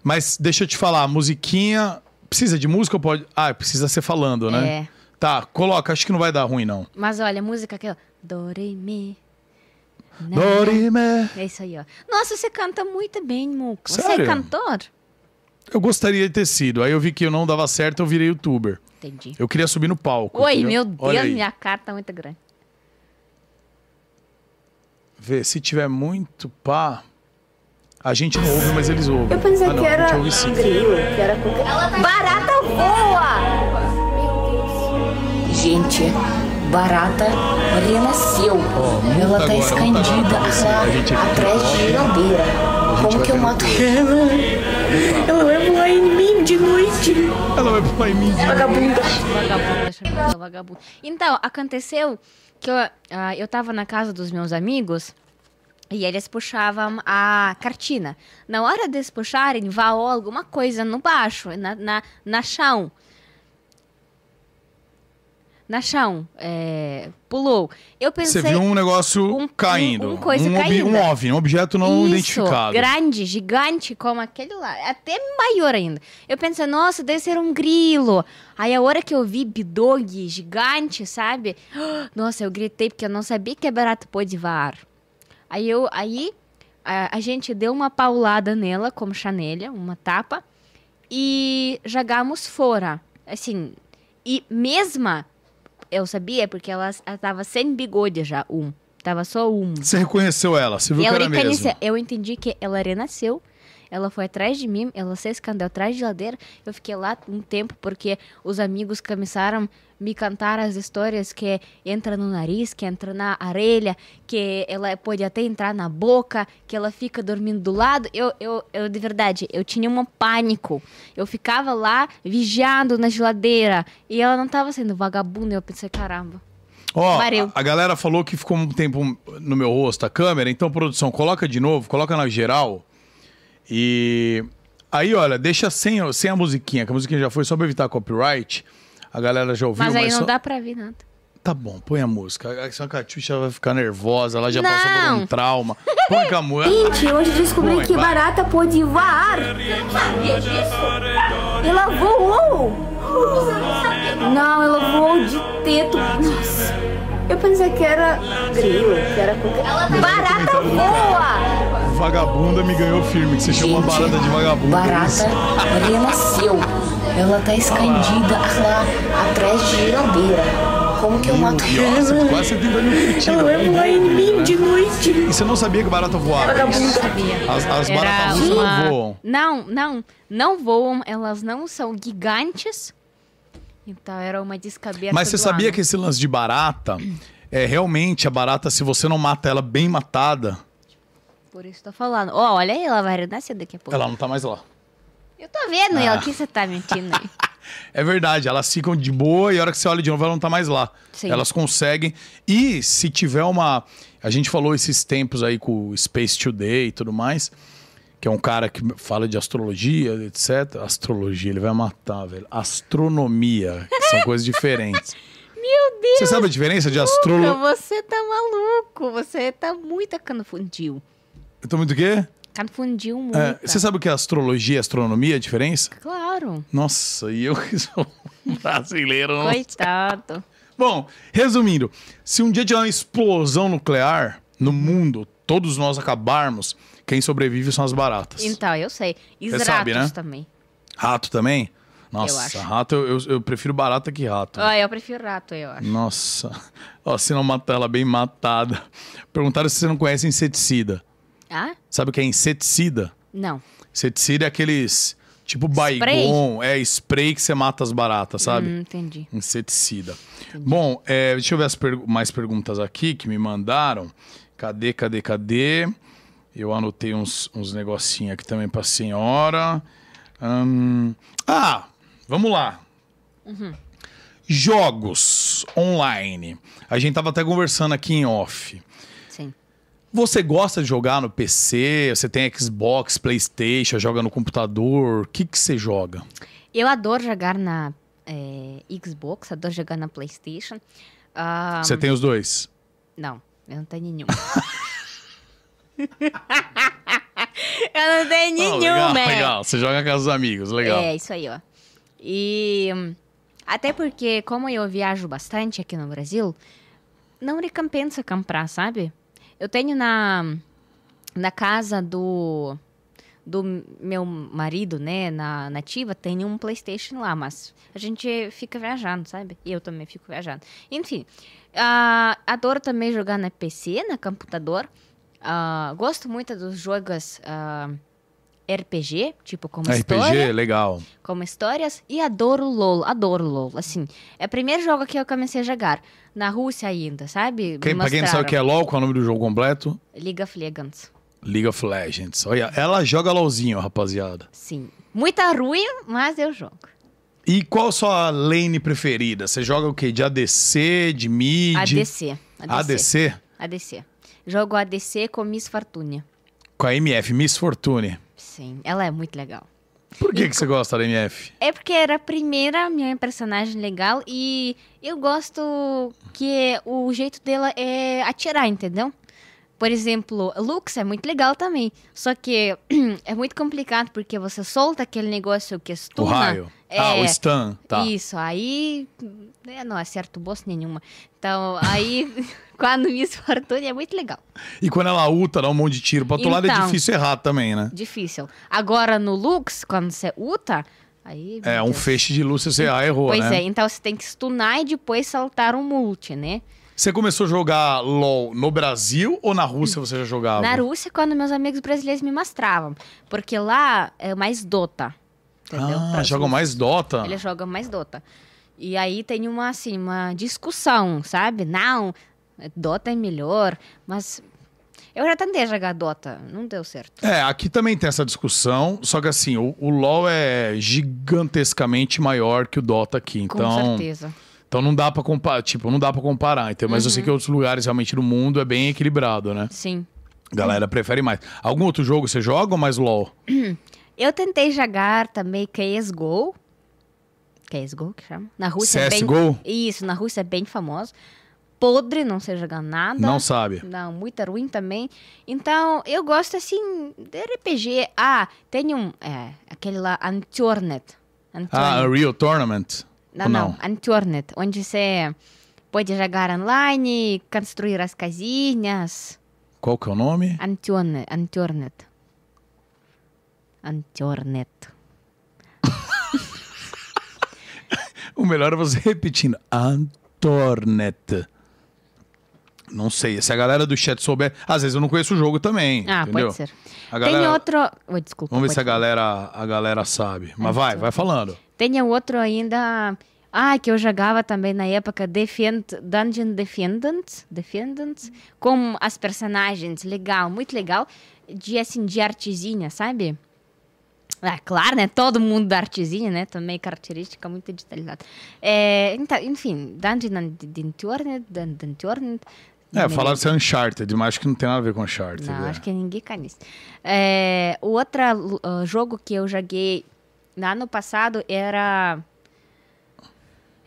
Speaker 1: Mas deixa eu te falar, musiquinha. Precisa de música ou pode. Ah, precisa ser falando, né?
Speaker 2: É.
Speaker 1: Tá, coloca, acho que não vai dar ruim, não.
Speaker 2: Mas olha, a música aqui, ó. Dorime. né?
Speaker 1: Dorime.
Speaker 2: É isso aí, ó. Nossa, você canta muito bem, Muco. Você
Speaker 1: Sério?
Speaker 2: é cantor?
Speaker 1: Eu gostaria de ter sido. Aí eu vi que eu não dava certo, eu virei youtuber.
Speaker 2: Entendi.
Speaker 1: Eu queria subir no palco.
Speaker 2: Oi,
Speaker 1: entendeu?
Speaker 2: meu Deus,
Speaker 1: Olha aí.
Speaker 2: minha cara tá muito grande.
Speaker 1: Vê, se tiver muito pá. A gente não ouve, mas eles ouvem.
Speaker 3: Eu pensei
Speaker 1: ah, não,
Speaker 3: é, que
Speaker 1: a
Speaker 3: era
Speaker 1: gente ouve sim.
Speaker 3: grilo, que era com...
Speaker 4: Barata voa! Gente, barata renasceu. Ela tá
Speaker 1: agora, monta
Speaker 4: escondida
Speaker 1: agora pra você,
Speaker 4: lá
Speaker 1: a gente aqui. tá
Speaker 4: atrás de geladeira. Como
Speaker 1: vai
Speaker 4: que eu
Speaker 1: ver
Speaker 4: mato
Speaker 3: Ela vai voar em mim de noite.
Speaker 1: Ela vai pular em mim.
Speaker 3: Vagabunda.
Speaker 2: Vagabundo, deixa eu falar, vagabundo. Então, aconteceu que eu, ah, eu tava na casa dos meus amigos e eles puxavam a cartina. Na hora deles puxarem, vaou alguma coisa no baixo, na, na, na chão. Na chão, é, pulou. Eu pensei...
Speaker 1: Você viu um negócio
Speaker 2: Um- um-
Speaker 1: caindo.
Speaker 2: um coisa
Speaker 1: um, obje-
Speaker 2: caindo.
Speaker 1: um OVNI, um objeto não
Speaker 2: Isso,
Speaker 1: identificado.
Speaker 2: grande, gigante, como aquele lá. Até maior ainda. Eu pensei, nossa, deve ser um grilo. Aí a hora que eu vi bidog gigante, sabe? Ah, Nossa, eu gritei porque eu não sabia que é a barata pode voar. Aí, eu, aí a, a gente deu uma paulada nela, como chanelha, uma tapa. E jogamos fora. Assim, e mesma, eu sabia, porque ela, ela tava sem bigode já, um. Tava só um.
Speaker 1: Você reconheceu ela, você viu
Speaker 2: E
Speaker 1: que
Speaker 2: ela
Speaker 1: era
Speaker 2: reconhece-
Speaker 1: mesmo.
Speaker 2: Eu entendi que ela renasceu. Ela foi atrás de mim, ela se escondeu atrás de geladeira. Eu fiquei lá um tempo porque os amigos começaram a me cantar as histórias que entra no nariz, que entra na orelha, que ela pode até entrar na boca, que ela fica dormindo do lado. Eu, eu, eu de verdade, eu tinha um pânico. Eu ficava lá vigiando na geladeira e ela não tava sendo vagabunda. Eu pensei, caramba.
Speaker 1: Ó,
Speaker 2: Vareu.
Speaker 1: a, a galera falou que ficou um tempo no meu rosto a câmera, então produção, coloca de novo, coloca na geral. E aí, olha, deixa sem, sem a musiquinha, que a musiquinha já foi só pra evitar copyright. A galera já ouviu,
Speaker 2: Mas
Speaker 1: mas,
Speaker 2: aí não
Speaker 1: só-
Speaker 2: dá pra ver nada.
Speaker 1: Tá bom, põe a música. A- Senão a Catiuxa vai ficar nervosa, ela já passou por
Speaker 2: Não.
Speaker 1: um trauma. Põe com a tá música.
Speaker 3: Gente, hoje descobri
Speaker 1: é Vai,
Speaker 3: que
Speaker 1: vai.
Speaker 3: barata pôde voar. Ela voou. Não, ela voou de teto. Nossa. Eu pensei que era grilo, que era com... Barata voa.
Speaker 1: Vagabunda me ganhou firme, que você chamou a barata de vagabunda.
Speaker 4: barata renasceu. Ela tá escondida lá atrás de geladeira. Como que eu mato
Speaker 1: Nossa, quase 70 mil
Speaker 3: Ela vai voar em mim de noite.
Speaker 1: E você não sabia que barata voava? As, as
Speaker 2: Era
Speaker 1: baratas russas
Speaker 2: uma-
Speaker 1: não voam.
Speaker 2: Não, não, não voam, elas não são gigantes. Então era uma descoberta.
Speaker 1: Mas você
Speaker 2: do
Speaker 1: sabia
Speaker 2: ano.
Speaker 1: que esse lance de barata é realmente a barata, se você não mata ela bem matada,
Speaker 2: Por isso tô falando. Ó, olha aí, ela vai renascer daqui a pouco.
Speaker 1: ela Ah. não tá mais lá.
Speaker 2: Eu tô vendo ela, que você tá mentindo aí.
Speaker 1: É verdade, elas ficam de boa e a hora que você olha de novo, ela não tá mais lá.
Speaker 2: Sim.
Speaker 1: Elas conseguem. E se tiver uma. A gente falou esses tempos aí com o Space Today e tudo mais, que é um cara que fala de astrologia, etc. Astrologia, ele vai matar, velho. Astronomia, que são coisas diferentes.
Speaker 2: Meu Deus!
Speaker 1: Você sabe a diferença de astrólogo?
Speaker 2: Você tá maluco, você tá muito canufundiu.
Speaker 1: Eu tô muito o quê?
Speaker 2: Canufundiu muito.
Speaker 1: É, você sabe o que é astrologia e astronomia, a diferença?
Speaker 2: Claro,
Speaker 1: Nossa, e eu que sou um brasileiro. não
Speaker 2: coitado.
Speaker 1: Bom, resumindo, se um dia tiver uma explosão nuclear no mundo, todos nós acabarmos, quem sobrevive são as baratas.
Speaker 2: Então, eu sei. E os
Speaker 1: sabe,
Speaker 2: ratos
Speaker 1: né?
Speaker 2: também.
Speaker 1: Rato também? Nossa,
Speaker 2: acho.
Speaker 1: rato, eu, eu- eu prefiro barata que rato.
Speaker 2: Ah, eu prefiro rato, eu acho.
Speaker 1: Nossa, ó, se não matar ela bem matada. Perguntaram se você não conhece inseticida.
Speaker 2: Ah?
Speaker 1: Sabe o que é inseticida?
Speaker 2: Não.
Speaker 1: Inseticida é aqueles tipo baigon, é spray que você mata as baratas, sabe?
Speaker 2: Hum, entendi.
Speaker 1: Inseticida. Bom, é, deixa eu ver as pergu- mais perguntas aqui que me mandaram. Cadê, cadê, cadê? Eu anotei uns, uns negocinhos aqui também pra senhora. Hum, ah, vamos lá. Jogos online. A gente tava até conversando aqui em off.
Speaker 2: Sim.
Speaker 1: Você gosta de jogar no PC? Você tem Xbox, Playstation, joga no computador? O que, que você joga?
Speaker 2: Eu adoro jogar na eh, Xbox, adoro jogar na PlayStation. Ah,
Speaker 1: Você tem os dois?
Speaker 2: Não, eu não tenho nenhum. eu não tenho
Speaker 1: Ah,
Speaker 2: nenhum,
Speaker 1: legal,
Speaker 2: né?
Speaker 1: legal. Você joga com os amigos, legal.
Speaker 2: É, isso aí, ó. E hum, até porque, como eu viajo bastante aqui no Brasil, não recompensa comprar, sabe? Eu tenho na, na casa do, do meu marido, né, na nativa, tem um Playstation lá, mas a gente fica viajando, sabe? E eu também fico viajando. Enfim, ah, adoro também jogar na PC, na computador. Ah, gosto muito dos jogos ah, RPG, tipo como
Speaker 1: RPG,
Speaker 2: história
Speaker 1: legal.
Speaker 2: como histórias e adoro LOL, adoro LOL, assim. É o primeiro jogo que eu comecei a jogar na Rússia ainda, sabe?
Speaker 1: Quem, pra quem não sabe o que é LOL, qual é o nome do jogo completo?
Speaker 2: League of Legends.
Speaker 1: League of Legends. Olha, ela joga LOLzinho, rapaziada.
Speaker 2: Sim. Muita ruim, mas eu jogo.
Speaker 1: E qual sua lane preferida? Você joga o quê? De ADC, de mid?
Speaker 2: ADC. ADC.
Speaker 1: ADC?
Speaker 2: ADC. Jogo ADC com Miss Fortune.
Speaker 1: Com a MF, Miss Fortune.
Speaker 2: Sim, ela é muito legal.
Speaker 1: Por que, que você gosta da MF?
Speaker 2: É porque era a primeira minha personagem legal e eu gosto que o jeito dela é atirar, entendeu? Por exemplo, Lux é muito legal também. Só que é muito complicado porque você solta aquele negócio que
Speaker 1: O
Speaker 2: estuna.
Speaker 1: raio?
Speaker 2: É,
Speaker 1: Ah, o Stan, tá.
Speaker 2: Isso, aí é, não acerto boss nenhuma. Então, aí quando Miss Fortune é muito legal.
Speaker 1: E quando ela ulta, dá um monte de tiro pra outro lado, é
Speaker 2: Então.
Speaker 1: difícil errar também, né?
Speaker 2: Difícil. Agora no Lux, quando você uta, aí
Speaker 1: É,
Speaker 2: meu
Speaker 1: um
Speaker 2: Deus.
Speaker 1: feixe de luz, se você ah, errou,
Speaker 2: Então. Pois
Speaker 1: né?
Speaker 2: é, então você tem que stunar e depois saltar um multi, né?
Speaker 1: Você começou a jogar LOL no Brasil ou na Rússia você já jogava?
Speaker 2: Na Rússia, quando meus amigos brasileiros me mostravam. Porque lá é mais Dota. Entendeu? é
Speaker 1: Ah,
Speaker 2: Pra-
Speaker 1: jogam mais Dota.
Speaker 2: Eles jogam mais Dota. E aí tem uma, assim, uma discussão, sabe? Não, Dota é melhor, mas... Eu já tentei jogar Dota, não deu certo.
Speaker 1: É, aqui também tem essa discussão, só que assim, o, o LoL é gigantescamente maior que o Dota aqui,
Speaker 2: Com
Speaker 1: então,
Speaker 2: certeza.
Speaker 1: então não dá para comparar, tipo, não dá para comparar, então, mas eu
Speaker 2: Uhum.
Speaker 1: sei que outros lugares realmente no mundo é bem equilibrado, né?
Speaker 2: Sim.
Speaker 1: A galera prefere mais. Algum outro jogo você joga ou mais LoL?
Speaker 2: Eu tentei jogar também CSGO. CSGO que chama? Na Rússia é bem
Speaker 1: CS:GO?
Speaker 2: Isso, na Rússia é bem famoso. Podre, não sei jogar nada.
Speaker 1: Não sabe.
Speaker 2: Não, muito ruim também. Então, eu gosto assim de RPG. Ah, tem um. É, aquele lá, Antornet.
Speaker 1: Ah, Unreal Tournament?
Speaker 2: Não,
Speaker 1: Ou
Speaker 2: não, Antornet, onde você pode jogar online, construir as casinhas.
Speaker 1: Qual que é o nome?
Speaker 2: Antornet. Antornet. Antornet.
Speaker 1: O melhor é você repetindo. Antornet. Não sei, se a galera do chat souber. Às vezes eu não conheço o jogo também.
Speaker 2: Ah,
Speaker 1: entendeu?
Speaker 2: pode ser.
Speaker 1: A galera-
Speaker 2: Tem outro. Oi, desculpa.
Speaker 1: Vamos ver
Speaker 2: pode
Speaker 1: se a
Speaker 2: falar.
Speaker 1: galera, a galera sabe. Mas vai, vai falando.
Speaker 2: Tem outro ainda. Ah, que eu jogava também na época Defend, Dungeon Defendants, Defendants, com as personagens, legal, muito legal, de assim, de artezinha, sabe? Ah, claro, né? Todo mundo da artezinha, né? Também característica muito digitalizada. É, então, enfim, Dungeon and Dinturned, Dinturned.
Speaker 1: É, falaram de ser Uncharted, mas acho que não tem nada a ver com Uncharted.
Speaker 2: Não,
Speaker 1: né?
Speaker 2: acho que ninguém cai nisso. É, o ah, outro jogo que eu joguei no ano passado era.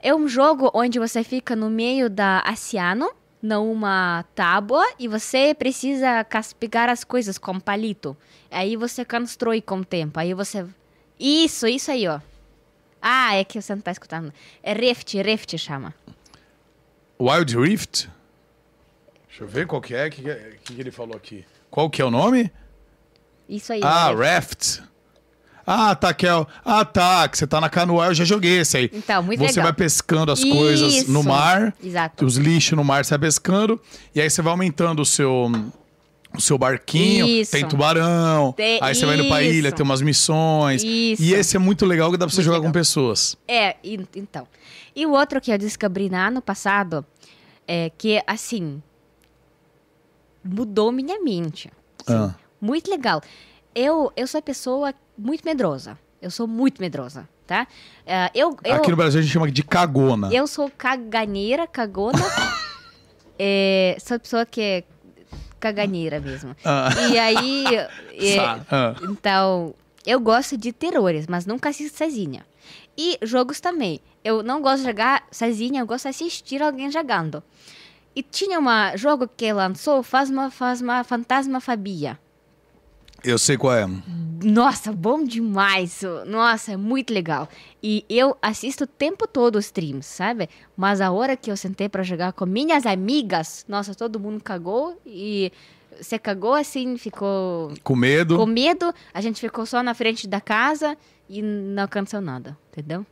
Speaker 2: É um jogo onde você fica no meio da oceano, numa tábua, e você precisa cas- pegar as coisas com palito. Aí você constrói com o tempo. Aí você. Isso, isso aí, ó. Ah, é que você não tá escutando. É Rift, Rift chama.
Speaker 1: Wild Rift? Deixa eu ver qual que é. O que, que é- que que ele falou aqui? Qual que é o nome?
Speaker 2: Isso aí.
Speaker 1: Ah,
Speaker 2: Rift.
Speaker 1: Raft. Ah, tá, que é o- Ah, tá, que você tá na canoa. Eu já joguei esse aí.
Speaker 2: Então, muito
Speaker 1: Você
Speaker 2: legal.
Speaker 1: vai pescando as coisas no
Speaker 2: Isso.
Speaker 1: mar.
Speaker 2: Exato.
Speaker 1: Os lixos no mar você vai pescando. E aí você vai aumentando o seu... O seu barquinho,
Speaker 2: Isso.
Speaker 1: tem tubarão.
Speaker 2: Tem-
Speaker 1: Aí você vai indo pra
Speaker 2: Isso.
Speaker 1: ilha, tem umas missões.
Speaker 2: Isso.
Speaker 1: E esse é muito legal que dá pra você
Speaker 2: Muito
Speaker 1: jogar
Speaker 2: legal.
Speaker 1: com pessoas.
Speaker 2: É, e- então. E o outro que eu descobri no ano passado é que, assim, mudou minha mente.
Speaker 1: Ah.
Speaker 2: Muito legal. Eu, eu sou uma pessoa muito medrosa. Eu sou muito medrosa, tá? É, eu, eu,
Speaker 1: Aqui no Brasil a gente chama de cagona.
Speaker 2: eu sou caganeira, cagona. é, sou uma pessoa que é caganeira mesmo.
Speaker 1: Ah.
Speaker 2: E aí... é,
Speaker 1: Sa- ah.
Speaker 2: Então, eu gosto de terrores, mas nunca assisto sozinha. E jogos também. Eu não gosto de jogar sozinha, eu gosto de assistir alguém jogando. E tinha um jogo que lançou, faz uma, faz uma fantasmafobia.
Speaker 1: Eu sei qual é.
Speaker 2: Nossa, bom demais. Nossa, é muito legal. E eu assisto o tempo todo os streams, sabe? Mas a hora que eu sentei pra jogar com minhas amigas, nossa, todo mundo cagou e você cagou assim, ficou
Speaker 1: Com medo.
Speaker 2: com medo, a gente ficou só na frente da casa e não alcançou nada, entendeu?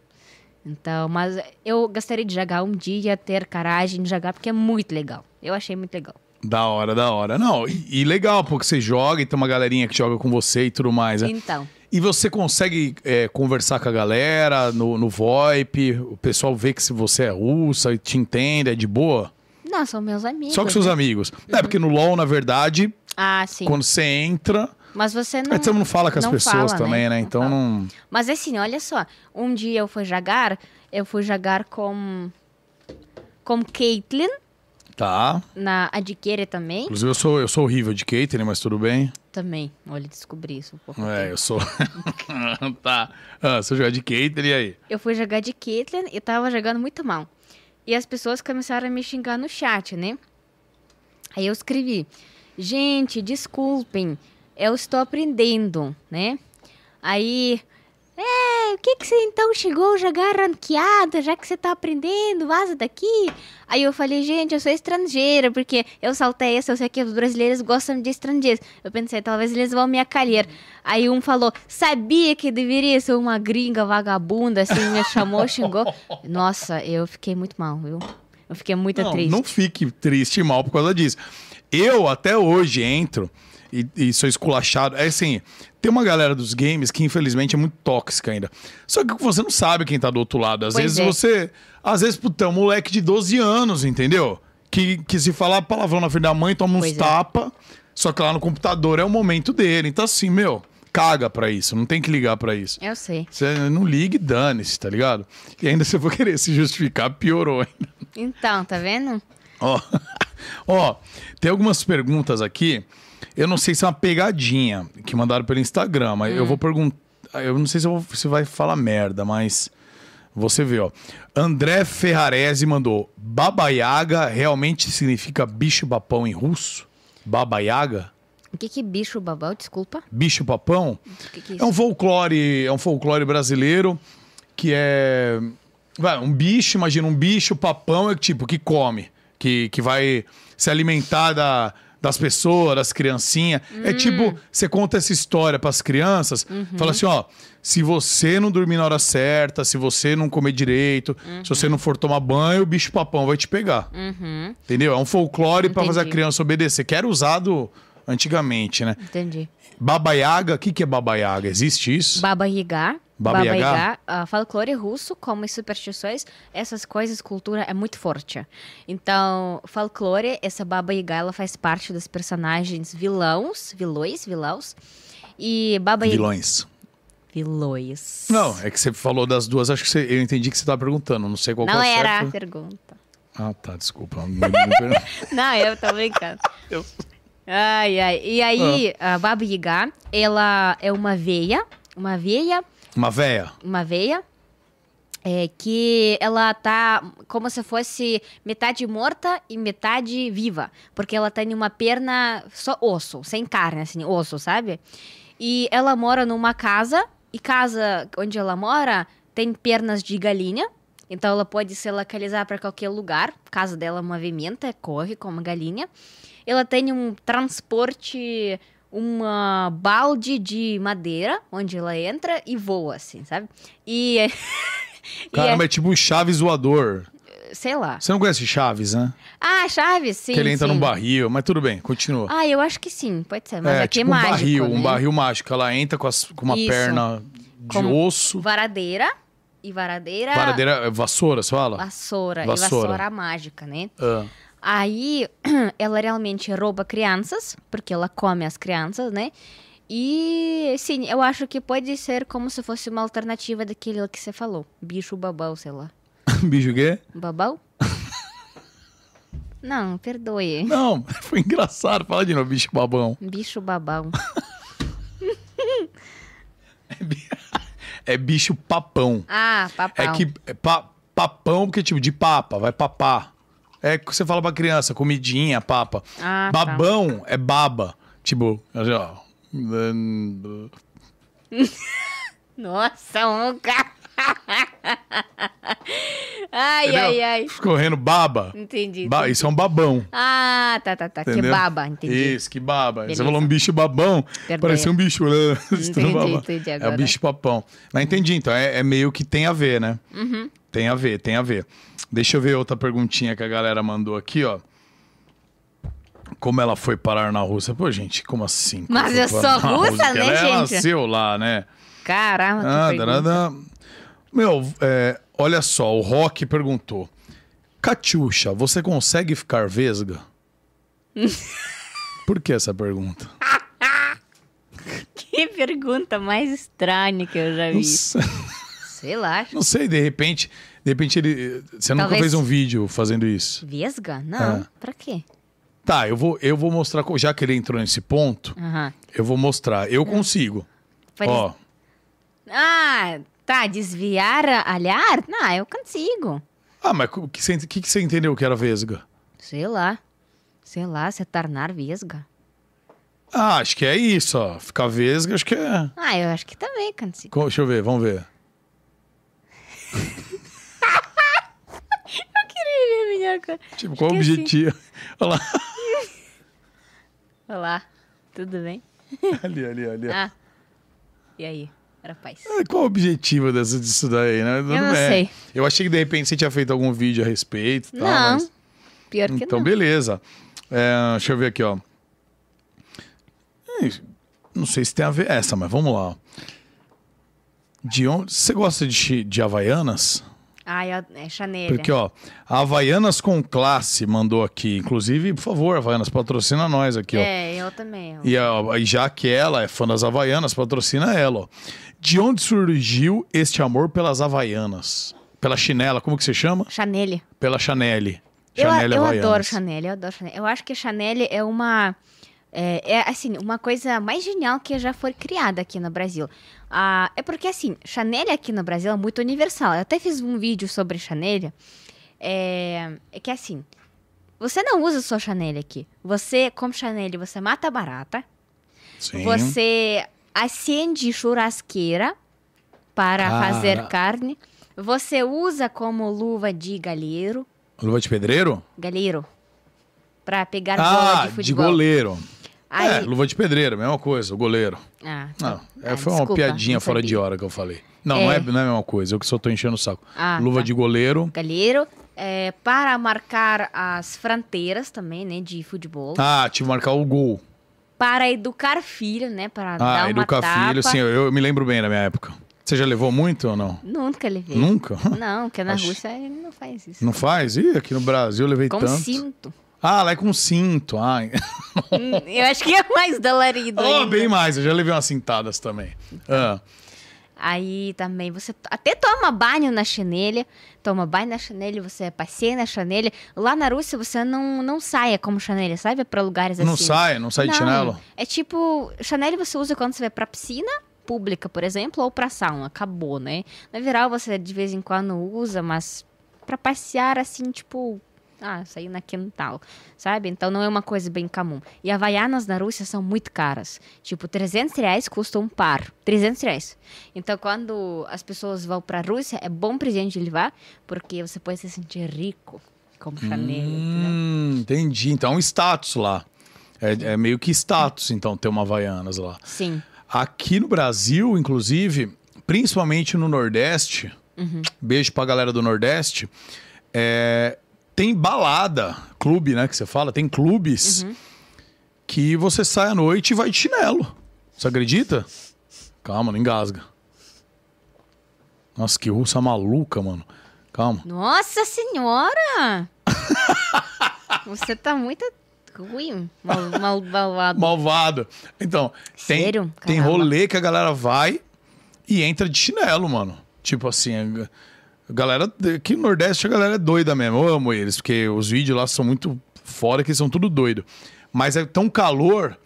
Speaker 2: Então, mas eu gostaria de jogar um dia, ter coragem de jogar, porque é muito legal. Eu achei muito legal.
Speaker 1: Da hora, da hora. Não, e, e legal, porque você joga e tem uma galerinha que joga com você e tudo mais, né?
Speaker 2: Então,
Speaker 1: E você consegue é, conversar com a galera no, no VoIP, o pessoal vê que se você é russa e te entende, é de boa?
Speaker 2: não, são meus amigos.
Speaker 1: Só com seus
Speaker 2: né?
Speaker 1: amigos. É, porque no LoL, na verdade,
Speaker 2: Ah, sim.
Speaker 1: quando você entra...
Speaker 2: Mas você não.
Speaker 1: Aí você não fala com as
Speaker 2: não
Speaker 1: pessoas
Speaker 2: fala,
Speaker 1: também, né?
Speaker 2: Não
Speaker 1: Então,
Speaker 2: fala.
Speaker 1: não...
Speaker 2: Mas assim, olha só. Um dia eu fui jogar, eu fui jogar com. com Caitlyn,
Speaker 1: Tá.
Speaker 2: na Adquire também.
Speaker 1: Inclusive, eu sou, eu sou horrível de catering, mas tudo bem.
Speaker 2: Também. Olha, descobri isso um pouco.
Speaker 1: É, eu sou... tá. Ah, se eu jogar de catering, e aí?
Speaker 2: Eu fui jogar de Caitlyn e tava jogando muito mal. E as pessoas começaram a me xingar no chat, né? Aí eu escrevi: Gente, desculpem, eu estou aprendendo, né? Aí. É, o que que você então chegou a jogar ranqueada, já que você tá aprendendo, vaza daqui. Aí eu falei, gente, eu sou estrangeira, porque eu saltei essa, eu sei que os brasileiros gostam de estrangeiros. Eu pensei, talvez eles vão me acalhar. Aí um falou, sabia que deveria ser uma gringa vagabunda, assim, me chamou, xingou. Nossa, eu fiquei muito mal, viu? Eu fiquei muito
Speaker 1: não,
Speaker 2: Tá triste.
Speaker 1: Não fique triste e mal por causa disso. Eu até hoje entro e, e sou esculachado. É assim, tem uma galera dos games que infelizmente é muito tóxica ainda. Só que você não sabe quem tá do outro lado. Às
Speaker 2: Pois
Speaker 1: vezes
Speaker 2: é.
Speaker 1: você. Às vezes, puta, é um moleque de 12 anos, entendeu? Que, que se falar palavrão na frente da mãe, toma uns
Speaker 2: Pois é.
Speaker 1: tapa. Só que lá no computador é o momento dele. Então, assim, meu, caga pra isso. Não tem que ligar pra isso.
Speaker 2: Eu sei.
Speaker 1: Você não liga e dane-se, tá ligado? E ainda se eu for querer se justificar, piorou ainda.
Speaker 2: Então, tá vendo?
Speaker 1: Ó, ó, tem algumas perguntas aqui. Eu não sei se é uma pegadinha que mandaram pelo Instagram, mas eu vou perguntar. Eu não sei se, eu vou- se vai falar merda, mas você vê, ó. André Ferrarese mandou: Baba Yaga realmente significa bicho-papão em russo? Baba Yaga?
Speaker 2: O que que bicho babão? Desculpa.
Speaker 1: Bicho-papão?
Speaker 2: O que que é
Speaker 1: É
Speaker 2: isso?
Speaker 1: um folclore, é um folclore brasileiro que é vai, um bicho, imagina um bicho, papão é tipo que come, que, que vai se alimentar da, das pessoas, das criancinhas.
Speaker 2: Hum.
Speaker 1: É tipo, você conta essa história pras crianças,
Speaker 2: Uhum.
Speaker 1: fala assim, ó, se você não dormir na hora certa, se você não comer direito, se você não for tomar banho, o bicho papão vai te pegar.
Speaker 2: Uhum,
Speaker 1: Entendeu? É um folclore pra fazer a
Speaker 2: Entendi.
Speaker 1: criança obedecer, que era usado antigamente, né?
Speaker 2: entendi.
Speaker 1: Baba Yaga, o que, que é Baba Yaga? Existe isso?
Speaker 2: Baba Yaga.
Speaker 1: Baba Yaga?
Speaker 2: ah, folclore russo, como as superstições, essas coisas, cultura é muito forte. Então, folclore, essa Baba Yaga, ela faz parte dos personagens vilões, vilões, vilões. E Baba Yaga...
Speaker 1: Vilões.
Speaker 2: Vilões.
Speaker 1: Não, é que você falou das duas, acho que você- eu entendi que você tá perguntando, não sei qual que é
Speaker 2: Não
Speaker 1: o
Speaker 2: era a
Speaker 1: certo.
Speaker 2: pergunta.
Speaker 1: Ah, tá, desculpa. Me- me per-
Speaker 2: Não, eu tô brincando. Ai, ai. E aí,
Speaker 1: Ah.
Speaker 2: a Baba Yaga, ela é uma veia, uma veia
Speaker 1: Uma véia.
Speaker 2: uma veia É que ela tá como se fosse metade morta e metade viva. Porque ela tem uma perna só osso, sem carne, assim, osso, sabe? E ela mora numa casa, e casa onde ela mora tem pernas de galinha. Então ela pode se localizar para qualquer lugar. Casa dela é uma vimenta, corre como galinha. Ela tem um transporte, uma balde de madeira, onde ela entra e voa, assim, sabe? E. e
Speaker 1: Caramba, é tipo um Chaves voador.
Speaker 2: é- sei lá.
Speaker 1: Você não conhece Chaves, né?
Speaker 2: Ah, Chaves, sim.
Speaker 1: que ele entra
Speaker 2: sim.
Speaker 1: num barril, mas tudo bem, continua.
Speaker 2: Ah, eu acho que sim, pode ser. Mas
Speaker 1: é,
Speaker 2: aqui
Speaker 1: tipo
Speaker 2: é mágico.
Speaker 1: um barril,
Speaker 2: né?
Speaker 1: um barril mágico. Ela entra com, as- com uma
Speaker 2: Isso.
Speaker 1: perna de
Speaker 2: Com-
Speaker 1: osso.
Speaker 2: Varadeira. E varadeira.
Speaker 1: Paradeira, é vassoura, você fala?
Speaker 2: Vassoura. E
Speaker 1: Vassoura.
Speaker 2: vassoura mágica, né?
Speaker 1: Ah.
Speaker 2: Aí ela realmente rouba crianças, porque ela come as crianças, né? E sim, eu acho que pode ser como se fosse uma alternativa daquele que você falou. Bicho babau, sei lá.
Speaker 1: Bicho quê?
Speaker 2: Babau? Não, perdoe.
Speaker 1: Não, foi engraçado. Fala de novo, bicho babão.
Speaker 2: Bicho babau.
Speaker 1: É bicho papão.
Speaker 2: Ah, papau.
Speaker 1: É que é pa- papão, porque tipo de papa, vai papar. É que você fala pra criança, comidinha, papa.
Speaker 2: Ah, tá.
Speaker 1: Babão é baba. Tipo, ó. hum,
Speaker 2: Nossa, um cara. ai,
Speaker 1: entendeu?
Speaker 2: ai, ai.
Speaker 1: Correndo baba.
Speaker 2: Entendi.
Speaker 1: Ba-
Speaker 2: entendi.
Speaker 1: isso é um babão.
Speaker 2: Ah, tá, tá, tá. Que
Speaker 1: Entendeu?
Speaker 2: baba, entendi.
Speaker 1: Isso, que baba. Você
Speaker 2: Beleza.
Speaker 1: falou um bicho babão,
Speaker 2: Perdoe.
Speaker 1: parecia um bicho. né?
Speaker 2: Entendi,
Speaker 1: Babão.
Speaker 2: entendi
Speaker 1: é o
Speaker 2: agora.
Speaker 1: bicho papão. Mas entendi, então é, é meio que tem a ver, né?
Speaker 2: Uhum.
Speaker 1: Tem a ver, tem a ver. Deixa eu ver outra perguntinha que a galera mandou aqui, ó. Como ela foi parar na Rússia? Pô, gente, como assim? Como
Speaker 2: Mas eu
Speaker 1: foi
Speaker 2: sou
Speaker 1: parar na
Speaker 2: russa,
Speaker 1: Rússia?
Speaker 2: né,
Speaker 1: Ela
Speaker 2: gente?
Speaker 1: nasceu lá, né?
Speaker 2: Caramba, que
Speaker 1: Ah,
Speaker 2: pergunta.
Speaker 1: danada. Meu, é, olha só, o Rock perguntou. Catiuxa, você consegue ficar vesga? Por que essa pergunta?
Speaker 2: Que pergunta mais estranha que eu já
Speaker 1: Não
Speaker 2: vi.
Speaker 1: sei,
Speaker 2: Sei lá.
Speaker 1: não sei, de repente, de repente ele, você nunca
Speaker 2: Talvez-
Speaker 1: fez um vídeo fazendo isso.
Speaker 2: Vesga? Não.
Speaker 1: Ah.
Speaker 2: Pra quê?
Speaker 1: Tá, eu vou, eu vou mostrar, co- já que ele entrou nesse ponto,
Speaker 2: Aham.
Speaker 1: eu vou mostrar. Eu consigo.
Speaker 2: Pode-
Speaker 1: Ó,
Speaker 2: Ah, tá. Desviar a olhar? Não, eu consigo.
Speaker 1: ah, mas o que, você ent- que que você entendeu que era vesga?
Speaker 2: Sei lá. Sei lá, se tornar vesga.
Speaker 1: Ah, acho que é isso, ó. Ficar vesga, acho que é.
Speaker 2: Ah, eu acho que também consigo.
Speaker 1: Co- Deixa eu ver, vamos ver.
Speaker 2: Eu queria ver minha cara.
Speaker 1: Tipo, qual o
Speaker 2: Esqueci.
Speaker 1: objetivo? Olha lá.
Speaker 2: Olá, tudo bem?
Speaker 1: Ali, ali, ali. ó.
Speaker 2: Ah. E aí, rapaz?
Speaker 1: Qual o objetivo dessa, disso daí, né?
Speaker 2: Eu não sei.
Speaker 1: Eu achei que de repente você tinha feito algum vídeo a respeito. e Tal,
Speaker 2: não.
Speaker 1: mas-
Speaker 2: Pior que
Speaker 1: Então,
Speaker 2: não.
Speaker 1: beleza. É, deixa eu ver aqui, ó. Ih, Não sei se tem a ver essa, mas vamos lá. ó. De onde... Você gosta de, chi- de Havaianas?
Speaker 2: Ah, eu- é Chanel.
Speaker 1: Porque, ó, a Havaianas com classe mandou aqui. Inclusive, por favor, Havaianas, patrocina nós aqui, ó.
Speaker 2: É, eu também. eu-
Speaker 1: E a- e já que ela é fã das Havaianas, patrocina ela. ó. De onde surgiu este amor pelas Havaianas? Pela chinela, como que se chama?
Speaker 2: Chanel.
Speaker 1: Pela Chanel.
Speaker 2: Eu,
Speaker 1: Chanel
Speaker 2: a-
Speaker 1: é assim.
Speaker 2: eu
Speaker 1: Havaianas.
Speaker 2: adoro Chanel, eu adoro Chanel. Eu acho que Chanel é uma. É, é, assim, uma coisa mais genial que já foi criada aqui no Brasil. Ah, é porque, assim, Chanel aqui no Brasil é muito universal. Eu até fiz um vídeo sobre Chanel. É, é que, assim, você não usa só Chanel aqui. Você, como Chanel, você mata a barata.
Speaker 1: Sim.
Speaker 2: Você acende churrasqueira para
Speaker 1: Cara.
Speaker 2: fazer carne. Você usa como luva de galheiro.
Speaker 1: Luva de pedreiro?
Speaker 2: Galheiro. Pra pegar bola
Speaker 1: Ah,
Speaker 2: de
Speaker 1: de,
Speaker 2: futebol.
Speaker 1: goleiro.
Speaker 2: Aí-
Speaker 1: É, luva de pedreiro, mesma coisa, o goleiro.
Speaker 2: Ah,
Speaker 1: Não,
Speaker 2: tá.
Speaker 1: é,
Speaker 2: Ah,
Speaker 1: foi uma
Speaker 2: desculpa,
Speaker 1: piadinha
Speaker 2: não
Speaker 1: fora
Speaker 2: sabia.
Speaker 1: de hora que eu falei. Não, não, é,
Speaker 2: É.
Speaker 1: não é a mesma coisa, eu que só tô enchendo o saco.
Speaker 2: Ah,
Speaker 1: luva
Speaker 2: tá.
Speaker 1: de goleiro.
Speaker 2: Galheiro. é, para marcar as fronteiras também, né? De futebol.
Speaker 1: Ah, tipo, marcar o gol.
Speaker 2: Para educar filho, né? Para dar
Speaker 1: Ah,
Speaker 2: uma
Speaker 1: educar
Speaker 2: tapa.
Speaker 1: filho, sim, eu, eu me lembro bem da minha época. Você já levou muito ou não?
Speaker 2: Nunca levei.
Speaker 1: Nunca?
Speaker 2: Não, porque na
Speaker 1: Acho-
Speaker 2: Rússia ele não faz isso.
Speaker 1: Não faz? Ih, aqui no Brasil eu levei
Speaker 2: Com
Speaker 1: tanto.
Speaker 2: cinto.
Speaker 1: Ah, lá é com cinto. Ah,
Speaker 2: Hum, eu acho que é mais dolorido
Speaker 1: oh,
Speaker 2: ainda.
Speaker 1: bem mais. Eu já levei umas cintadas também. Ah,
Speaker 2: Aí também você t- até toma banho na chanelha, toma banho na chanelha, você passeia na chanelha. Lá na Rússia você não, não saia como chanelha, sabe? Pra lugares
Speaker 1: não
Speaker 2: assim.
Speaker 1: sai, não sai de
Speaker 2: Não,
Speaker 1: chinelo?
Speaker 2: É tipo, chanelha você usa quando você vai pra piscina pública, por exemplo, ou pra sauna. Acabou, né? Na viral você de vez em quando usa, mas pra passear assim, tipo. Ah, sair na quintal, sabe? Então não é uma coisa bem comum. E havaianas na Rússia são muito caras. Tipo, 300 reais custa um par. 300 reais. Então quando as pessoas vão pra Rússia, é bom presente levar, porque você pode se sentir rico como Chanel. entendeu?
Speaker 1: Hum, entendi. Então é um status lá. É, é meio que status, então, ter uma Havaianas lá.
Speaker 2: Sim.
Speaker 1: Aqui no Brasil, inclusive, principalmente no Nordeste, beijo pra galera do Nordeste, é, tem balada, clube, né, que você fala, tem clubes que você sai à noite e vai de chinelo. Você acredita? Calma, não engasga. Nossa, que russa maluca, mano. Calma.
Speaker 2: Nossa senhora! Você tá muito ruim, mal, mal, malvado.
Speaker 1: Malvado. Então, tem,
Speaker 2: Sério?
Speaker 1: tem
Speaker 2: Caramba.
Speaker 1: rolê que a galera vai e entra de chinelo, mano. Tipo assim, a a galera. Aqui no Nordeste a galera é doida mesmo. Eu amo eles, porque os vídeos lá são muito fora, que eles são tudo doido. Mas é tão calor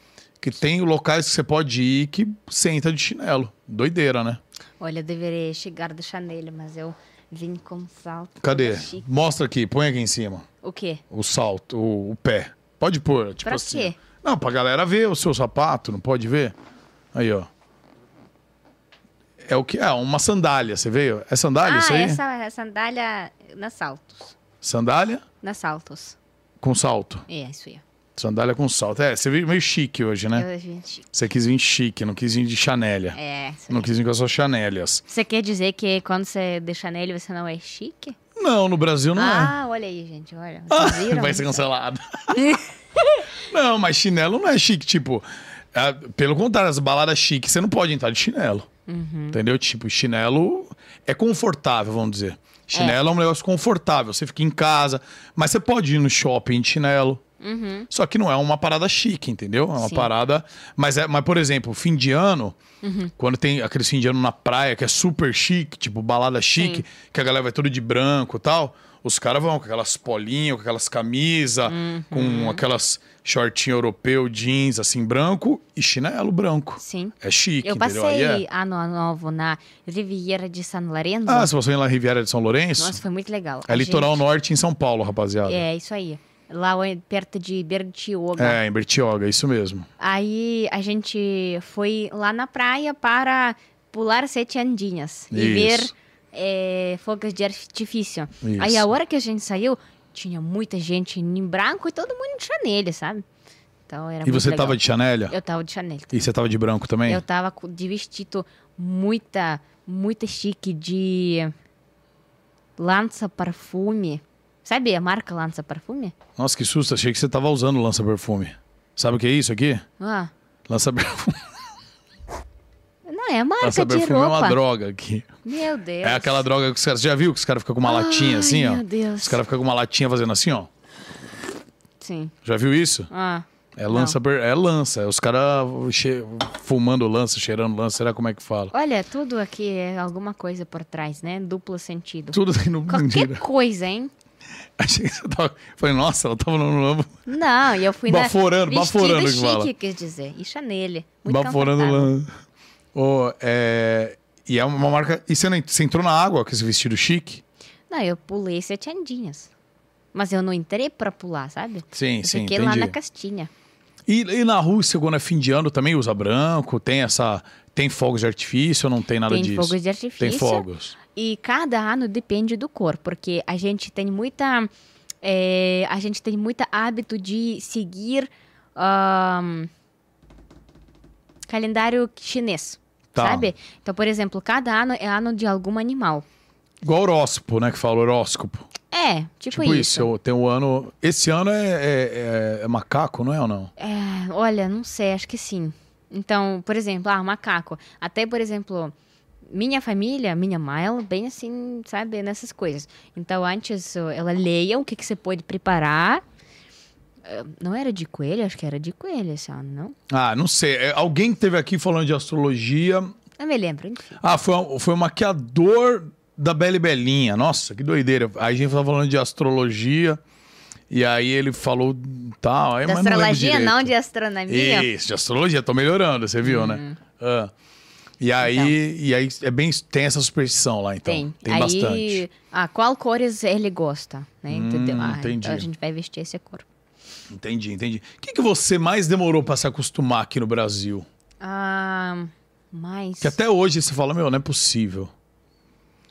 Speaker 1: que tem locais que você pode ir que você entra de chinelo. Doideira, né?
Speaker 2: Olha, eu deveria chegar do Chanel, mas eu vim com salto.
Speaker 1: Cadê?
Speaker 2: todo chique.
Speaker 1: Mostra aqui, põe aqui em cima.
Speaker 2: O quê?
Speaker 1: O salto, o, o pé. Pode pôr, tipo
Speaker 2: Pra
Speaker 1: assim.
Speaker 2: quê?
Speaker 1: Não, pra galera ver o seu sapato, não pode ver? Aí, ó. É o que? É, uma sandália, você veio? É sandália isso
Speaker 2: ah,
Speaker 1: aí?
Speaker 2: essa é a sandália na saltos.
Speaker 1: Sandália
Speaker 2: Na saltos.
Speaker 1: com salto.
Speaker 2: É, isso aí.
Speaker 1: Sandália com salto. É, você veio meio chique hoje, né?
Speaker 2: Eu vim chique.
Speaker 1: Você quis vir chique, não quis vir de chanélia.
Speaker 2: É, isso
Speaker 1: Não
Speaker 2: aí.
Speaker 1: quis vir com as suas chanélias.
Speaker 2: Você quer dizer que quando você deixa nele você não é chique?
Speaker 1: Não, no Brasil não é. Ah,
Speaker 2: ah, olha aí, gente, olha. Vocês viram?
Speaker 1: Vai ser um cancelado. não, mas chinelo não é chique, tipo. é, pelo contrário, as baladas chiques, você não pode entrar de chinelo.
Speaker 2: Uhum.
Speaker 1: Entendeu? Tipo, chinelo é confortável, vamos dizer. Chinelo é. um negócio confortável. Você fica em casa, mas você pode ir no shopping de chinelo. Só que não é uma parada chique, entendeu? É uma
Speaker 2: Sim.
Speaker 1: parada. Mas, é, mas, por exemplo, fim de ano,
Speaker 2: Uhum.
Speaker 1: quando tem aquele fim de ano na praia que é super chique, tipo balada chique, que a galera vai tudo de branco e tal, os caras vão com aquelas polinhas, com aquelas camisas,
Speaker 2: Uhum.
Speaker 1: com aquelas shortinho europeu, jeans assim branco e chinelo branco.
Speaker 2: Sim.
Speaker 1: É chique,
Speaker 2: Eu
Speaker 1: entendeu? Aí
Speaker 2: passei
Speaker 1: é.
Speaker 2: ano novo na Riviera de San Lorenzo.
Speaker 1: Ah, você passou em La Riviera de São Lourenço?
Speaker 2: Nossa, foi muito legal.
Speaker 1: é
Speaker 2: A
Speaker 1: litoral
Speaker 2: gente-
Speaker 1: norte em São Paulo, rapaziada. É,
Speaker 2: É, isso aí. Lá o- perto de Bertioga.
Speaker 1: em Bertioga, isso mesmo.
Speaker 2: Aí a gente foi lá na praia para pular sete andinhas e
Speaker 1: Isso.
Speaker 2: ver é, fogos de artifício.
Speaker 1: Isso.
Speaker 2: Aí a hora que a gente saiu, tinha muita gente em branco e todo mundo de chanel, sabe? Então era
Speaker 1: e você
Speaker 2: legal.
Speaker 1: tava de chanélia?
Speaker 2: Eu tava de chanel.
Speaker 1: E você tava de branco também?
Speaker 2: Eu tava co- de vestido muita, muita chique de Lança Parfume. Sabe a marca Lança Parfume?
Speaker 1: Nossa, que susto, achei que você tava usando lança-perfume. Sabe o que é isso aqui?
Speaker 2: Ah,
Speaker 1: Lança-perfume
Speaker 2: não, é a marca
Speaker 1: lança
Speaker 2: de
Speaker 1: é uma
Speaker 2: roupa.
Speaker 1: droga aqui.
Speaker 2: Meu Deus.
Speaker 1: É aquela droga que os caras. Já viu que os caras ficam com uma latinha assim, ó?
Speaker 2: meu Deus.
Speaker 1: Os caras ficam com uma latinha fazendo assim, ó.
Speaker 2: Sim.
Speaker 1: Já viu isso?
Speaker 2: Ah,
Speaker 1: É lança. per- É lança. Os caras che- fumando lança, cheirando lança, será como é que fala?
Speaker 2: olha, tudo aqui é alguma coisa por trás, né? Duplo sentido.
Speaker 1: Tudo tem no.
Speaker 2: Qualquer
Speaker 1: Mentira.
Speaker 2: coisa, hein?
Speaker 1: Achei que você tava. Falei, nossa, ela tava no lambo.
Speaker 2: Não, e eu fui na-
Speaker 1: Baforando,
Speaker 2: vestido
Speaker 1: baforando que
Speaker 2: chique,
Speaker 1: fala.
Speaker 2: quis dizer. E Chanel. Muito
Speaker 1: Baforando
Speaker 2: confortável.
Speaker 1: lança. Ô, é. E é uma marca. E você, não... você entrou na água com esse vestido chique?
Speaker 2: Não, eu pulei sete andinhas. Mas eu não entrei pra pular, sabe?
Speaker 1: Sim,
Speaker 2: Eu
Speaker 1: sim.
Speaker 2: Fiquei
Speaker 1: entendi.
Speaker 2: lá na castinha.
Speaker 1: E, e na Rússia, quando é fim de ano, também usa branco? Tem essa. Tem fogos de artifício ou não tem nada
Speaker 2: tem
Speaker 1: disso?
Speaker 2: fogos de artifício.
Speaker 1: Tem fogos.
Speaker 2: E cada ano depende do cor, porque a gente tem muita. eh, a gente tem muito hábito de seguir ahn, calendário chinês.
Speaker 1: Tá.
Speaker 2: Sabe? Então, por exemplo, cada ano é ano de algum animal.
Speaker 1: Igual horóscopo, né? Que fala horóscopo.
Speaker 2: É, tipo,
Speaker 1: Tipo, isso. eu- Tem um ano. Esse ano é, é- é- é macaco, não é ou não?
Speaker 2: É, olha, não sei, acho que sim. Então, por exemplo, ah, macaco. Até, por exemplo, minha família, minha mãe, ela é bem assim, sabe, nessas coisas. Então, antes ó, ela leia o que, que você pode preparar. Eh, Não era de coelho? Acho que era de coelho esse ano, não?
Speaker 1: Ah, não sei. É, alguém que teve aqui falando de astrologia.
Speaker 2: Não me lembro, enfim.
Speaker 1: Ah, foi, um- foi o maquiador da Bela e Belinha. Nossa, que doideira. Aí a gente tava falando de astrologia. E aí ele falou tal. Aí,
Speaker 2: Da
Speaker 1: É, mas não lembro
Speaker 2: astrologia,
Speaker 1: direito.
Speaker 2: não de astronomia. Hum.
Speaker 1: Isso, de astrologia, tô melhorando, você viu, né? Ah. E aí, e aí é bem, tem essa superstição lá, então.
Speaker 2: Então. Tem.
Speaker 1: Tem
Speaker 2: Aí,
Speaker 1: bastante. Hum,
Speaker 2: Ah, qual cores ele gosta, né? Entendeu? Ah,
Speaker 1: entendi.
Speaker 2: então a gente vai vestir essa cor.
Speaker 1: Entendi, entendi. O que, que você mais demorou pra se acostumar aqui no Brasil?
Speaker 2: Ah, mas...
Speaker 1: Que até hoje você fala, meu, não é possível.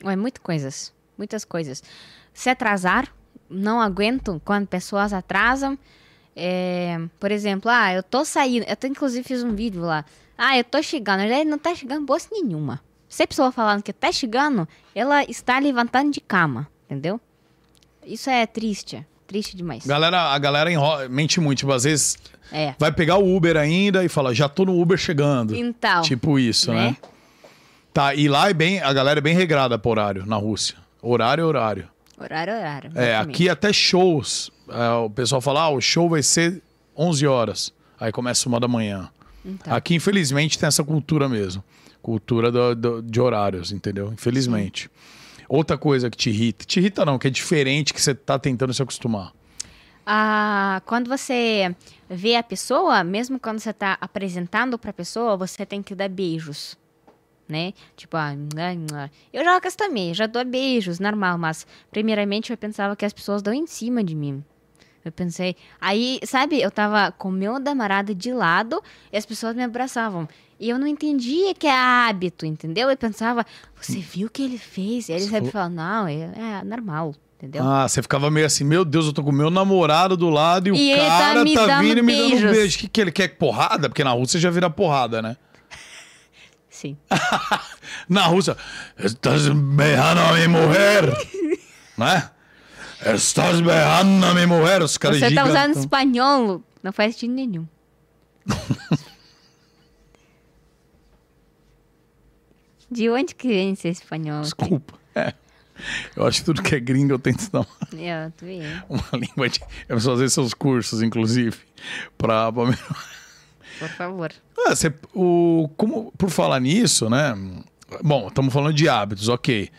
Speaker 2: Ué, muitas É coisas. Muitas coisas. Se atrasar, não aguento quando pessoas atrasam. É, por exemplo, ah, eu tô saindo. Eu até, inclusive fiz um vídeo lá. Ah, eu tô chegando. Ele não tá chegando bolsa nenhuma. Se a pessoa falando que tá chegando, ela está levantando de cama, entendeu? Isso é triste. Triste demais.
Speaker 1: Galera, a galera enro- mente muito. Tipo, às vezes
Speaker 2: É.
Speaker 1: vai pegar o Uber ainda e fala, já tô no Uber chegando.
Speaker 2: Então.
Speaker 1: Tipo isso, né?
Speaker 2: né?
Speaker 1: Tá, e lá é bem, a galera é bem regrada pro horário na Rússia. Horário é horário.
Speaker 2: Horário, horário.
Speaker 1: É,
Speaker 2: exatamente.
Speaker 1: aqui até shows. é, o pessoal fala, ah, o show vai ser 11 horas. Aí começa uma da manhã.
Speaker 2: Então.
Speaker 1: Aqui, infelizmente, tem essa cultura mesmo. Cultura do- do- de horários, entendeu? Infelizmente. Outra coisa que te irrita. Te irrita não, que é diferente que você tá tentando se acostumar.
Speaker 2: Ah, quando você vê a pessoa, mesmo quando você tá apresentando pra pessoa, você tem que dar beijos, né? Tipo, ah, nha, nha. eu já acostumei, já dou beijos, normal, mas primeiramente eu pensava que as pessoas dão em cima de mim. Eu pensei, aí, sabe, eu tava com meu damarado de lado e as pessoas me abraçavam. E eu não entendia que é hábito, entendeu? Eu pensava, você viu o que ele fez? E ele
Speaker 1: Você
Speaker 2: sempre fala, não, é, é normal, entendeu?
Speaker 1: Ah, você ficava meio assim, meu Deus, eu tô com o meu namorado do lado e, o
Speaker 2: E ele tá
Speaker 1: cara
Speaker 2: me
Speaker 1: tá
Speaker 2: dando
Speaker 1: vindo e me dando um
Speaker 2: beijos.
Speaker 1: beijo. O que, que ele quer? Porrada? Porque na Rússia já vira porrada, né?
Speaker 2: Sim.
Speaker 1: Na Rússia, estás beijando a minha mulher, né? Estás beijando a minha mulher, os caras
Speaker 2: Você tá
Speaker 1: gigantão.
Speaker 2: usando espanhol, não faz sentido nenhum. De onde que vem esse espanhol?
Speaker 1: Desculpa. É. Eu acho que tudo que é gringo eu tento dar uma-
Speaker 2: Eu, É, tu vê.
Speaker 1: uma língua de... Eu preciso fazer seus cursos, inclusive, pra... pra melhorar.
Speaker 2: Por favor.
Speaker 1: Ah, você- o, como, por falar nisso, né? Bom, estamos falando de hábitos, ok.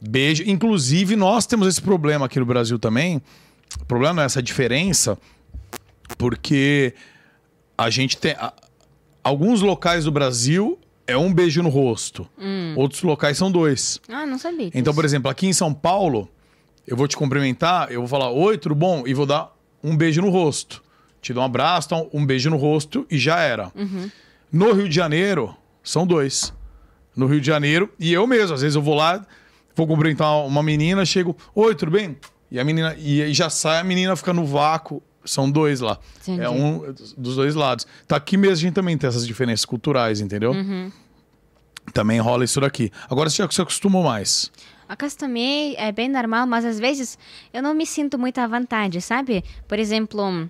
Speaker 1: Beijo. Inclusive, nós temos esse problema aqui no Brasil também. O problema não é essa diferença, porque a gente tem. a- alguns locais do Brasil é um beijo no rosto, outros locais são dois.
Speaker 2: Ah, não sabia.
Speaker 1: Então, por
Speaker 2: disso.
Speaker 1: exemplo, aqui em São Paulo, eu vou te cumprimentar, eu vou falar, oi, tudo bom? E vou dar um beijo no rosto. Te dou um abraço, dá um- um beijo no rosto e já era. No Rio de Janeiro, são dois. No Rio de Janeiro, e eu mesmo, às vezes eu vou lá, vou cumprimentar uma menina, chego, oi, tudo bem? E a menina, e aí já sai, a menina fica no vácuo. São dois lá.
Speaker 2: Entendi.
Speaker 1: É um dos dois lados. Tá aqui mesmo a gente também tem essas diferenças culturais, entendeu? Também rola isso daqui. Agora você já se acostumou mais.
Speaker 2: Acostumei, é bem normal, mas às vezes eu não me sinto muito à vontade, sabe? Por exemplo, hum,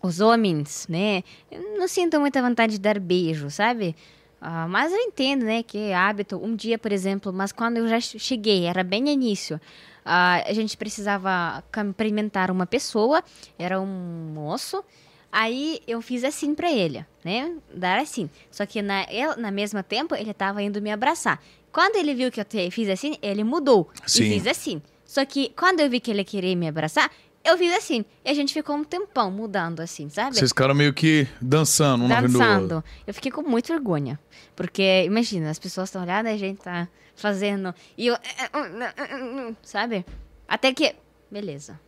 Speaker 2: os homens, né? Eu não sinto muita vontade de dar beijo, sabe? Ah, mas eu entendo, né? Que é hábito. Um dia, por exemplo, mas quando eu já che- cheguei, era bem início, ah, a gente precisava cumprimentar uma pessoa, era um moço. Aí eu fiz assim pra ele, né? Dar assim. Só que na, eu, na mesma tempo ele tava indo me abraçar. Quando ele viu que eu te- fiz assim, ele mudou.
Speaker 1: Sim.
Speaker 2: E fiz assim. Só que quando eu vi que ele queria me abraçar, eu fiz assim. E a gente ficou um tempão mudando assim, sabe?
Speaker 1: Vocês ficaram meio que dançando um na frente do outro.
Speaker 2: dançando. Eu fiquei com muita vergonha. Porque, imagina, as pessoas estão olhando, a gente tá fazendo. E eu. eh, hum, Sabe? Até que. Beleza.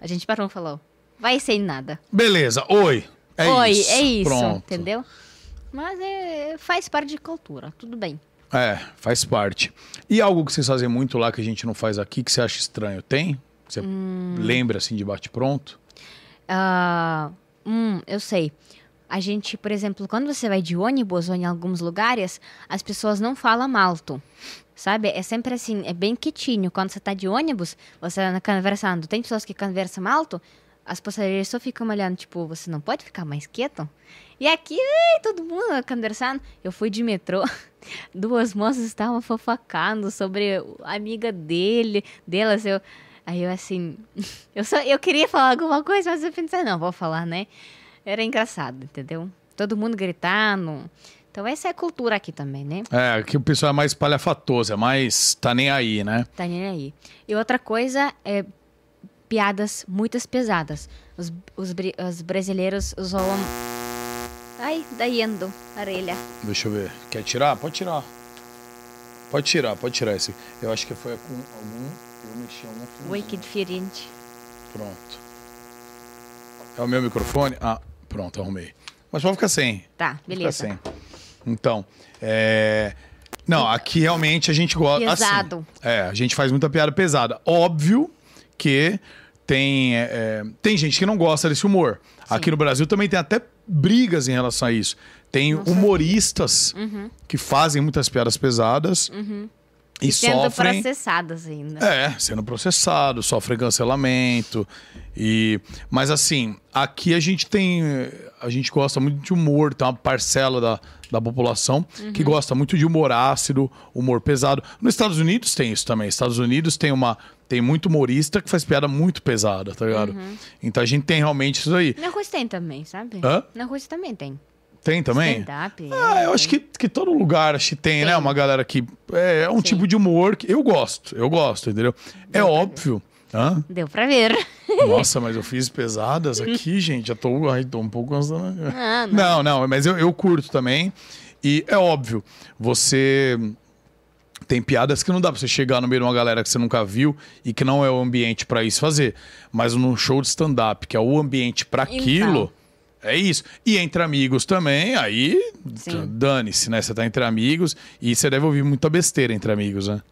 Speaker 2: A gente parou e falou. Vai sem nada.
Speaker 1: Beleza, oi. É
Speaker 2: Oi,
Speaker 1: isso.
Speaker 2: é isso.
Speaker 1: Pronto.
Speaker 2: Entendeu? Mas é, faz parte de cultura, tudo bem.
Speaker 1: É, faz parte. E algo que vocês fazem muito lá que a gente não faz aqui, que você acha estranho, tem? Você
Speaker 2: Hum.
Speaker 1: lembra assim de bate-pronto?
Speaker 2: Ah, hum, eu sei. A gente, por exemplo, quando você vai de ônibus ou em alguns lugares, as pessoas não falam alto. Sabe? É sempre assim, é bem quietinho. Quando você tá de ônibus, você tá conversando. Tem pessoas que conversam alto, as passageiras só ficam olhando, tipo, você não pode ficar mais quieto? E aqui, ei, todo mundo conversando. Eu fui de metrô, duas moças estavam fofocando sobre a amiga dele, delas. Eu, aí eu assim, eu, só, eu queria falar alguma coisa, mas eu pensei, não, vou falar, né? Era engraçado, entendeu? Todo mundo gritando. Então, essa é a cultura aqui também, né?
Speaker 1: É, que o pessoal é mais palhafatoso, é mais tá nem aí, né?
Speaker 2: Tá nem aí. E outra coisa é piadas muito pesadas. Os, os, bri- os brasileiros zoam Ai, da Yendo, orelha.
Speaker 1: Deixa eu ver. Quer tirar? Pode tirar. Pode tirar, pode tirar esse. Eu acho que foi com algum. Eu mexi em algum fio.
Speaker 2: Oi, que diferente.
Speaker 1: Pronto. É o meu microfone? Ah, pronto, arrumei. Mas pode ficar sem.
Speaker 2: Tá,
Speaker 1: Fica
Speaker 2: beleza.
Speaker 1: sem. Então, é. Não, aqui realmente a gente gosta. assim,
Speaker 2: Pesado.
Speaker 1: é, a gente faz muita piada pesada. Óbvio que tem, é, é, tem gente que não gosta desse humor. Aqui no Brasil também tem até brigas em relação a isso. Tem humoristas
Speaker 2: Uhum.
Speaker 1: que fazem muitas piadas pesadas e
Speaker 2: Sendo
Speaker 1: sofrem.
Speaker 2: processadas ainda.
Speaker 1: É, sendo processado, sofre cancelamento e mas assim, aqui a gente tem a gente gosta muito de humor, tem uma parcela da, da população que gosta muito de humor ácido, humor pesado. Nos Estados Unidos tem isso também. Estados Unidos tem uma tem muito humorista que faz piada muito pesada, tá ligado? Então a gente tem realmente isso aí.
Speaker 2: Na Rússia tem também, sabe?
Speaker 1: Hã?
Speaker 2: Na Rússia também tem.
Speaker 1: Tem também?
Speaker 2: Stand-up.
Speaker 1: Ah, eu acho que, que todo lugar acho que tem, né? Uma galera que é, é um tipo de humor que eu gosto, eu gosto, entendeu? É óbvio. Hã?
Speaker 2: Deu pra ver.
Speaker 1: Nossa, mas eu fiz pesadas aqui, gente. Já tô, ai, tô um pouco cansado. não. não, mas eu, eu curto também. E é óbvio, você tem piadas que não dá pra você chegar no meio de uma galera que você nunca viu e que não é o ambiente pra isso fazer. Mas num show de stand-up, que é o ambiente pra aquilo, é isso. E entre amigos também, aí
Speaker 2: Sim.
Speaker 1: dane-se, né? Você tá entre amigos e você deve ouvir muita besteira entre amigos, né?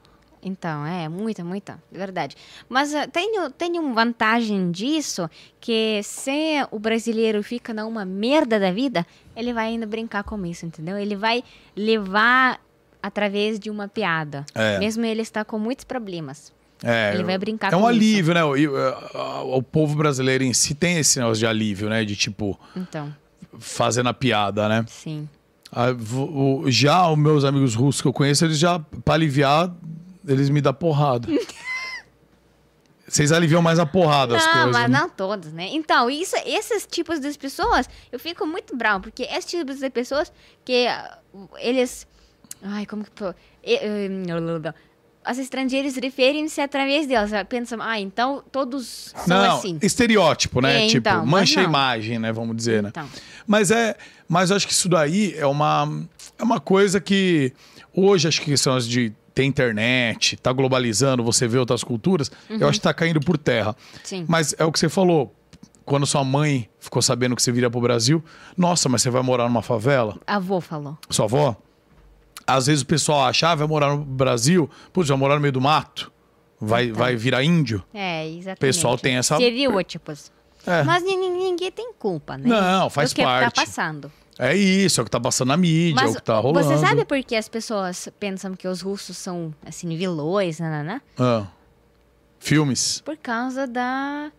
Speaker 2: Então, é, muita, muita, de verdade. Mas ah, tem, o- tem uma vantagem disso, que se o brasileiro fica numa merda da vida, ele vai ainda brincar com isso, entendeu? Ele vai levar através de uma piada.
Speaker 1: É.
Speaker 2: Mesmo ele está com muitos problemas.
Speaker 1: É,
Speaker 2: Ele vai brincar
Speaker 1: É um
Speaker 2: com isso.
Speaker 1: alívio, né? O, e, a- a- o povo brasileiro em si tem esse negócio de alívio, né? De tipo,
Speaker 2: Então,
Speaker 1: fazendo a piada, né?
Speaker 2: sim.
Speaker 1: A- vo- o- já os meus amigos russos que eu conheço, eles já, pra aliviar, eles me dão porrada. Vocês aliviam mais a porrada as
Speaker 2: não,
Speaker 1: coisas.
Speaker 2: mas
Speaker 1: né?
Speaker 2: não todos, né? Então, isso, esses tipos de pessoas, eu fico muito bravo, porque esses tipos de pessoas que ah, eles. Ai, como que. pô- e- eh, As estrangeiras referem-se através delas. ah, Pensam, ah, então todos são
Speaker 1: Não,
Speaker 2: assim.
Speaker 1: estereótipo, né?
Speaker 2: É,
Speaker 1: tipo,
Speaker 2: então, mas
Speaker 1: mancha a
Speaker 2: não.
Speaker 1: imagem, né? Vamos dizer, né?
Speaker 2: Então.
Speaker 1: Mas é. Mas eu acho que isso daí é uma, é uma coisa que hoje acho que são as de ter internet, tá globalizando, você vê outras culturas, eu acho que tá caindo por terra.
Speaker 2: Uhum. Sim.
Speaker 1: Mas é o que você falou. Quando sua mãe ficou sabendo que você viria pro Brasil, nossa, mas você vai morar numa favela?
Speaker 2: A avô falou.
Speaker 1: Sua avó? Às vezes o pessoal acha, ah, vai morar no Brasil, putz, vai morar no meio do mato, vai,
Speaker 2: Então.
Speaker 1: vai virar índio.
Speaker 2: É, exatamente.
Speaker 1: Pessoal tem essa-
Speaker 2: Estereótipos.
Speaker 1: É.
Speaker 2: Mas nin- nin- ninguém tem culpa, né?
Speaker 1: Não, faz
Speaker 2: Do que
Speaker 1: parte.
Speaker 2: tá passando.
Speaker 1: É isso, é o que tá passando na mídia, é o que tá rolando.
Speaker 2: você sabe por que as pessoas pensam que os russos são, assim, vilões, nananã?
Speaker 1: Ah. Filmes.
Speaker 2: por causa da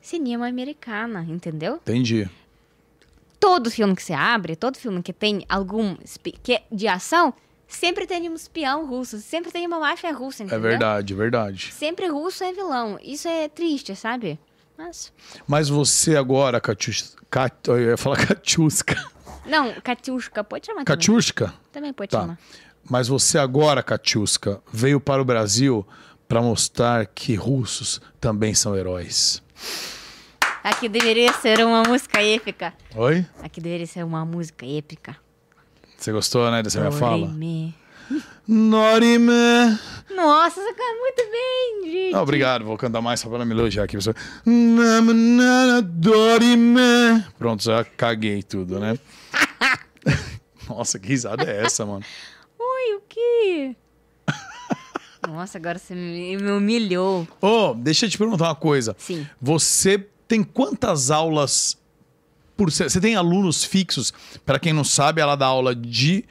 Speaker 2: cinema americana, entendeu?
Speaker 1: Entendi. É
Speaker 2: Todo filme que você abre, todo filme que tem algum espi- que é de ação, sempre tem um espião russo, sempre tem uma máfia russa,
Speaker 1: É
Speaker 2: entendeu?
Speaker 1: verdade, é verdade.
Speaker 2: Sempre russo é vilão. Isso é triste, sabe? Mas
Speaker 1: Mas você agora, Katius... Kat... Eu ia falar Katiuska.
Speaker 2: não, Katiushka pode chamar também.
Speaker 1: Katiuska?
Speaker 2: Também pode
Speaker 1: Tá.
Speaker 2: chamar.
Speaker 1: Mas você agora, Katiuska, veio para o Brasil para mostrar que russos também são heróis.
Speaker 2: Aqui deveria ser uma música épica.
Speaker 1: Oi?
Speaker 2: Aqui deveria ser uma música épica.
Speaker 1: Você gostou, né, dessa minha fala?
Speaker 2: Dorime.
Speaker 1: Norime.
Speaker 2: Nossa, você canta muito bem, gente.
Speaker 1: Não, obrigado, vou cantar mais só para me elogiar aqui, pessoal. Namanana Dorime. Pronto, já caguei tudo, né? Nossa, que risada é essa, mano?
Speaker 2: Oi, o que? Nossa, agora você me me humilhou.
Speaker 1: Ô, deixa eu te perguntar uma coisa.
Speaker 2: Sim.
Speaker 1: Você tem quantas aulas por se- Você tem alunos fixos? Para quem não sabe, ela dá aula de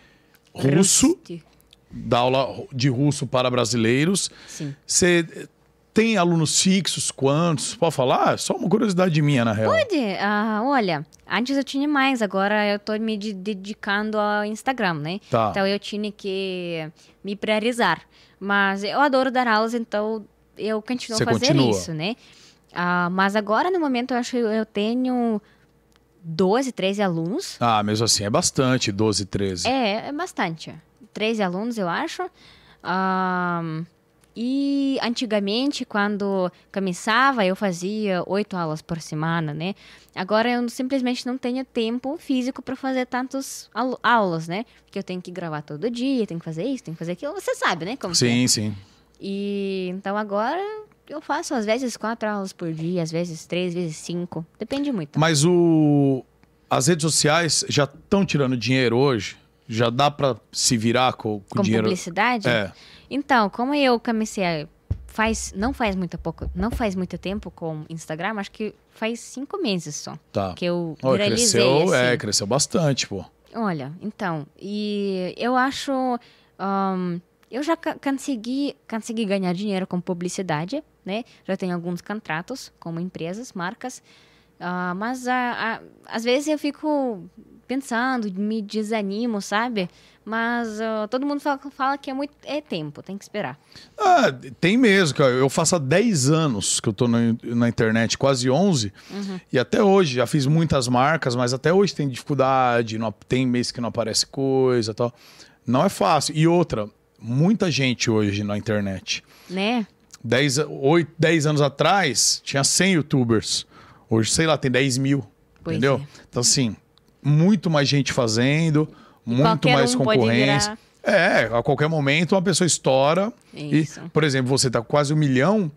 Speaker 1: russo,
Speaker 2: Ruste.
Speaker 1: dá aula de russo para brasileiros.
Speaker 2: Sim.
Speaker 1: Você tem alunos fixos? Quantos? Pode falar? É Só uma curiosidade minha, na real.
Speaker 2: Pode, ah, olha, antes eu tinha mais, agora eu tô me de- dedicando ao Instagram, né?
Speaker 1: Tá.
Speaker 2: Então eu tinha que me priorizar. Mas eu adoro dar aulas, então eu continuo
Speaker 1: Você
Speaker 2: a fazer
Speaker 1: continua.
Speaker 2: isso, né? Ah, mas agora, no momento, eu acho que eu tenho 12, 13 alunos.
Speaker 1: Ah, mesmo assim, é bastante, 12, 13.
Speaker 2: É, é bastante. 13 alunos, eu acho. Ahn, E antigamente, quando começava, eu fazia oito aulas por semana, né? Agora eu simplesmente não tenho tempo físico para fazer tantas au- aulas, né? Porque eu tenho que gravar todo dia, tenho que fazer isso, tenho que fazer aquilo. Você sabe, né? Como que é.
Speaker 1: Sim, sim.
Speaker 2: E então agora eu faço às vezes quatro aulas por dia, às vezes três, às vezes cinco. Depende muito.
Speaker 1: Mas o as redes sociais já estão tirando dinheiro hoje? Já dá pra se virar com, com
Speaker 2: Com
Speaker 1: dinheiro?
Speaker 2: publicidade?
Speaker 1: É.
Speaker 2: Então, como eu comecei a- faz não faz muito pouco, não faz muito tempo com Instagram, acho que faz cinco meses só
Speaker 1: Tá.
Speaker 2: que eu
Speaker 1: Olha,
Speaker 2: viralizei.
Speaker 1: cresceu, é,
Speaker 2: assim.
Speaker 1: cresceu bastante, pô.
Speaker 2: Olha, então, e eu acho, ahn, eu já ca- consegui consegui ganhar dinheiro com publicidade, né? Já tenho alguns contratos com empresas, marcas, ah, mas ah, ah, às vezes eu fico pensando, me desanimo, sabe? Mas ah, todo mundo fala, fala que é muito é tempo, tem que esperar.
Speaker 1: Ah, tem mesmo, cara. Eu faço há 10 anos que eu tô na, na internet, quase 11.
Speaker 2: Uhum.
Speaker 1: E até hoje, já fiz muitas marcas, mas até hoje tem dificuldade, não, tem mês que não aparece coisa e tal. Não é fácil. E outra, muita gente hoje na internet.
Speaker 2: Né?
Speaker 1: 10, 8, 10 anos atrás, tinha 100 youtubers. Hoje, sei lá, tem 10 mil.
Speaker 2: Pois é.
Speaker 1: entendeu? Então, assim, muito mais gente fazendo, muito
Speaker 2: qualquer
Speaker 1: mais
Speaker 2: um pode
Speaker 1: concorrência. É, a qualquer momento uma pessoa estoura.
Speaker 2: Isso.
Speaker 1: E, por exemplo, você tá com quase um milhão,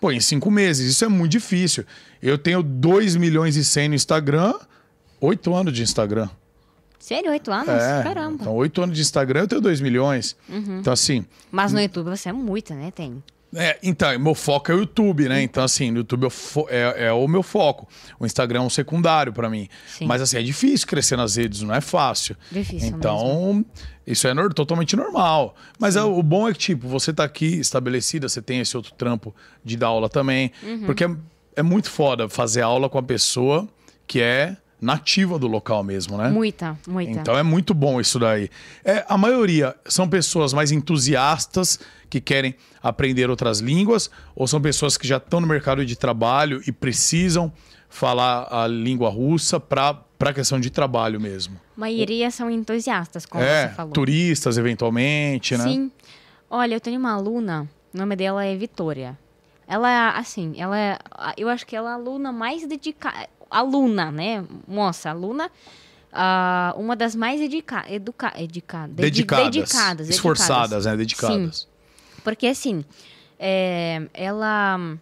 Speaker 1: pô, em cinco meses. Isso é muito difícil. Eu tenho 2 milhões e 100 no Instagram, oito anos de Instagram.
Speaker 2: Sério, oito anos?
Speaker 1: é,
Speaker 2: Caramba. Uhum.
Speaker 1: Então, oito anos de Instagram, eu tenho 2 milhões. Então, assim,
Speaker 2: Mas no YouTube você é muita, né? Tem.
Speaker 1: é, então, meu foco é o YouTube, né? Então, assim, no YouTube eu fo- é, é o meu foco. O Instagram é um secundário pra mim.
Speaker 2: Sim.
Speaker 1: Mas, assim, é difícil crescer nas redes, não é fácil.
Speaker 2: Difícil
Speaker 1: Então, isso é nor- totalmente normal. Mas é- o bom é que, tipo, você tá aqui estabelecida, você tem esse outro trampo de dar aula também.
Speaker 2: Uhum.
Speaker 1: Porque é, é muito foda fazer aula com a pessoa que é nativa do local mesmo, né?
Speaker 2: Muita, muita.
Speaker 1: Então é muito bom isso daí. É, a maioria são pessoas mais entusiastas que querem aprender outras línguas ou são pessoas que já estão no mercado de trabalho e precisam falar a língua russa para a questão de trabalho mesmo.
Speaker 2: maioria são entusiastas, como
Speaker 1: é,
Speaker 2: você falou.
Speaker 1: turistas eventualmente, né?
Speaker 2: Sim. Olha, eu tenho uma aluna, o nome dela é Vitória. Ela é, assim, ela é, eu acho que ela é a aluna mais dedicada, aluna, né? Moça, aluna, ah, uma das mais dedica, educa, educa, dedi-
Speaker 1: Dedicadas,
Speaker 2: dedicadas,
Speaker 1: esforçadas, né?
Speaker 2: Sim.
Speaker 1: Dedicadas.
Speaker 2: Porque assim, é, ela hum,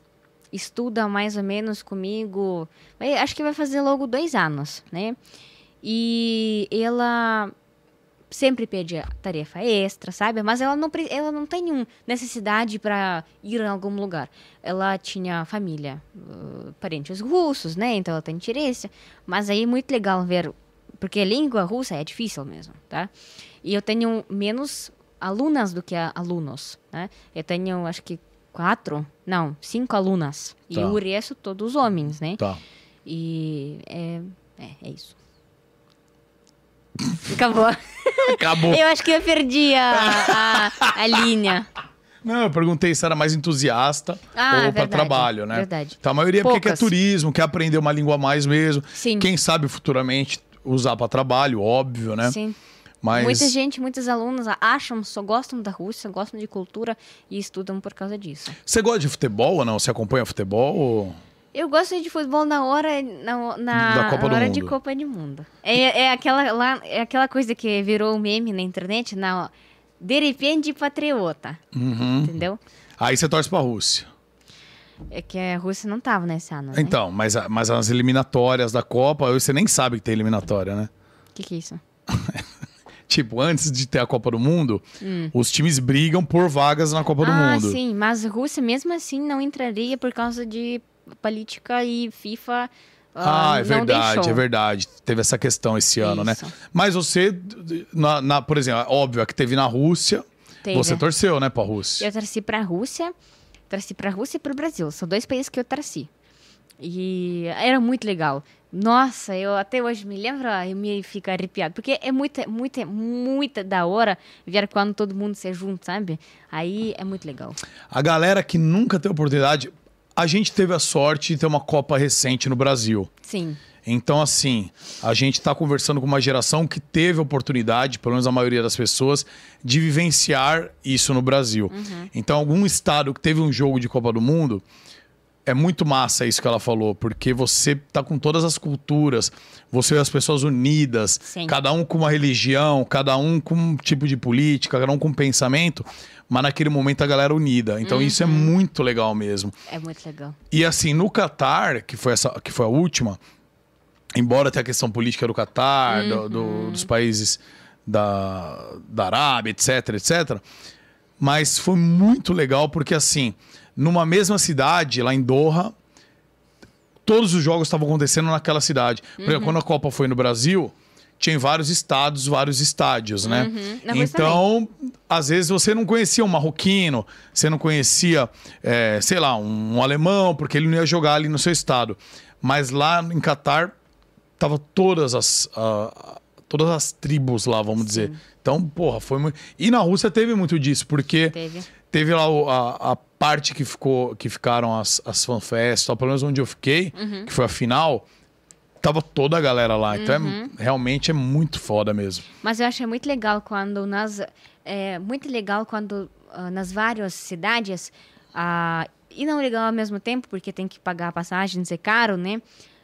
Speaker 2: estuda mais ou menos comigo, vai- acho que vai fazer logo dois anos, né? E ela sempre pede a tarefa extra, sabe? Mas ela não, pre- ela não tem nenhuma necessidade para ir em algum lugar. Ela tinha família, uh, parentes russos, né? Então ela tem interesse. Mas aí é muito legal ver, porque a língua russa é difícil mesmo, tá? E eu tenho menos alunas do que a- alunos, né? Eu tenho, acho que quatro, não, cinco alunas.
Speaker 1: Tá.
Speaker 2: E o resto todos homens, né?
Speaker 1: Tá.
Speaker 2: E é, é, é isso. Acabou.
Speaker 1: Acabou.
Speaker 2: Eu acho que eu perdi a, a, a linha.
Speaker 1: Não, eu perguntei se era mais entusiasta
Speaker 2: Ah,
Speaker 1: ou para
Speaker 2: verdade,
Speaker 1: trabalho, né?
Speaker 2: verdade.
Speaker 1: Então, a maioria é porque quer
Speaker 2: Poucas.
Speaker 1: turismo, quer aprender uma língua a mais mesmo.
Speaker 2: Sim.
Speaker 1: Quem sabe futuramente usar para trabalho, óbvio, né?
Speaker 2: Sim.
Speaker 1: Mas
Speaker 2: Muita gente, muitos alunos acham, só gostam da Rússia, gostam de cultura e estudam por causa disso.
Speaker 1: você gosta de futebol ou não? Você acompanha futebol? Ou...
Speaker 2: Eu gosto de futebol na hora na, na-
Speaker 1: Da Copa
Speaker 2: na
Speaker 1: do
Speaker 2: hora
Speaker 1: Mundo.
Speaker 2: de Copa do Mundo. É, é aquela lá, é aquela coisa que virou um meme na internet, na de repente patriota,
Speaker 1: Uhum.
Speaker 2: entendeu?
Speaker 1: Aí você torce para a Rússia.
Speaker 2: É que a Rússia não tava nesse ano, né?
Speaker 1: Então, mas, a- mas as eliminatórias da Copa, hoje você nem sabe que tem eliminatória, né?
Speaker 2: O que que é isso?
Speaker 1: Tipo, antes de ter a Copa do Mundo, os times brigam por vagas na Copa do
Speaker 2: Hum. ah,
Speaker 1: Mundo.
Speaker 2: sim, mas a Rússia mesmo assim não entraria por causa de política e FIFA.
Speaker 1: Ah,
Speaker 2: ah,
Speaker 1: é
Speaker 2: não
Speaker 1: verdade,
Speaker 2: deixou.
Speaker 1: é verdade. Teve essa questão esse ano, né?
Speaker 2: Isso.
Speaker 1: Mas você, na, na- por exemplo, óbvio, a que teve na Rússia,
Speaker 2: Teve.
Speaker 1: você torceu, né, pra Rússia.
Speaker 2: Eu torci pra Rússia, torci pra Rússia e pro Brasil. São dois países que eu torci. E era muito legal. Nossa, eu até hoje me lembro, eu me fico arrepiado. Porque é muita, muita, muita da hora ver quando todo mundo se junta, sabe? Aí é muito legal.
Speaker 1: A galera que nunca tem oportunidade, a gente teve a sorte de ter uma Copa recente no Brasil.
Speaker 2: Sim.
Speaker 1: Então, assim, a gente está conversando com uma geração que teve a oportunidade, pelo menos a maioria das pessoas, de vivenciar isso no Brasil. Então, algum estado que teve um jogo de Copa do Mundo, é muito massa isso que ela falou, porque você tá com todas as culturas, você vê as pessoas unidas,
Speaker 2: Sim.
Speaker 1: cada um com uma religião, cada um com um tipo de política, cada um com um pensamento, mas naquele momento a galera unida. Então, isso é muito legal mesmo.
Speaker 2: É muito legal.
Speaker 1: E assim, no Catar, que foi, essa, que foi a última, embora tenha a questão política do Catar, do- do- dos países da, da Arábia, etc, etc. Mas foi muito legal porque, assim, numa mesma cidade, lá em Doha, todos os jogos estavam acontecendo naquela cidade. Por exemplo, quando a Copa foi no Brasil, tinha em vários estados, vários estádios, né?
Speaker 2: Na Rússia
Speaker 1: Então, às vezes você não conhecia um marroquino, você não conhecia, eh, sei lá, um, um alemão, porque ele não ia jogar ali no seu estado. Mas lá em Catar, tava todas as. ah, todas as tribos lá, vamos dizer. Então, porra, foi muito. E na Rússia teve muito disso, porque
Speaker 2: Teve.
Speaker 1: teve lá o- a, a parte que ficou que ficaram as, as fanfests, tal, pelo menos onde eu fiquei, que foi a final, tava toda a galera lá. Então é- realmente é muito foda mesmo.
Speaker 2: Mas eu achei muito legal quando nas é muito legal quando ah, nas várias cidades ah, e não legal ao mesmo tempo porque tem que pagar a passagem, isso é caro, né?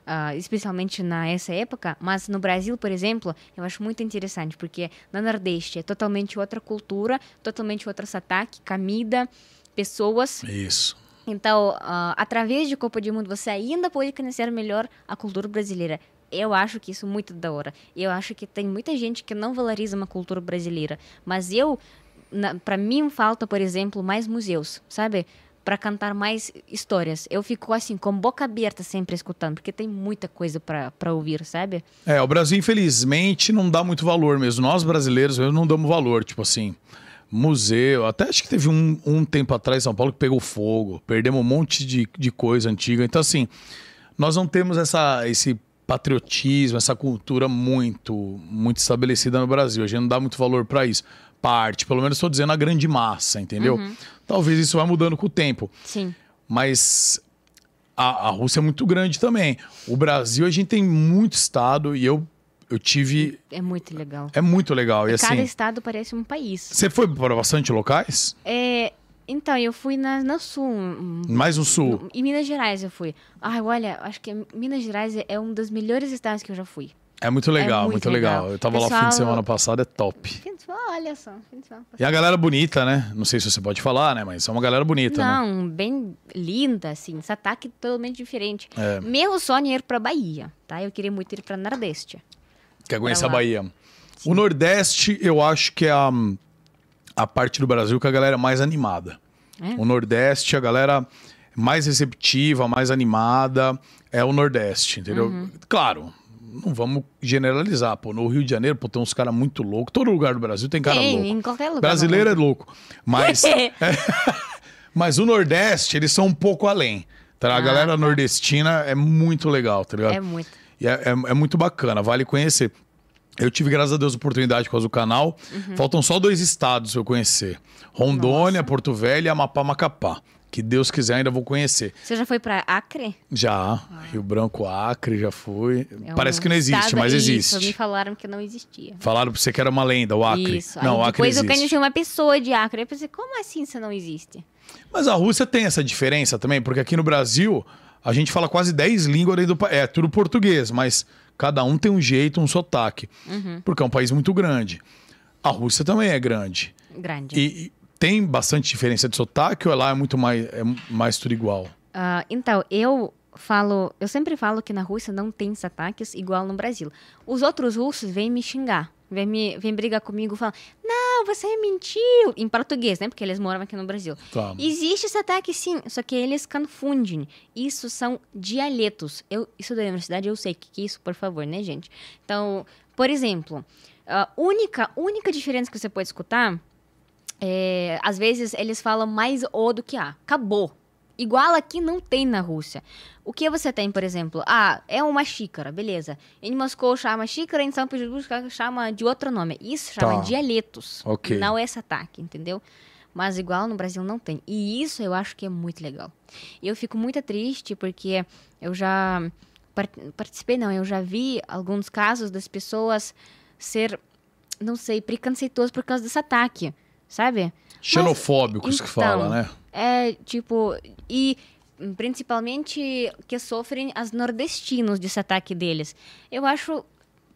Speaker 2: Ah, especialmente nessa época, mas no Brasil, por exemplo, eu acho muito interessante porque no Nordeste é totalmente outra cultura, totalmente outro sotaque, comida, pessoas.
Speaker 1: Isso.
Speaker 2: Então, ah, através de Copa do Mundo, você ainda pode conhecer melhor a cultura brasileira. Eu acho que isso é muito da hora. Eu acho que tem muita gente que não valoriza uma cultura brasileira. Mas eu, na, pra mim, falta, por exemplo, mais museus, sabe? Pra cantar mais histórias. Eu fico assim, com boca aberta sempre escutando, porque tem muita coisa pra, pra ouvir, sabe?
Speaker 1: É, o Brasil, infelizmente, não dá muito valor mesmo. Nós brasileiros mesmo não damos valor, tipo assim. Museu, até acho que teve um, um tempo atrás em São Paulo que pegou fogo, perdemos um monte de, de coisa antiga. Então, assim, nós não temos essa, esse patriotismo, essa cultura muito, muito estabelecida no Brasil. A gente não dá muito valor para isso. Parte, pelo menos estou dizendo a grande massa, entendeu? Talvez isso vá mudando com o tempo.
Speaker 2: Sim.
Speaker 1: Mas a, a Rússia é muito grande também. O Brasil, a gente tem muito estado e eu, eu tive.
Speaker 2: É muito legal.
Speaker 1: É muito legal. E
Speaker 2: Cada
Speaker 1: assim,
Speaker 2: estado parece um país.
Speaker 1: você foi para bastante locais?
Speaker 2: É, então, eu fui na, na Sul, um-
Speaker 1: Mais no sul.
Speaker 2: No- Em Minas Gerais eu fui. Ai, olha, acho que Minas Gerais é um dos melhores estados que eu já fui.
Speaker 1: É muito legal,
Speaker 2: É
Speaker 1: muito,
Speaker 2: muito
Speaker 1: legal.
Speaker 2: legal.
Speaker 1: Eu tava lá fim de
Speaker 2: Pessoal-
Speaker 1: semana passado, é top.
Speaker 2: Fim de semana, Olha só, fim de semana.
Speaker 1: E a galera bonita, né? Não sei se você pode falar, né? Mas é uma galera bonita, né?
Speaker 2: Não, bem linda, assim, esse ataque totalmente diferente.
Speaker 1: É.
Speaker 2: Meu sonho é ir pra Bahia, tá? Eu queria muito ir pra Nordeste.
Speaker 1: Quer conhecer
Speaker 2: Pra
Speaker 1: a
Speaker 2: lá.
Speaker 1: Bahia. O Nordeste, eu acho que é a, a parte do Brasil que a galera é mais animada.
Speaker 2: É?
Speaker 1: O Nordeste, a galera é mais receptiva, mais animada, é o Nordeste, entendeu?
Speaker 2: Uhum.
Speaker 1: Claro, não vamos generalizar, pô. No Rio de Janeiro, pô, tem uns caras muito loucos. Todo lugar do Brasil tem cara
Speaker 2: Tem,
Speaker 1: louco.
Speaker 2: em qualquer lugar.
Speaker 1: Brasileiro é
Speaker 2: do mundo.
Speaker 1: louco. Mas, é, mas o Nordeste, eles são um pouco além. Tá? A
Speaker 2: Ah,
Speaker 1: galera
Speaker 2: tá.
Speaker 1: nordestina é muito legal, tá ligado?
Speaker 2: É muito.
Speaker 1: E é, é- é muito bacana, vale conhecer. Eu tive, graças a Deus, oportunidade por causa do canal.
Speaker 2: Uhum.
Speaker 1: Faltam só dois estados pra eu conhecer: Rondônia, Porto Velho e Amapá Macapá. Que Deus quiser, ainda vou conhecer.
Speaker 2: Você já foi pra Acre?
Speaker 1: Já, Rio Branco, Acre, já fui.
Speaker 2: Ah. É um
Speaker 1: Parece que não existe,
Speaker 2: estado-
Speaker 1: mas
Speaker 2: Isso,
Speaker 1: existe.
Speaker 2: me falaram que não existia.
Speaker 1: Falaram pra você que era uma lenda, o Acre.
Speaker 2: Isso.
Speaker 1: Não, o
Speaker 2: Aí
Speaker 1: Acre
Speaker 2: depois eu
Speaker 1: existe.
Speaker 2: conheci uma pessoa de Acre. Eu pensei, como assim você não existe?
Speaker 1: Mas a Rússia tem essa diferença também, porque aqui no Brasil a gente fala quase 10 línguas dentro do país. É tudo português, mas cada um tem um jeito, um sotaque.
Speaker 2: Uhum.
Speaker 1: Porque é um país muito grande. A Rússia também é grande.
Speaker 2: Grande.
Speaker 1: E, e tem bastante diferença de sotaque ou lá é muito mais, é mais tudo igual?
Speaker 2: Ah, então, eu falo, eu sempre falo que na Rússia não tem ataques igual no Brasil. Os outros russos vêm me xingar, vêm, me, vêm brigar comigo, falam, não, você mentiu, em português, né, porque eles moram aqui no Brasil.
Speaker 1: Tá.
Speaker 2: Existe esse ataque sim, só que eles confundem. Isso são dialetos. Eu estudei na universidade, eu sei o que, que é isso, por favor, né, gente? Então, por exemplo, a única, única diferença que você pode escutar é, às vezes eles falam mais O do que A. Acabou. Igual aqui não tem na Rússia. O que você tem, por exemplo? Ah, é uma xícara, beleza. Em Moscou chama xícara, em São Petersburgo chama de outro nome. Isso chama
Speaker 1: Tá.
Speaker 2: dialetos.
Speaker 1: Ok.
Speaker 2: Não é esse ataque, entendeu? mas igual no Brasil não tem. E isso eu acho que é muito legal. E eu fico muito triste porque eu já par- participei, não, eu já vi alguns casos das pessoas ser, não sei, preconceituosas por causa desse ataque, sabe?
Speaker 1: Xenofóbicos que
Speaker 2: Então,
Speaker 1: fala, né?
Speaker 2: É tipo, e principalmente que sofrem as nordestinos desse ataque deles. Eu acho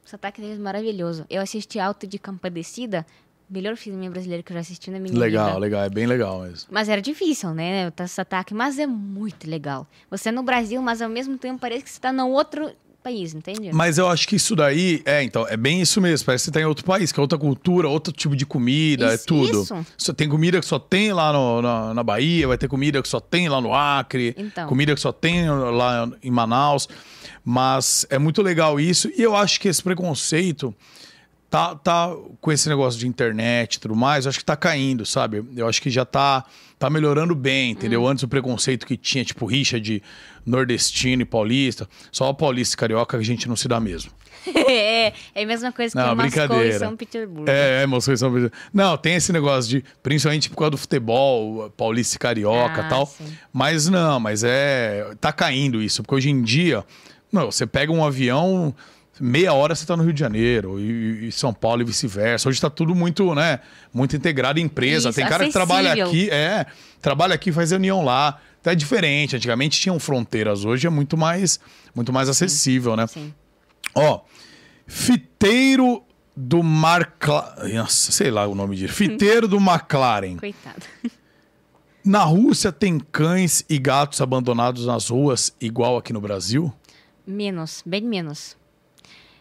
Speaker 2: esse ataque deles maravilhoso. Eu assisti Alto de Compadecida, melhor filme brasileiro que eu já assisti na minha vida.
Speaker 1: Legal, legal, é bem legal mesmo.
Speaker 2: Mas era difícil, né? Esse ataque, mas é muito legal. Você é no Brasil, mas ao mesmo tempo parece que você tá num outro país, entende?
Speaker 1: Mas eu acho que isso daí, é, então, é bem isso mesmo. Parece que você tá em outro país, que é outra cultura, outro tipo de comida,
Speaker 2: Isso-
Speaker 1: é tudo.
Speaker 2: isso.
Speaker 1: Só tem comida que só tem lá no- na, na Bahia, vai ter comida que só tem lá no Acre,
Speaker 2: Então.
Speaker 1: comida que só tem lá em Manaus. Mas é muito legal isso. E eu acho que esse preconceito tá, tá com esse negócio de internet e tudo mais, eu acho que tá caindo, sabe? Eu acho que já tá, tá melhorando bem, entendeu? Antes o preconceito que tinha, tipo, rixa de nordestino e paulista, só paulista e carioca que a gente não se dá mesmo.
Speaker 2: é, é a mesma coisa que
Speaker 1: Não,
Speaker 2: Moscou e
Speaker 1: brincadeira.
Speaker 2: São Petersburgo. né?
Speaker 1: É, é, Moscou e São Paulo. Não, tem esse negócio de, principalmente por causa do futebol, paulista e carioca
Speaker 2: Ah,
Speaker 1: e tal.
Speaker 2: sim.
Speaker 1: Mas não, mas é. Tá caindo isso, porque hoje em dia, não, você pega um avião, meia hora você tá no Rio de Janeiro, e, e São Paulo e vice-versa. Hoje tá tudo muito, né? Muito integrado em empresa.
Speaker 2: Isso,
Speaker 1: tem cara que trabalha
Speaker 2: acessível.
Speaker 1: aqui, é, trabalha aqui, faz reunião lá. Tá diferente. Antigamente tinham fronteiras, hoje é muito mais, muito mais acessível, né?
Speaker 2: Sim.
Speaker 1: Ó, fiteiro do Marcla... Nossa, sei lá o nome disso. Fiteiro do McLaren.
Speaker 2: Coitado.
Speaker 1: Na Rússia tem cães e gatos abandonados nas ruas, igual aqui no Brasil?
Speaker 2: Menos, bem menos.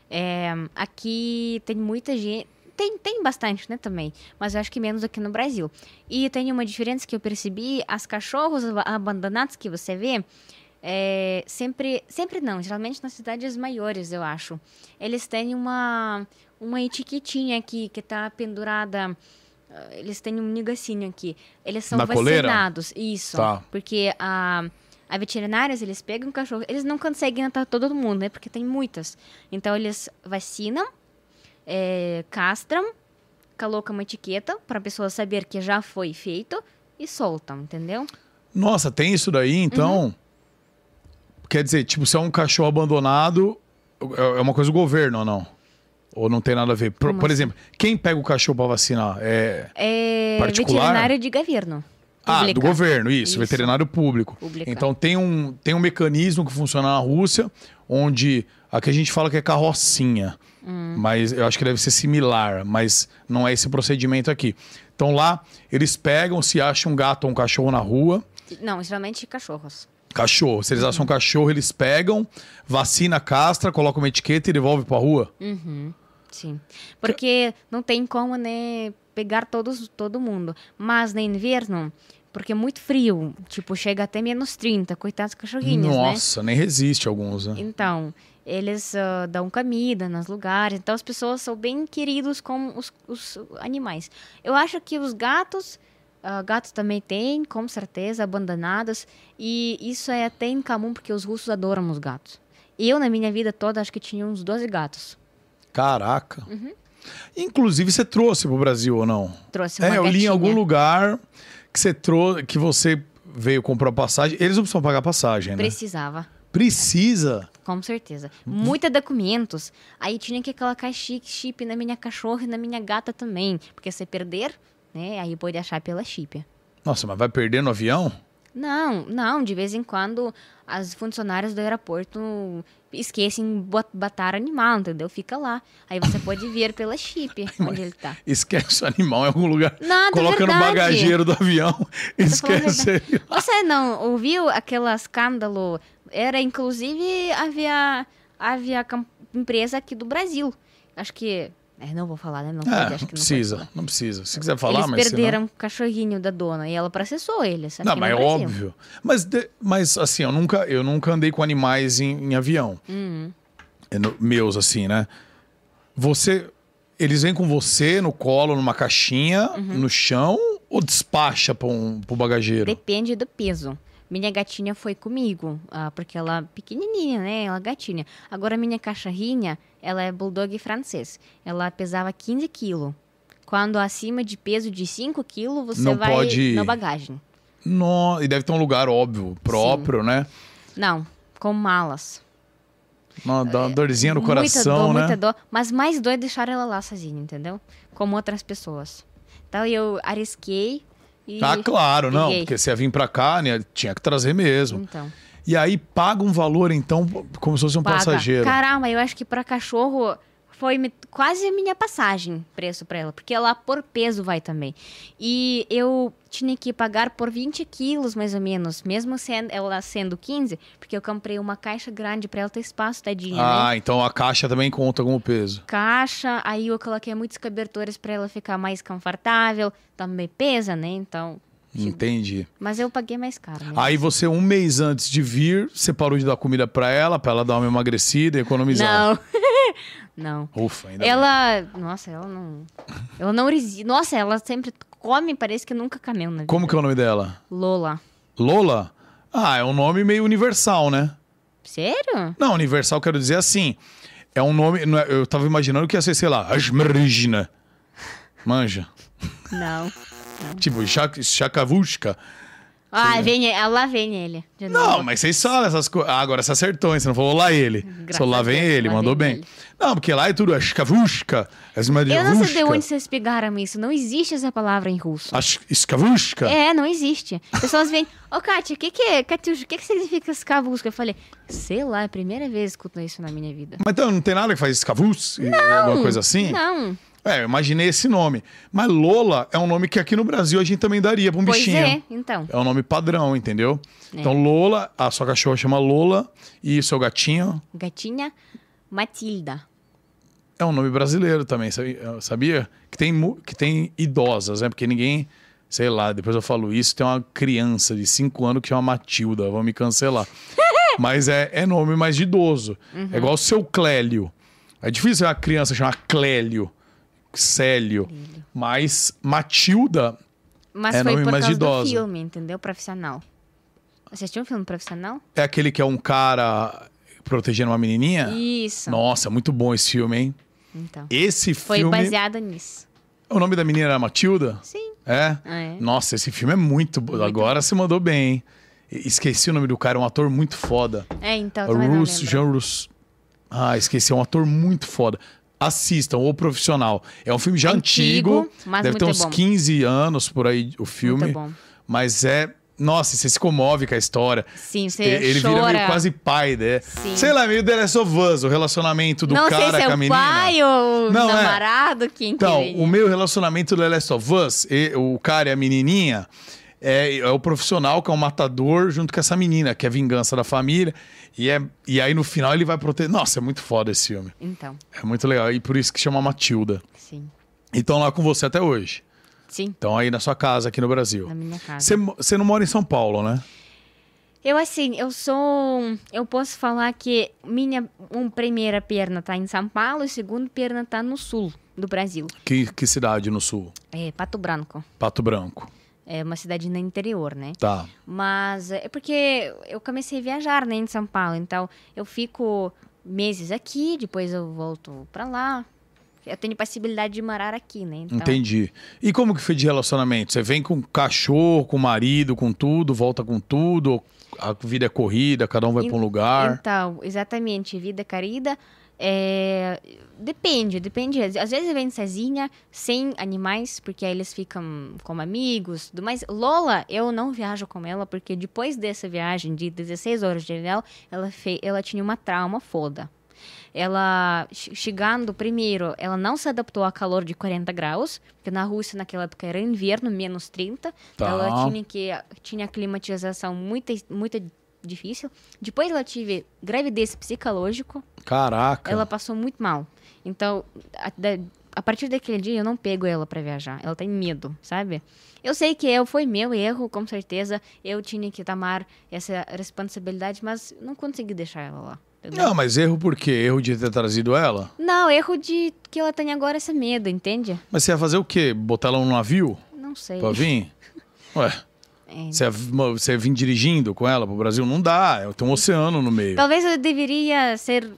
Speaker 2: É, aqui tem muita gente. Tem, tem bastante, né, também. Mas eu acho que menos aqui no Brasil. E tem uma diferença que eu percebi: as cachorros ab- abandonados que você vê. é, sempre, sempre não, geralmente nas cidades maiores, eu acho. Eles têm uma, uma etiquetinha aqui que tá pendurada. ah, Eles têm um negocinho aqui. Eles são
Speaker 1: Na coleira?
Speaker 2: vacinados. Isso.
Speaker 1: Tá.
Speaker 2: Porque a, a veterinárias, eles pegam o cachorro, eles não conseguem atar todo mundo, né? Porque tem muitas. Então, eles vacinam, é, castram, colocam uma etiqueta para a pessoa saber que já foi feito e soltam, entendeu?
Speaker 1: Nossa, tem isso daí, então? Quer dizer, tipo, se é um cachorro abandonado, é é uma coisa do governo ou não? Ou não tem nada a ver? Por, por exemplo, quem pega o cachorro pra vacinar? É...
Speaker 2: É
Speaker 1: Particular?
Speaker 2: veterinário de governo.
Speaker 1: Ah, do
Speaker 2: Pública.
Speaker 1: governo, isso,
Speaker 2: Isso.
Speaker 1: veterinário público.
Speaker 2: Pública.
Speaker 1: Então tem um, tem um mecanismo que funciona na Rússia, onde aqui a gente fala que é carrocinha, mas eu acho que deve ser similar, mas não é esse procedimento aqui. Então lá eles pegam, se acham um gato ou um cachorro na rua,
Speaker 2: Não, geralmente cachorros.
Speaker 1: cachorro. Se eles acham um cachorro, eles pegam, vacina, castra, coloca uma etiqueta e devolve pra rua.
Speaker 2: Sim. Porque não tem como, né, pegar todos, todo mundo. Mas no inverno, porque é muito frio, tipo, chega até menos 30, coitados cachorrinhos, né?
Speaker 1: Nossa, nem resiste alguns, né?
Speaker 2: Então, eles ah, dão comida nos lugares. Então, as pessoas são bem queridos com os, os animais. Eu acho que os gatos... ah, gatos também tem, com certeza, abandonados. E isso é até em comum, porque os russos adoram os gatos. Eu, na minha vida toda, acho que tinha uns 12 gatos.
Speaker 1: Caraca. Inclusive, você trouxe pro Brasil ou não?
Speaker 2: Trouxe uma
Speaker 1: É, eu li em
Speaker 2: gatinha.
Speaker 1: algum lugar que você trouxe, que você veio comprar passagem. Eles não precisam pagar passagem, né? Uhum.
Speaker 2: Precisava.
Speaker 1: Precisa.
Speaker 2: Com certeza. Muita documentos. Aí tinha que colocar chip, chip na minha cachorra e na minha gata também. Porque se perder, né? Aí pode achar pela chip.
Speaker 1: Nossa, mas vai perder no avião?
Speaker 2: Não, não. De vez em quando, as funcionárias do aeroporto esquecem bot- botar animal, entendeu? Fica lá. Aí você pode ver pela chip onde ele tá.
Speaker 1: Esquece o animal em algum lugar.
Speaker 2: Nada,
Speaker 1: Coloca no
Speaker 2: é verdade.
Speaker 1: bagageiro do avião.
Speaker 2: falando
Speaker 1: Esquece.
Speaker 2: Você não ouviu aquele escândalo? Era inclusive havia havia cam- empresa aqui do Brasil. Acho que é, não vou falar, né? Não, pode,
Speaker 1: É,
Speaker 2: acho
Speaker 1: não
Speaker 2: que não pode
Speaker 1: precisa,
Speaker 2: falar.
Speaker 1: não precisa. Se quiser falar,
Speaker 2: eles
Speaker 1: mas. se não-
Speaker 2: perderam o cachorrinho da dona e ela processou eles. Tá aqui
Speaker 1: Não,
Speaker 2: no
Speaker 1: mas é
Speaker 2: Brasil.
Speaker 1: óbvio. Mas, de- mas assim, eu nunca, eu nunca andei com animais em, em avião.
Speaker 2: Hum.
Speaker 1: É no- meus, assim, né? Você. Eles vêm com você no colo, numa caixinha,
Speaker 2: Uhum.
Speaker 1: no chão, ou despacha para um, pro bagageiro?
Speaker 2: Depende do peso. Minha gatinha foi comigo, ah, porque ela é pequenininha, né? Ela é gatinha. Agora, minha cachorrinha, ela é bulldog francês. Ela pesava 15 quilos. Quando acima de peso de 5 quilos, você
Speaker 1: Não
Speaker 2: vai
Speaker 1: pode-
Speaker 2: na bagagem.
Speaker 1: No- E deve ter um lugar óbvio, próprio, né?
Speaker 2: Não, com malas.
Speaker 1: Uma, dá uma dorzinha no coração,
Speaker 2: É, muita dor,
Speaker 1: né?
Speaker 2: Muita dor, mas mais dor é deixar ela lá sozinha, entendeu? Como outras pessoas. Então eu arrisquei e...
Speaker 1: Ah, claro, não.
Speaker 2: Peguei.
Speaker 1: Porque se ia vir pra cá, né, tinha que trazer mesmo.
Speaker 2: Então...
Speaker 1: E aí paga um valor, então, como se fosse um
Speaker 2: paga.
Speaker 1: passageiro.
Speaker 2: Caramba, eu acho que pra cachorro foi me- quase a minha passagem, preço pra ela, porque ela por peso vai também. E eu tinha que pagar por 20 quilos mais ou menos, mesmo sendo ela sendo 15, porque eu comprei uma caixa grande pra ela ter espaço, tadinha, né?
Speaker 1: Ah, então a caixa também conta como peso.
Speaker 2: Caixa, aí eu coloquei muitos cobertores pra ela ficar mais confortável, também pesa, né? Então,
Speaker 1: Entendi.
Speaker 2: mas eu paguei mais caro. né?
Speaker 1: Aí você, um mês antes de vir, você parou de dar comida pra ela, pra ela dar uma emagrecida e economizar.
Speaker 2: Não. Não.
Speaker 1: Ufa, é. ainda bem.
Speaker 2: Ela. Nossa, ela não. Ela não resiste. Nossa, ela sempre come, parece que nunca comeu na vida.
Speaker 1: Como que é o nome dela?
Speaker 2: Lola.
Speaker 1: Lola? Ah, é um nome meio universal, né?
Speaker 2: Sério?
Speaker 1: Não, universal quero dizer assim. É um nome. não é- eu tava imaginando que ia ser, sei lá, Asmerigina. Manja.
Speaker 2: Não.
Speaker 1: Tipo, Chak- Chakavushka.
Speaker 2: Ah, vem, ele- ah, lá vem ele. de
Speaker 1: Não,
Speaker 2: novo.
Speaker 1: mas vocês falam essas coisas. Ah, agora você acertou, hein? Você não falou lá ele.
Speaker 2: Graças
Speaker 1: Só lá
Speaker 2: a
Speaker 1: vem
Speaker 2: Deus,
Speaker 1: ele,
Speaker 2: lá
Speaker 1: mandou
Speaker 2: vem
Speaker 1: bem.
Speaker 2: ele.
Speaker 1: Não, porque lá é tudo Ashkavushka.
Speaker 2: Eu não sei de onde vocês pegaram isso. Não existe essa palavra em russo.
Speaker 1: Ashkavushka.
Speaker 2: É, não existe. Pessoas vêm, ô Kátia, o que que é? Katiush, o que que significa escabusca? Eu falei, sei lá, é a primeira vez que escuto isso na minha vida.
Speaker 1: Mas então não tem nada que faz escavus? Alguma coisa assim?
Speaker 2: Não,
Speaker 1: É, eu imaginei esse nome. Mas Lola é um nome que aqui no Brasil a gente também daria pra um
Speaker 2: pois
Speaker 1: bichinho.
Speaker 2: é, então.
Speaker 1: É um nome padrão, entendeu? Então Lola, a sua cachorra chama Lola e o seu gatinho
Speaker 2: Gatinha Matilda.
Speaker 1: é um nome brasileiro também, sabe- é, sabia? Que tem, mu- que tem idosas, né? Porque ninguém, sei lá, depois eu falo isso, tem uma criança de 5 anos que chama Matilda, vão me cancelar. Mas é, é nome mais de idoso.
Speaker 2: Uhum.
Speaker 1: É igual o seu Clélio. É difícil uma criança chamar Clélio, Célio. Mas Matilda
Speaker 2: Mas
Speaker 1: É
Speaker 2: foi
Speaker 1: nome
Speaker 2: por
Speaker 1: mais
Speaker 2: causa do
Speaker 1: idosa.
Speaker 2: filme, entendeu? Profissional. Assistiu um filme profissional?
Speaker 1: é aquele que é um cara protegendo uma menininha?
Speaker 2: Isso.
Speaker 1: Nossa, muito bom esse filme, hein?
Speaker 2: Então.
Speaker 1: Esse
Speaker 2: Foi
Speaker 1: filme.
Speaker 2: baseado nisso.
Speaker 1: O nome da menina era Matilda?
Speaker 2: Sim.
Speaker 1: É?
Speaker 2: É.
Speaker 1: Nossa, esse filme é muito. bo- Agora você mandou bem, hein? E- Esqueci o nome do cara, é um ator muito foda.
Speaker 2: É, então, eu também não
Speaker 1: Russo,
Speaker 2: lembro.
Speaker 1: Jean Russo. Ah, esqueci, é um ator muito foda. Assistam, O Profissional. É um filme já antigo,
Speaker 2: Antigo, mas
Speaker 1: deve ter
Speaker 2: muito
Speaker 1: uns
Speaker 2: bom.
Speaker 1: 15 anos por aí o filme.
Speaker 2: Muito bom.
Speaker 1: Mas é. Nossa, você se comove com a história.
Speaker 2: Sim, você
Speaker 1: E- Ele
Speaker 2: chora.
Speaker 1: vira meio quase pai, né?
Speaker 2: Sim.
Speaker 1: Sei lá, meio The Last of Us, o relacionamento do
Speaker 2: não
Speaker 1: cara
Speaker 2: sei se
Speaker 1: com
Speaker 2: é
Speaker 1: a
Speaker 2: o
Speaker 1: menina.
Speaker 2: pai ou o
Speaker 1: Não, é.
Speaker 2: namorado, quem
Speaker 1: Então,
Speaker 2: que...
Speaker 1: o meu relacionamento do The Last of Us, e- o cara e a menininha, é, é o profissional que é um matador junto com essa menina, que é a vingança da família. E, é, e aí no final ele vai proteger. Nossa, é muito foda esse filme.
Speaker 2: Então,
Speaker 1: É muito legal. E por isso que chama Matilda.
Speaker 2: sim.
Speaker 1: E estão lá com você até hoje.
Speaker 2: Sim,
Speaker 1: Estão aí na sua casa, aqui no Brasil.
Speaker 2: na minha casa.
Speaker 1: Você mo- Você não mora em São Paulo, né?
Speaker 2: Eu, assim, eu sou... Eu posso falar que minha um, primeira perna tá em São Paulo e segunda perna tá no sul do Brasil.
Speaker 1: Que, que cidade no sul?
Speaker 2: É, Pato Branco.
Speaker 1: Pato Branco.
Speaker 2: É uma cidade no interior, né?
Speaker 1: Tá.
Speaker 2: Mas é porque eu comecei a viajar, né, em São Paulo. Então, eu fico meses aqui, depois eu volto pra lá. Eu tenho possibilidade de morar aqui, né? Então,
Speaker 1: Entendi. E como que foi de relacionamento? Você vem com um cachorro, com marido, com tudo, volta com tudo? ou A vida é corrida, cada um vai pra um lugar.
Speaker 2: Então, exatamente, vida querida. é, Depende, depende. Às às vezes vem sozinha, sem animais, porque aí eles ficam como amigos. tudo mais. Lola, eu não viajo com ela, porque depois dessa viagem de 16 horas de avião, ela, fe... ela tinha uma trauma foda. Ela, che- chegando primeiro, ela não se adaptou ao calor de 40 graus, porque na Rússia naquela época era inverno, menos 30.
Speaker 1: Tá.
Speaker 2: Ela tinha que tinha climatização muito, muito difícil. Depois ela tive gravidez psicológica,
Speaker 1: Caraca.
Speaker 2: ela passou muito mal. Então, a, da- a partir daquele dia eu não pego ela pra viajar. Ela tem medo, sabe? Eu sei que eu foi meu erro, com certeza. Eu tinha que tomar essa responsabilidade, mas não consegui deixar ela lá. entendeu?
Speaker 1: Não, mas erro por quê? Erro de ter trazido ela?
Speaker 2: Não, erro de que ela tem agora esse medo, entende?
Speaker 1: Mas você ia fazer o quê? Botar ela num navio
Speaker 2: Não sei.
Speaker 1: pra vir? Ué,
Speaker 2: É.
Speaker 1: você ia, você ia vir é,
Speaker 2: Então-
Speaker 1: dirigindo com ela pro Brasil? Não dá, tem um oceano no meio.
Speaker 2: Talvez eu deveria ser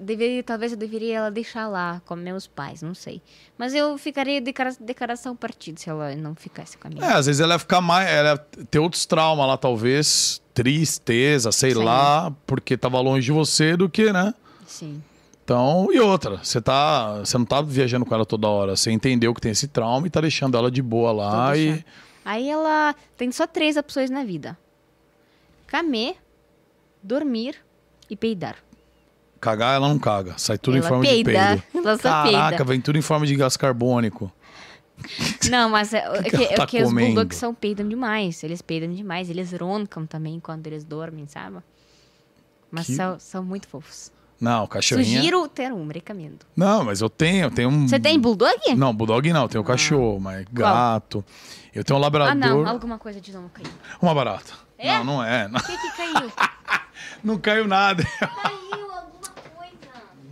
Speaker 2: deveria, talvez eu deveria deixar lá com meus pais, não sei. Mas eu ficaria de, cara, de coração partido se ela não ficasse com a minha.
Speaker 1: É, às vezes ela ia ficar mais. Ela ia ter outros traumas lá, talvez. Tristeza, sei
Speaker 2: Sim.
Speaker 1: lá, porque tava longe de você do que, né?
Speaker 2: Sim.
Speaker 1: Então, e outra, você tá. Você não tá viajando com ela toda hora. Você entendeu que tem esse trauma e tá deixando ela de boa lá
Speaker 2: Vou
Speaker 1: e.
Speaker 2: deixar. Aí ela tem só três opções na vida: camer, dormir e peidar.
Speaker 1: Cagar, ela não caga. Sai tudo
Speaker 2: ela
Speaker 1: em forma de
Speaker 2: peida.
Speaker 1: peido.
Speaker 2: Ela só
Speaker 1: Caraca,
Speaker 2: peida.
Speaker 1: vem tudo em forma de gás carbônico.
Speaker 2: Não, mas é, é
Speaker 1: que
Speaker 2: que,
Speaker 1: ela
Speaker 2: é
Speaker 1: tá
Speaker 2: que os
Speaker 1: comendo?
Speaker 2: bulldogs são peidam demais. Eles peidam demais. Eles roncam também quando eles dormem, sabe? Mas
Speaker 1: Que-
Speaker 2: são, são muito fofos.
Speaker 1: Não, cachorrinha.
Speaker 2: Sugiro ter um, recomendo.
Speaker 1: Não, mas eu tenho, eu tenho um.
Speaker 2: Você tem bulldog?
Speaker 1: Não, bulldog não, eu tenho cachorro, mas gato. Eu tenho um
Speaker 2: Ah,
Speaker 1: labrador.
Speaker 2: não. Alguma coisa de novo caiu. O
Speaker 1: Uma barata.
Speaker 2: É?
Speaker 1: Não, não é. Não,
Speaker 2: que, que caiu?
Speaker 1: não caiu nada.
Speaker 2: caiu alguma coisa.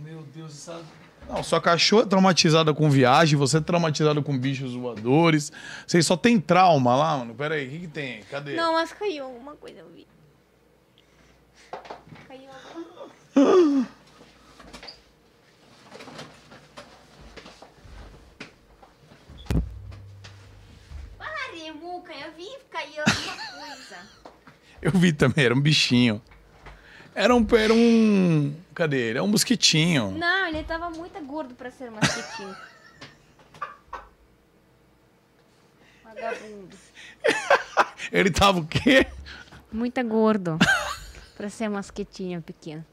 Speaker 1: Meu Deus, sabe? Não, sua cachorra é traumatizada com viagem, você é traumatizado com bichos voadores. Vocês só tem trauma lá, mano. Pera aí, o que, que tem? Cadê?
Speaker 2: Não, mas caiu alguma coisa, eu vi. Caiu alguma coisa. Para, Remuca, eu vi caiu alguma coisa.
Speaker 1: Eu vi também, era um bichinho. Era um. Era um. Cadê ele? É um mosquitinho.
Speaker 2: Não, ele tava muito gordo pra ser mosquitinho. Vagabundo.
Speaker 1: Ele tava o quê?
Speaker 2: Muito gordo pra ser mosquitinho pequeno.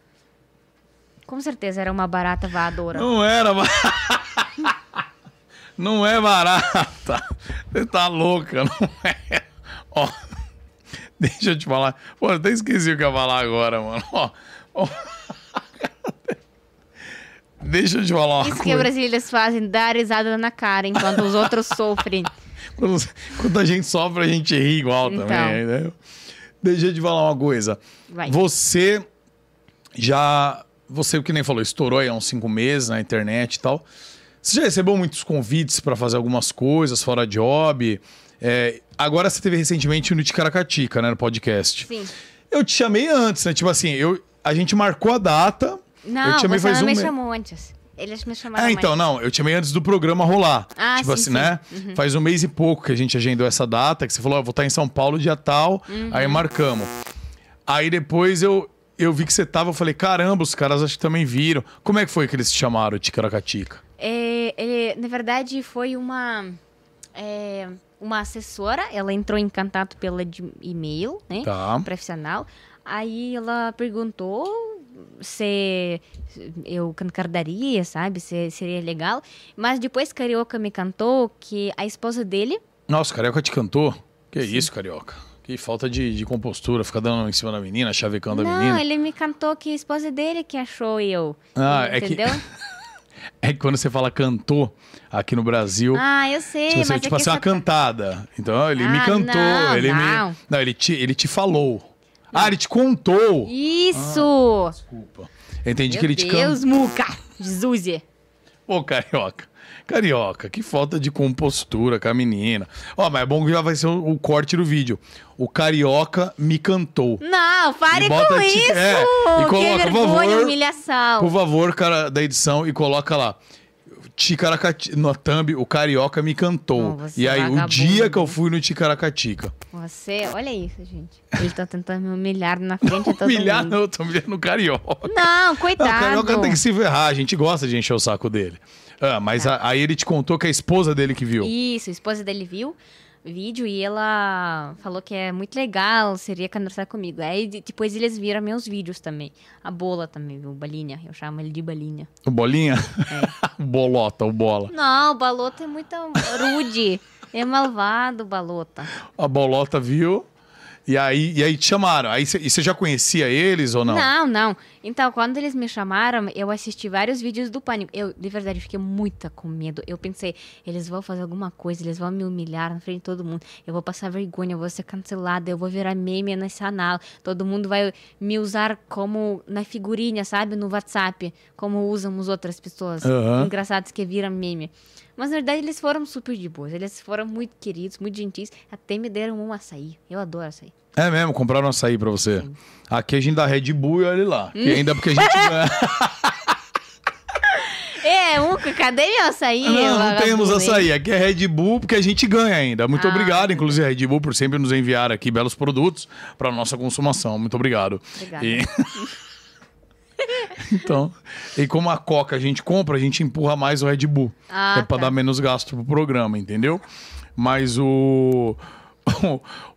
Speaker 2: Com certeza era uma barata voadora.
Speaker 1: Não era barata. Não é barata. Você tá louca, não é. Ó, deixa eu te falar. Pô, eu até esqueci o que eu ia falar agora, mano. Ó, ó. Deixa eu te falar uma
Speaker 2: Isso que
Speaker 1: coisa.
Speaker 2: brasileiros fazem, dar risada na cara enquanto os outros sofrem.
Speaker 1: Quando, quando a gente sofre, a gente ri igual
Speaker 2: Então.
Speaker 1: também, né? Deixa eu te falar uma coisa.
Speaker 2: Vai.
Speaker 1: Você já. Você que nem falou, estourou aí há uns cinco meses na internet e tal. Você já recebeu muitos convites pra fazer algumas coisas fora job? É, agora você teve recentemente no Ticaracatica, né? No podcast.
Speaker 2: Sim.
Speaker 1: Eu te chamei antes, né? Tipo assim, eu, a gente marcou a data. eu
Speaker 2: Não,
Speaker 1: te chamei
Speaker 2: você
Speaker 1: faz
Speaker 2: não
Speaker 1: um
Speaker 2: me
Speaker 1: mês.
Speaker 2: chamou antes. Eles me chamaram
Speaker 1: Ah, então,
Speaker 2: mais.
Speaker 1: não, eu te chamei antes do programa rolar.
Speaker 2: Ah,
Speaker 1: tipo
Speaker 2: sim,
Speaker 1: assim,
Speaker 2: sim.
Speaker 1: né? Faz um mês e pouco que a gente agendou essa data, que você falou, ó, vou estar em São Paulo dia tal,
Speaker 2: Uhum.
Speaker 1: aí marcamos. Aí depois eu, eu vi que você tava, eu falei, caramba, os caras acho que também viram. Como é que foi que eles te chamaram, Ticaracatica?
Speaker 2: É, ele, na verdade, foi uma... é, uma assessora, ela entrou em contato pelo de- e-mail, né?
Speaker 1: Tá.
Speaker 2: Profissional. Aí ela perguntou se eu concordaria, sabe? Se seria legal. Mas depois Carioca me cantou que a esposa dele
Speaker 1: Nossa, o Carioca te cantou? Que isso, Carioca? Que falta de, de compostura, ficar dando em cima da menina, chavecando a
Speaker 2: não,
Speaker 1: menina.
Speaker 2: ele me cantou que a esposa dele que achou eu.
Speaker 1: Ah, é que-
Speaker 2: entendeu?
Speaker 1: É que quando você fala cantou aqui no Brasil,
Speaker 2: Ah, eu sei,
Speaker 1: Tipo, assim,
Speaker 2: mas
Speaker 1: tipo
Speaker 2: é que
Speaker 1: assim, uma
Speaker 2: essa-
Speaker 1: cantada. Então, ele me
Speaker 2: Ah,
Speaker 1: cantou,
Speaker 2: não,
Speaker 1: ele me.
Speaker 2: não.
Speaker 1: Não, ele te, ele te falou. Ah, ele te contou.
Speaker 2: Isso!
Speaker 1: Desculpa. Eu entendi
Speaker 2: Meu
Speaker 1: Ah. que ele te cantou.
Speaker 2: Deus, Muca! Jesus!
Speaker 1: Ô, carioca. Carioca, que falta de compostura com a menina. Ó, mas é bom que já vai ser o, o corte do vídeo. O carioca me cantou.
Speaker 2: Não, pare
Speaker 1: E bota
Speaker 2: com
Speaker 1: ti-
Speaker 2: isso!
Speaker 1: é, e coloca,
Speaker 2: que
Speaker 1: por
Speaker 2: vergonha,
Speaker 1: favor,
Speaker 2: humilhação.
Speaker 1: Por favor, cara da edição, e coloca lá. Ticaracatica, na thumb, o carioca me cantou.
Speaker 2: Não, você
Speaker 1: e aí, o
Speaker 2: vagabundo.
Speaker 1: dia que eu fui no Ticaracatica.
Speaker 2: Você, olha isso, gente. Ele tá tentando me humilhar na frente de é todo
Speaker 1: Humilhar
Speaker 2: mundo. Tá
Speaker 1: não, eu tô humilhando o carioca.
Speaker 2: Não,
Speaker 1: Não,
Speaker 2: coitado.
Speaker 1: o carioca tem que se ferrar, a gente gosta de encher o saco dele. Ah, mas
Speaker 2: Tá.
Speaker 1: a- aí ele te contou que é a esposa dele que viu.
Speaker 2: Isso, a esposa dele viu o vídeo e ela falou que é muito legal, seria conversar comigo. Aí de- depois eles viram meus vídeos também. A bola também, viu? Bolinha. Eu chamo ele de bolinha.
Speaker 1: O Bolinha?
Speaker 2: É.
Speaker 1: Bolota, o bola.
Speaker 2: Não, o Balota é muito rude. É malvado, o Balota.
Speaker 1: A Bolota viu. E aí, e aí te chamaram. Aí cê- e você já conhecia eles ou não?
Speaker 2: Não, não. Então, quando eles me chamaram, eu assisti vários vídeos do Pânico. Eu, de verdade, fiquei muito com medo. Eu pensei, eles vão fazer alguma coisa, eles vão me humilhar na frente de todo mundo. Eu vou passar vergonha, eu vou ser cancelada, eu vou virar meme nacional. Todo mundo vai me usar como na figurinha, sabe? No WhatsApp, como usam as outras pessoas
Speaker 1: Aham.
Speaker 2: engraçadas que viram meme. Mas, na verdade, eles foram super de boas. Eles foram muito queridos, muito gentis. Até me deram um açaí. Eu adoro açaí.
Speaker 1: É mesmo,
Speaker 2: Hum.
Speaker 1: é. compraram açaí pra você. Aqui a gente dá Red Bull e olha lá. Que ainda porque a gente ganha.
Speaker 2: É, Muca, cadê meu açaí?
Speaker 1: Não, não
Speaker 2: vagabundo,
Speaker 1: temos
Speaker 2: hein?
Speaker 1: açaí. Aqui é Red Bull, porque a gente ganha ainda. Muito
Speaker 2: Ah.
Speaker 1: obrigado, inclusive, a Red Bull, por sempre nos enviar aqui belos produtos para nossa consumação. Muito obrigado.
Speaker 2: Obrigada.
Speaker 1: E- então, e como a Coca a gente compra, a gente empurra mais o Red Bull.
Speaker 2: Ah,
Speaker 1: é para
Speaker 2: tá.
Speaker 1: dar menos gasto pro programa, entendeu? Mas o.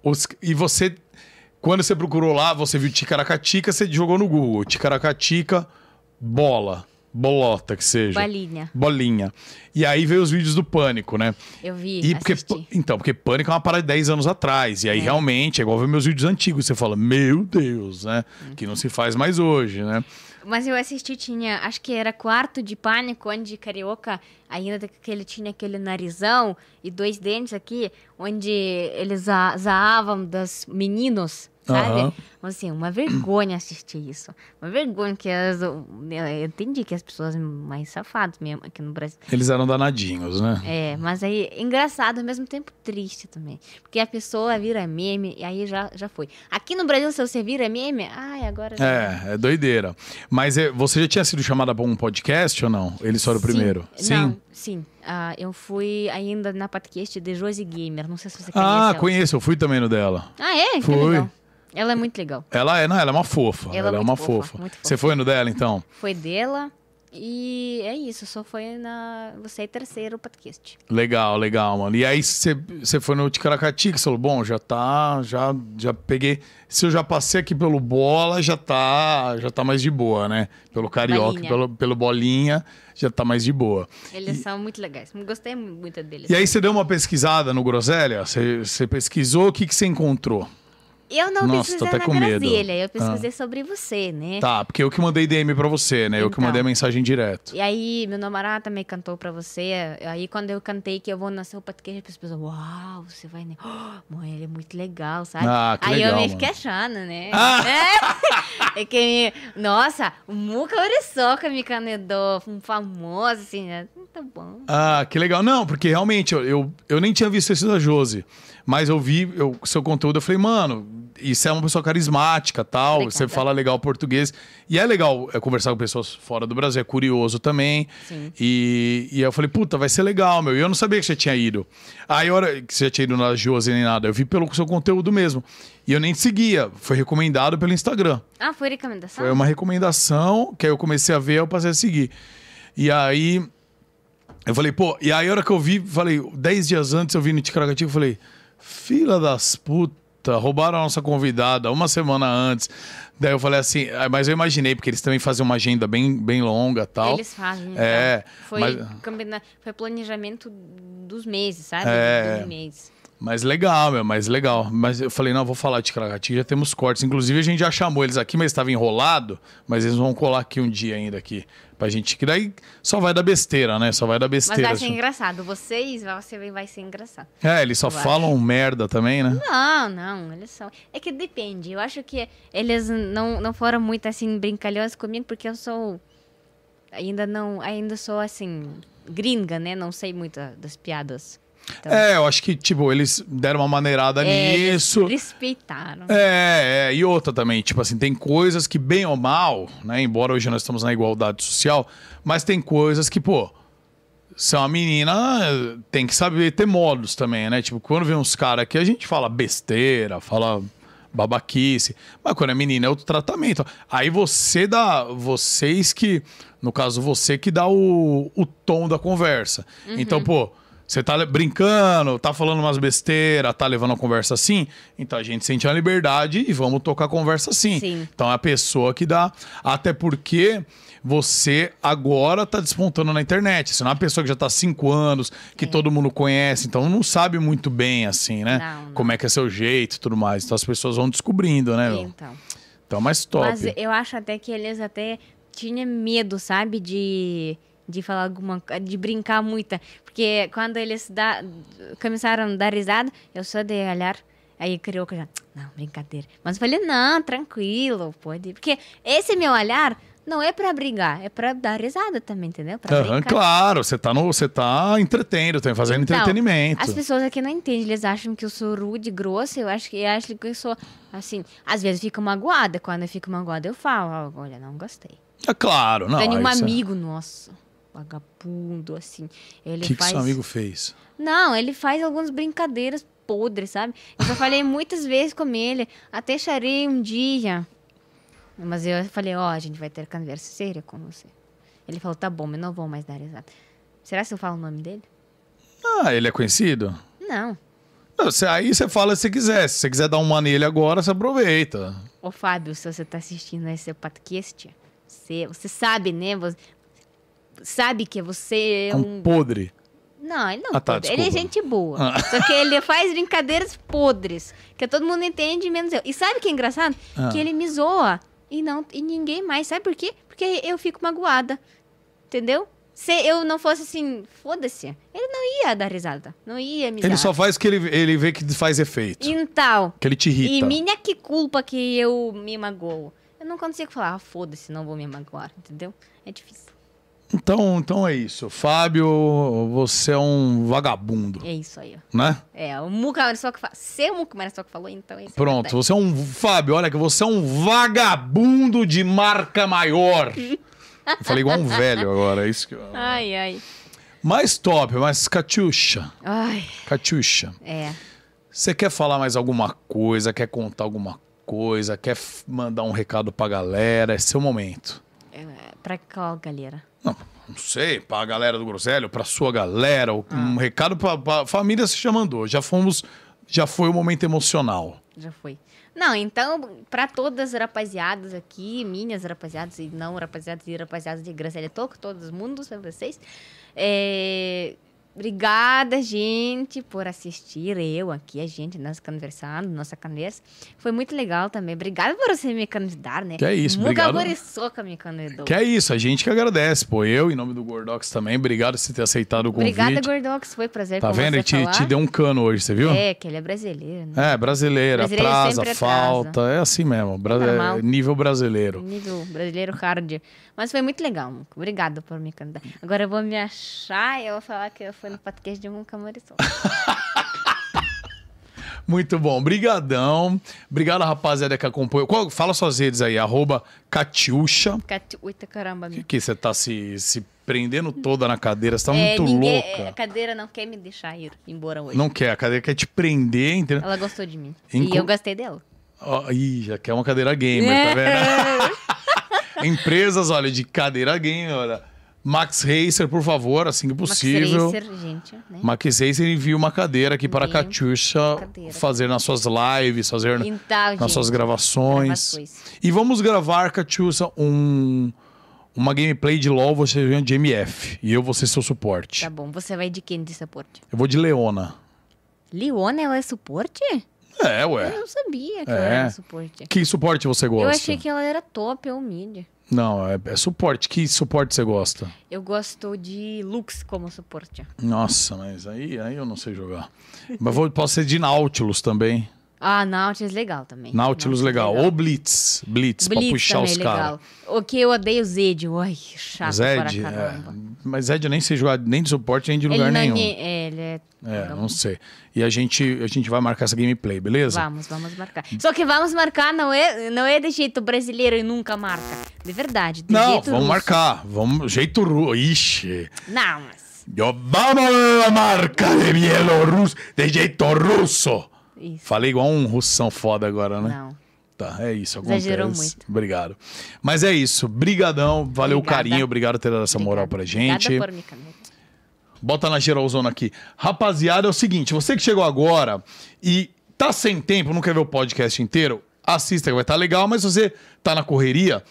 Speaker 1: os- e você. Quando você procurou lá, você viu Ticaracatica, você jogou no Google. Ticaracatica, bola. Bolota que seja.
Speaker 2: Balinha.
Speaker 1: Bolinha. E aí veio os vídeos do pânico, né?
Speaker 2: Eu vi,
Speaker 1: E porque,
Speaker 2: assisti.
Speaker 1: então, porque Pânico é uma parada de 10 anos atrás. E aí, realmente, é igual ver meus vídeos antigos. Você fala, meu Deus, né?
Speaker 2: Uhum.
Speaker 1: Que não se faz mais hoje, né?
Speaker 2: Mas eu assisti, tinha, acho que era quarto de pânico, onde Carioca, ainda que ele tinha aquele narizão e dois dentes aqui, onde eles za- zaavam dos meninos, sabe?
Speaker 1: Aham.
Speaker 2: Mas, Assim, uma vergonha assistir isso. Uma vergonha que as, eu entendi que as pessoas mais safadas mesmo aqui no Brasil.
Speaker 1: Eles eram danadinhos, né?
Speaker 2: É, mas aí, engraçado, ao mesmo tempo triste também. Porque a pessoa vira meme e aí já, já foi. Aqui no Brasil, se você vira meme, ai, agora já
Speaker 1: É, é doideira. Mas é, você já tinha sido chamada pra um podcast ou não? Ele só era o
Speaker 2: Sim.
Speaker 1: primeiro?
Speaker 2: Não, sim. Ah, eu fui ainda na podcast de Josi Gamer. Não sei se você conhece.
Speaker 1: Ah,
Speaker 2: ela.
Speaker 1: conheço, eu fui também no dela.
Speaker 2: Ah, é? Que
Speaker 1: Fui.
Speaker 2: legal. Ela é muito legal.
Speaker 1: Ela é, não, ela é uma fofa.
Speaker 2: Ela é
Speaker 1: Ela, é
Speaker 2: muito
Speaker 1: uma
Speaker 2: fofa,
Speaker 1: fofa.
Speaker 2: muito fofa.
Speaker 1: Você foi no dela, então?
Speaker 2: Foi dela. E é isso. Só foi na. Você é terceiro podcast.
Speaker 1: Legal, legal, mano. E aí você você foi no Ticaracatica, você falou, bom, já tá, já, já peguei. Se eu já passei aqui pelo bola, já tá, já tá mais de boa, né? Pelo carioca,
Speaker 2: Bolinha.
Speaker 1: pelo, pelo bolinha, já tá mais de boa.
Speaker 2: Eles são muito legais. Gostei mu- muito deles.
Speaker 1: E aí você deu uma pesquisada no Groselha? Você você pesquisou, o que, que você encontrou?
Speaker 2: Eu não
Speaker 1: Nossa, tô
Speaker 2: pesquisei
Speaker 1: até
Speaker 2: na
Speaker 1: com medo. Ah.
Speaker 2: Brasília. Eu pesquisei sobre você, né?
Speaker 1: Tá, porque eu que mandei DM pra você, né? Eu que
Speaker 2: Então.
Speaker 1: mandei a mensagem direto.
Speaker 2: E aí, meu namorado também cantou pra você. Aí, quando eu cantei que eu vou nascer o podcast, as pessoas, uau, você vai. ne- Oh, mãe, ele é muito legal, sabe?
Speaker 1: Ah, que
Speaker 2: aí
Speaker 1: legal,
Speaker 2: eu me
Speaker 1: mano.
Speaker 2: fiquei achando, né?
Speaker 1: Ah!
Speaker 2: É, é que me... Nossa, o Muca Uriçoca me canedou, um famoso, assim, né? Hum, Tá bom.
Speaker 1: Ah, que legal. Não, porque realmente eu, eu, eu nem tinha visto esse da Josi, mas eu vi eu, seu conteúdo, eu falei, mano, isso é uma pessoa carismática, tal,
Speaker 2: Obrigada.
Speaker 1: você fala legal português. E é legal é, conversar com pessoas fora do Brasil, é curioso também.
Speaker 2: Sim.
Speaker 1: E, e eu falei, puta, vai ser legal, meu. E eu não sabia que você tinha ido. Aí, a hora que você já tinha ido na Josi nem nada, eu vi pelo seu conteúdo mesmo. E eu nem te seguia, foi recomendado pelo Instagram.
Speaker 2: Ah, foi recomendação?
Speaker 1: Foi uma recomendação que aí eu comecei a ver, eu passei a seguir. E aí eu falei, pô, e aí a hora que eu vi, falei, 10 dias antes eu vi no Ticaracatica, eu falei, fila das puta, roubaram a nossa convidada uma semana antes. Daí eu falei assim, ah, mas eu imaginei, porque eles também fazem uma agenda bem, bem longa e tal.
Speaker 2: Eles fazem. então.
Speaker 1: É,
Speaker 2: Foi,
Speaker 1: mas-
Speaker 2: combina... foi planejamento dos meses, sabe?
Speaker 1: É.
Speaker 2: Dos meses.
Speaker 1: Mas legal, meu, mas legal. Mas eu falei, não, vou falar de Ticaracatica, já temos cortes. Inclusive, a gente já chamou eles aqui, mas estava enrolado. Mas eles vão colar aqui um dia ainda aqui. Pra gente, que daí só vai dar besteira, né? Só vai dar
Speaker 2: Mas
Speaker 1: besteira.
Speaker 2: vai ser
Speaker 1: assim.
Speaker 2: engraçado. Vocês, você vai ser engraçado.
Speaker 1: É, eles só
Speaker 2: Eu acho.
Speaker 1: falam merda também, né?
Speaker 2: Não, Ah, não, eles são. É que depende. Eu acho que eles não, não foram muito assim brincalhões comigo, porque eu sou. Ainda não. Ainda sou assim. Gringa, né? Não sei muito das piadas. Então,
Speaker 1: É, eu acho que, tipo, eles deram uma maneirada
Speaker 2: é, eles
Speaker 1: nisso.
Speaker 2: Respeitaram.
Speaker 1: É, é, e outra também, tipo assim, tem coisas que, bem ou mal, né? Embora hoje nós estamos na igualdade social, mas tem coisas que, pô, se é uma menina, tem que saber ter modos também, né? Tipo, quando vem uns caras aqui, a gente fala besteira, fala babaquice. Mas quando é menina, é outro tratamento. Aí você dá. Vocês que. No caso, você que dá o, o tom da conversa. Então, pô. Você tá le- brincando, tá falando umas besteiras, tá levando a conversa assim, então a gente sente a liberdade e vamos tocar a conversa assim.
Speaker 2: Sim.
Speaker 1: Então é a pessoa que dá. Até porque você agora tá despontando na internet. Você não é uma pessoa que já tá há cinco anos, que
Speaker 2: É.
Speaker 1: todo mundo conhece, então não sabe muito bem, assim, né?
Speaker 2: Não, não.
Speaker 1: Como é que é seu jeito e tudo mais. Então as pessoas vão descobrindo, né? meu?
Speaker 2: Então.
Speaker 1: Então é mais top.
Speaker 2: Mas eu acho até que eles até tinham medo, sabe? De, de falar alguma coisa, de brincar muito. Porque quando eles dá, começaram a dar risada, eu só de olhar. Aí criou que já, não, brincadeira. Mas eu falei, não, tranquilo, pode. ir." Porque esse meu olhar não é pra brigar, é pra dar risada também, entendeu? Pra
Speaker 1: Aham,
Speaker 2: brincar.
Speaker 1: claro, você tá, no, você tá entretendo, tá fazendo
Speaker 2: Então,
Speaker 1: entretenimento.
Speaker 2: As pessoas aqui não entendem, eles acham que eu sou rude, grossa, eu acho que eu acho que eu sou assim, às vezes fico magoada, quando eu fico magoada eu falo, "Ah, olha, não gostei.
Speaker 1: É claro, não.
Speaker 2: Tem um
Speaker 1: isso é-
Speaker 2: amigo nosso. vagabundo, assim. Ele
Speaker 1: que, que
Speaker 2: faz...
Speaker 1: seu amigo fez?
Speaker 2: Não, ele faz algumas brincadeiras podres, sabe? Eu já falei muitas vezes com ele, até charei um dia. Mas eu falei, ó, a gente vai ter conversa séria com você. Ele falou, tá bom, eu não vou mais dar risada. Será que eu falo o nome dele?
Speaker 1: Ah, ele é conhecido?
Speaker 2: Não.
Speaker 1: Não, cê- aí você fala se quiser. Se você quiser dar uma nele agora, você aproveita.
Speaker 2: Ô, Fábio, se você tá assistindo esse podcast, você, você sabe, né? Você sabe que você é
Speaker 1: É
Speaker 2: um
Speaker 1: um podre.
Speaker 2: Não, ele não.
Speaker 1: Ah, tá,
Speaker 2: pode. ele é
Speaker 1: desculpa.
Speaker 2: gente boa.
Speaker 1: Ah.
Speaker 2: Só que ele faz brincadeiras podres. Que todo mundo entende, menos eu. E sabe o que é engraçado?
Speaker 1: Ah.
Speaker 2: Que ele me zoa e, não, e ninguém mais. Sabe por quê? Porque eu fico magoada. Entendeu? Se eu não fosse assim, foda-se, ele não ia dar risada. Não ia me
Speaker 1: Ele
Speaker 2: dar.
Speaker 1: só faz o que ele, ele vê que faz efeito.
Speaker 2: Então,
Speaker 1: Que ele te irrita.
Speaker 2: e minha que culpa que eu me magoo. Eu não consigo falar, ah, foda-se, não vou me magoar, entendeu? É difícil.
Speaker 1: Então, então é isso. Fábio, você é um vagabundo,
Speaker 2: É isso aí, ó.
Speaker 1: né?
Speaker 2: É, o Muca Marassoca que fala. Seu Muca Marassoca falou, então é isso.
Speaker 1: Pronto, você é um. Fábio, olha que você é um vagabundo de marca maior. Eu falei igual um velho agora, é isso que eu.
Speaker 2: Ai, ai.
Speaker 1: Mais top, mais Catiuxa.
Speaker 2: Ai,
Speaker 1: Catiuxa,
Speaker 2: é.
Speaker 1: você quer falar mais alguma coisa? Quer contar alguma coisa? Quer f- mandar um recado pra galera? É seu momento.
Speaker 2: é pra qual galera?
Speaker 1: Não sei, pra galera do Groselho, pra sua galera, um
Speaker 2: Ah.
Speaker 1: recado pra, pra família se já mandou. Já fomos. Já foi o momento emocional.
Speaker 2: Já foi. Não, então, pra todas as rapaziadas aqui, minhas rapaziadas e não rapaziadas e rapaziadas de Gracelha Toco, todos mundos, pra vocês. É, Obrigada, gente, por assistir eu aqui, a gente, nós conversando, nossa conversa. Foi muito legal também. Obrigada por você me convidar, né?
Speaker 1: Que é isso,
Speaker 2: Muga
Speaker 1: obrigado.
Speaker 2: Muriçoca me convidou.
Speaker 1: Que é isso, a gente que agradece, pô. Eu, em nome do Gordox também, obrigado por ter aceitado o convite.
Speaker 2: Obrigada, Gordox. Foi um prazer
Speaker 1: Tá
Speaker 2: com
Speaker 1: vendo?
Speaker 2: você
Speaker 1: Ele te,
Speaker 2: falar.
Speaker 1: te deu um cano hoje, você viu?
Speaker 2: É, que ele é brasileiro, né?
Speaker 1: É, brasileira,
Speaker 2: Brasileiro
Speaker 1: atrasa,
Speaker 2: sempre atrasa. Tá
Speaker 1: falta. É assim mesmo. Bra-
Speaker 2: normal.
Speaker 1: é nível brasileiro.
Speaker 2: Nível brasileiro hard. Mas foi muito legal, Muca. Obrigada por me cantar. Agora eu vou me achar e eu vou falar que eu fui no podcast de Muca Morisson.
Speaker 1: Muito bom. Brigadão. Obrigado, rapaziada, que acompanhou. Qual- fala suas redes aí, arroba Catiuxa.
Speaker 2: Catiuita, caramba.
Speaker 1: Que,
Speaker 2: meu.
Speaker 1: que você tá se, se prendendo toda na cadeira, você tá
Speaker 2: É,
Speaker 1: muito
Speaker 2: ninguém- é, A
Speaker 1: louca.
Speaker 2: cadeira não quer me deixar ir embora hoje.
Speaker 1: Não quer, a cadeira quer te prender, entendeu?
Speaker 2: Ela gostou de mim.
Speaker 1: Inclu-
Speaker 2: E eu gostei dela.
Speaker 1: Ó, ih, já quer uma cadeira gamer, tá vendo?
Speaker 2: É.
Speaker 1: Empresas, olha, de cadeira gamer, olha. Max Racer, por favor, assim que possível.
Speaker 2: Max Racer, gente, né?
Speaker 1: Max Racer envia uma cadeira aqui para a
Speaker 2: Envia.
Speaker 1: Catiuxa
Speaker 2: Cadeira.
Speaker 1: fazer nas suas lives, fazer na-
Speaker 2: Então,
Speaker 1: nas
Speaker 2: gente,
Speaker 1: suas gravações.
Speaker 2: gravações.
Speaker 1: E vamos gravar, Catiuxa, um, uma gameplay de LOL, você vem de MF. E eu vou ser seu suporte.
Speaker 2: Tá bom, você vai de quem de suporte?
Speaker 1: Eu vou de Leona.
Speaker 2: Leona, ela é suporte?
Speaker 1: É,
Speaker 2: Eu
Speaker 1: ué.
Speaker 2: não sabia que
Speaker 1: É.
Speaker 2: ela era suporte.
Speaker 1: Que suporte você gosta?
Speaker 2: Eu achei que ela era top ou mid.
Speaker 1: Não, é, é suporte. Que suporte você gosta?
Speaker 2: Eu gosto de Lux como suporte.
Speaker 1: Nossa, mas aí, aí eu não sei jogar. mas vou, posso ser de Nautilus também.
Speaker 2: Ah, Nautilus legal também.
Speaker 1: Nautilus, legal. Ou Blitz. Blitz, pra puxar
Speaker 2: é também
Speaker 1: os
Speaker 2: é
Speaker 1: caras.
Speaker 2: legal. O que eu odeio Zed. Ai, que chato
Speaker 1: Zed,
Speaker 2: para
Speaker 1: é,
Speaker 2: caramba.
Speaker 1: mas Zed eu nem sei jogar nem de suporte nem de
Speaker 2: ele
Speaker 1: lugar
Speaker 2: não
Speaker 1: nenhum.
Speaker 2: é, ele é...
Speaker 1: É, não sei. E a gente, a gente vai marcar essa gameplay, beleza?
Speaker 2: Vamos, vamos marcar. Só que vamos marcar não é, não é de jeito brasileiro e nunca marca. De verdade, de
Speaker 1: Não,
Speaker 2: jeito
Speaker 1: vamos
Speaker 2: russo.
Speaker 1: marcar. Vamos, jeito russo. Ixi.
Speaker 2: Não, mas...
Speaker 1: Yo, vamos a marca de bielorrusso, de jeito russo.
Speaker 2: Isso.
Speaker 1: Falei igual um russão foda agora, né?
Speaker 2: Não.
Speaker 1: Tá, é isso. Acontece.
Speaker 2: Exagerou muito.
Speaker 1: Obrigado. Mas é isso. Brigadão. Valeu
Speaker 2: Obrigada.
Speaker 1: o carinho. Obrigado por ter dado essa moral pra gente.
Speaker 2: Obrigada por me caneta.
Speaker 1: Bota na geralzona aqui. Rapaziada, é o seguinte, você que chegou agora e tá sem tempo, não quer ver o podcast inteiro, assista que vai estar legal, mas se você tá na correria,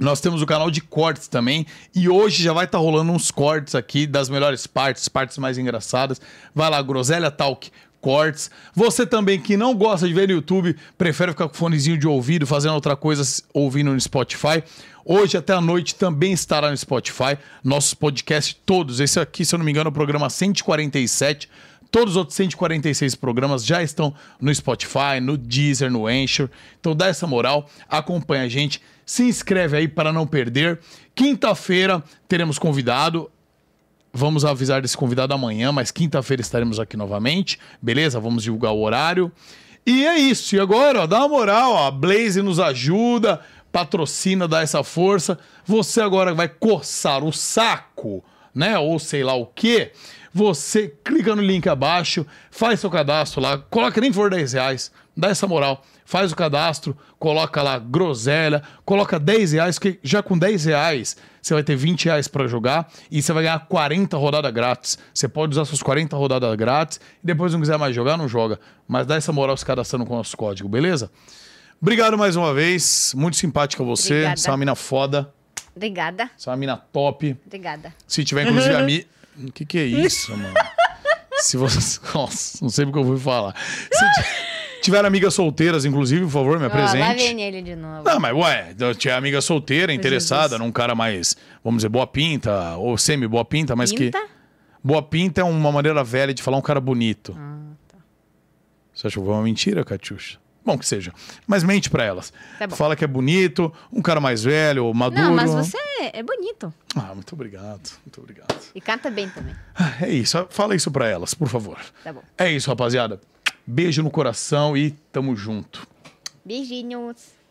Speaker 1: nós temos o canal de cortes também e hoje já vai estar rolando uns cortes aqui das melhores partes, partes mais engraçadas. Vai lá, Groselha Talk Cortes. Você também que não gosta de ver no YouTube, prefere ficar com fonezinho de ouvido, fazendo outra coisa, s- ouvindo no Spotify. Hoje até a noite também estará no Spotify. Nossos podcasts todos. Esse aqui, se eu não me engano, é o programa 147. Todos os outros 146 programas já estão no Spotify, no Deezer, no Anchor. Então dá essa moral, acompanha a gente, se inscreve aí para não perder. Quinta-feira teremos convidado. Vamos avisar desse convidado amanhã, mas quinta-feira estaremos aqui novamente, beleza? Vamos divulgar o horário. E é isso. E agora, ó, dá uma moral, ó, a Blaze nos ajuda. patrocina, dá essa força. Você agora vai coçar o saco, né? Ou sei lá o quê. Você clica no link abaixo, faz seu cadastro lá, coloca nem for 10 reais, dá essa moral, faz o cadastro, coloca lá groselha, coloca 10 reais, que já com 10 reais você vai ter 20 reais para jogar e você vai ganhar 40 rodadas grátis. Você pode usar suas 40 rodadas grátis e depois não quiser mais jogar, não joga. Mas dá essa moral se cadastrando com o nosso código, beleza? Obrigado mais uma vez, muito simpática você,
Speaker 2: Obrigada.
Speaker 1: você é uma mina foda,
Speaker 2: Obrigada,
Speaker 1: você é uma mina top.
Speaker 2: obrigada.
Speaker 1: Se tiver, inclusive, a mi... O que, que é isso, mano? Se você. Nossa, não sei porque eu fui falar. Se ti- tiver amigas solteiras, inclusive, por favor, me
Speaker 2: Ó, lá
Speaker 1: apresente.
Speaker 2: vem ele de novo.
Speaker 1: Não, mas ué, eu tinha amiga solteira, interessada num cara mais, vamos dizer, boa pinta, ou semi-boa pinta, mas que.
Speaker 2: Pinta?
Speaker 1: Boa pinta é uma maneira velha de falar um cara bonito.
Speaker 2: Ah, tá.
Speaker 1: Você achou que foi uma mentira, Catiuxa? Bom que seja. Mas mente pra elas.
Speaker 2: Tá bom.
Speaker 1: Fala que é bonito, um cara mais velho, maduro.
Speaker 2: Não, mas você é bonito.
Speaker 1: Ah, muito obrigado, muito obrigado.
Speaker 2: E canta bem também.
Speaker 1: Ah, É isso, fala isso pra elas, por favor.
Speaker 2: Tá bom.
Speaker 1: É isso, rapaziada. Beijo no coração e tamo junto.
Speaker 2: Beijinhos.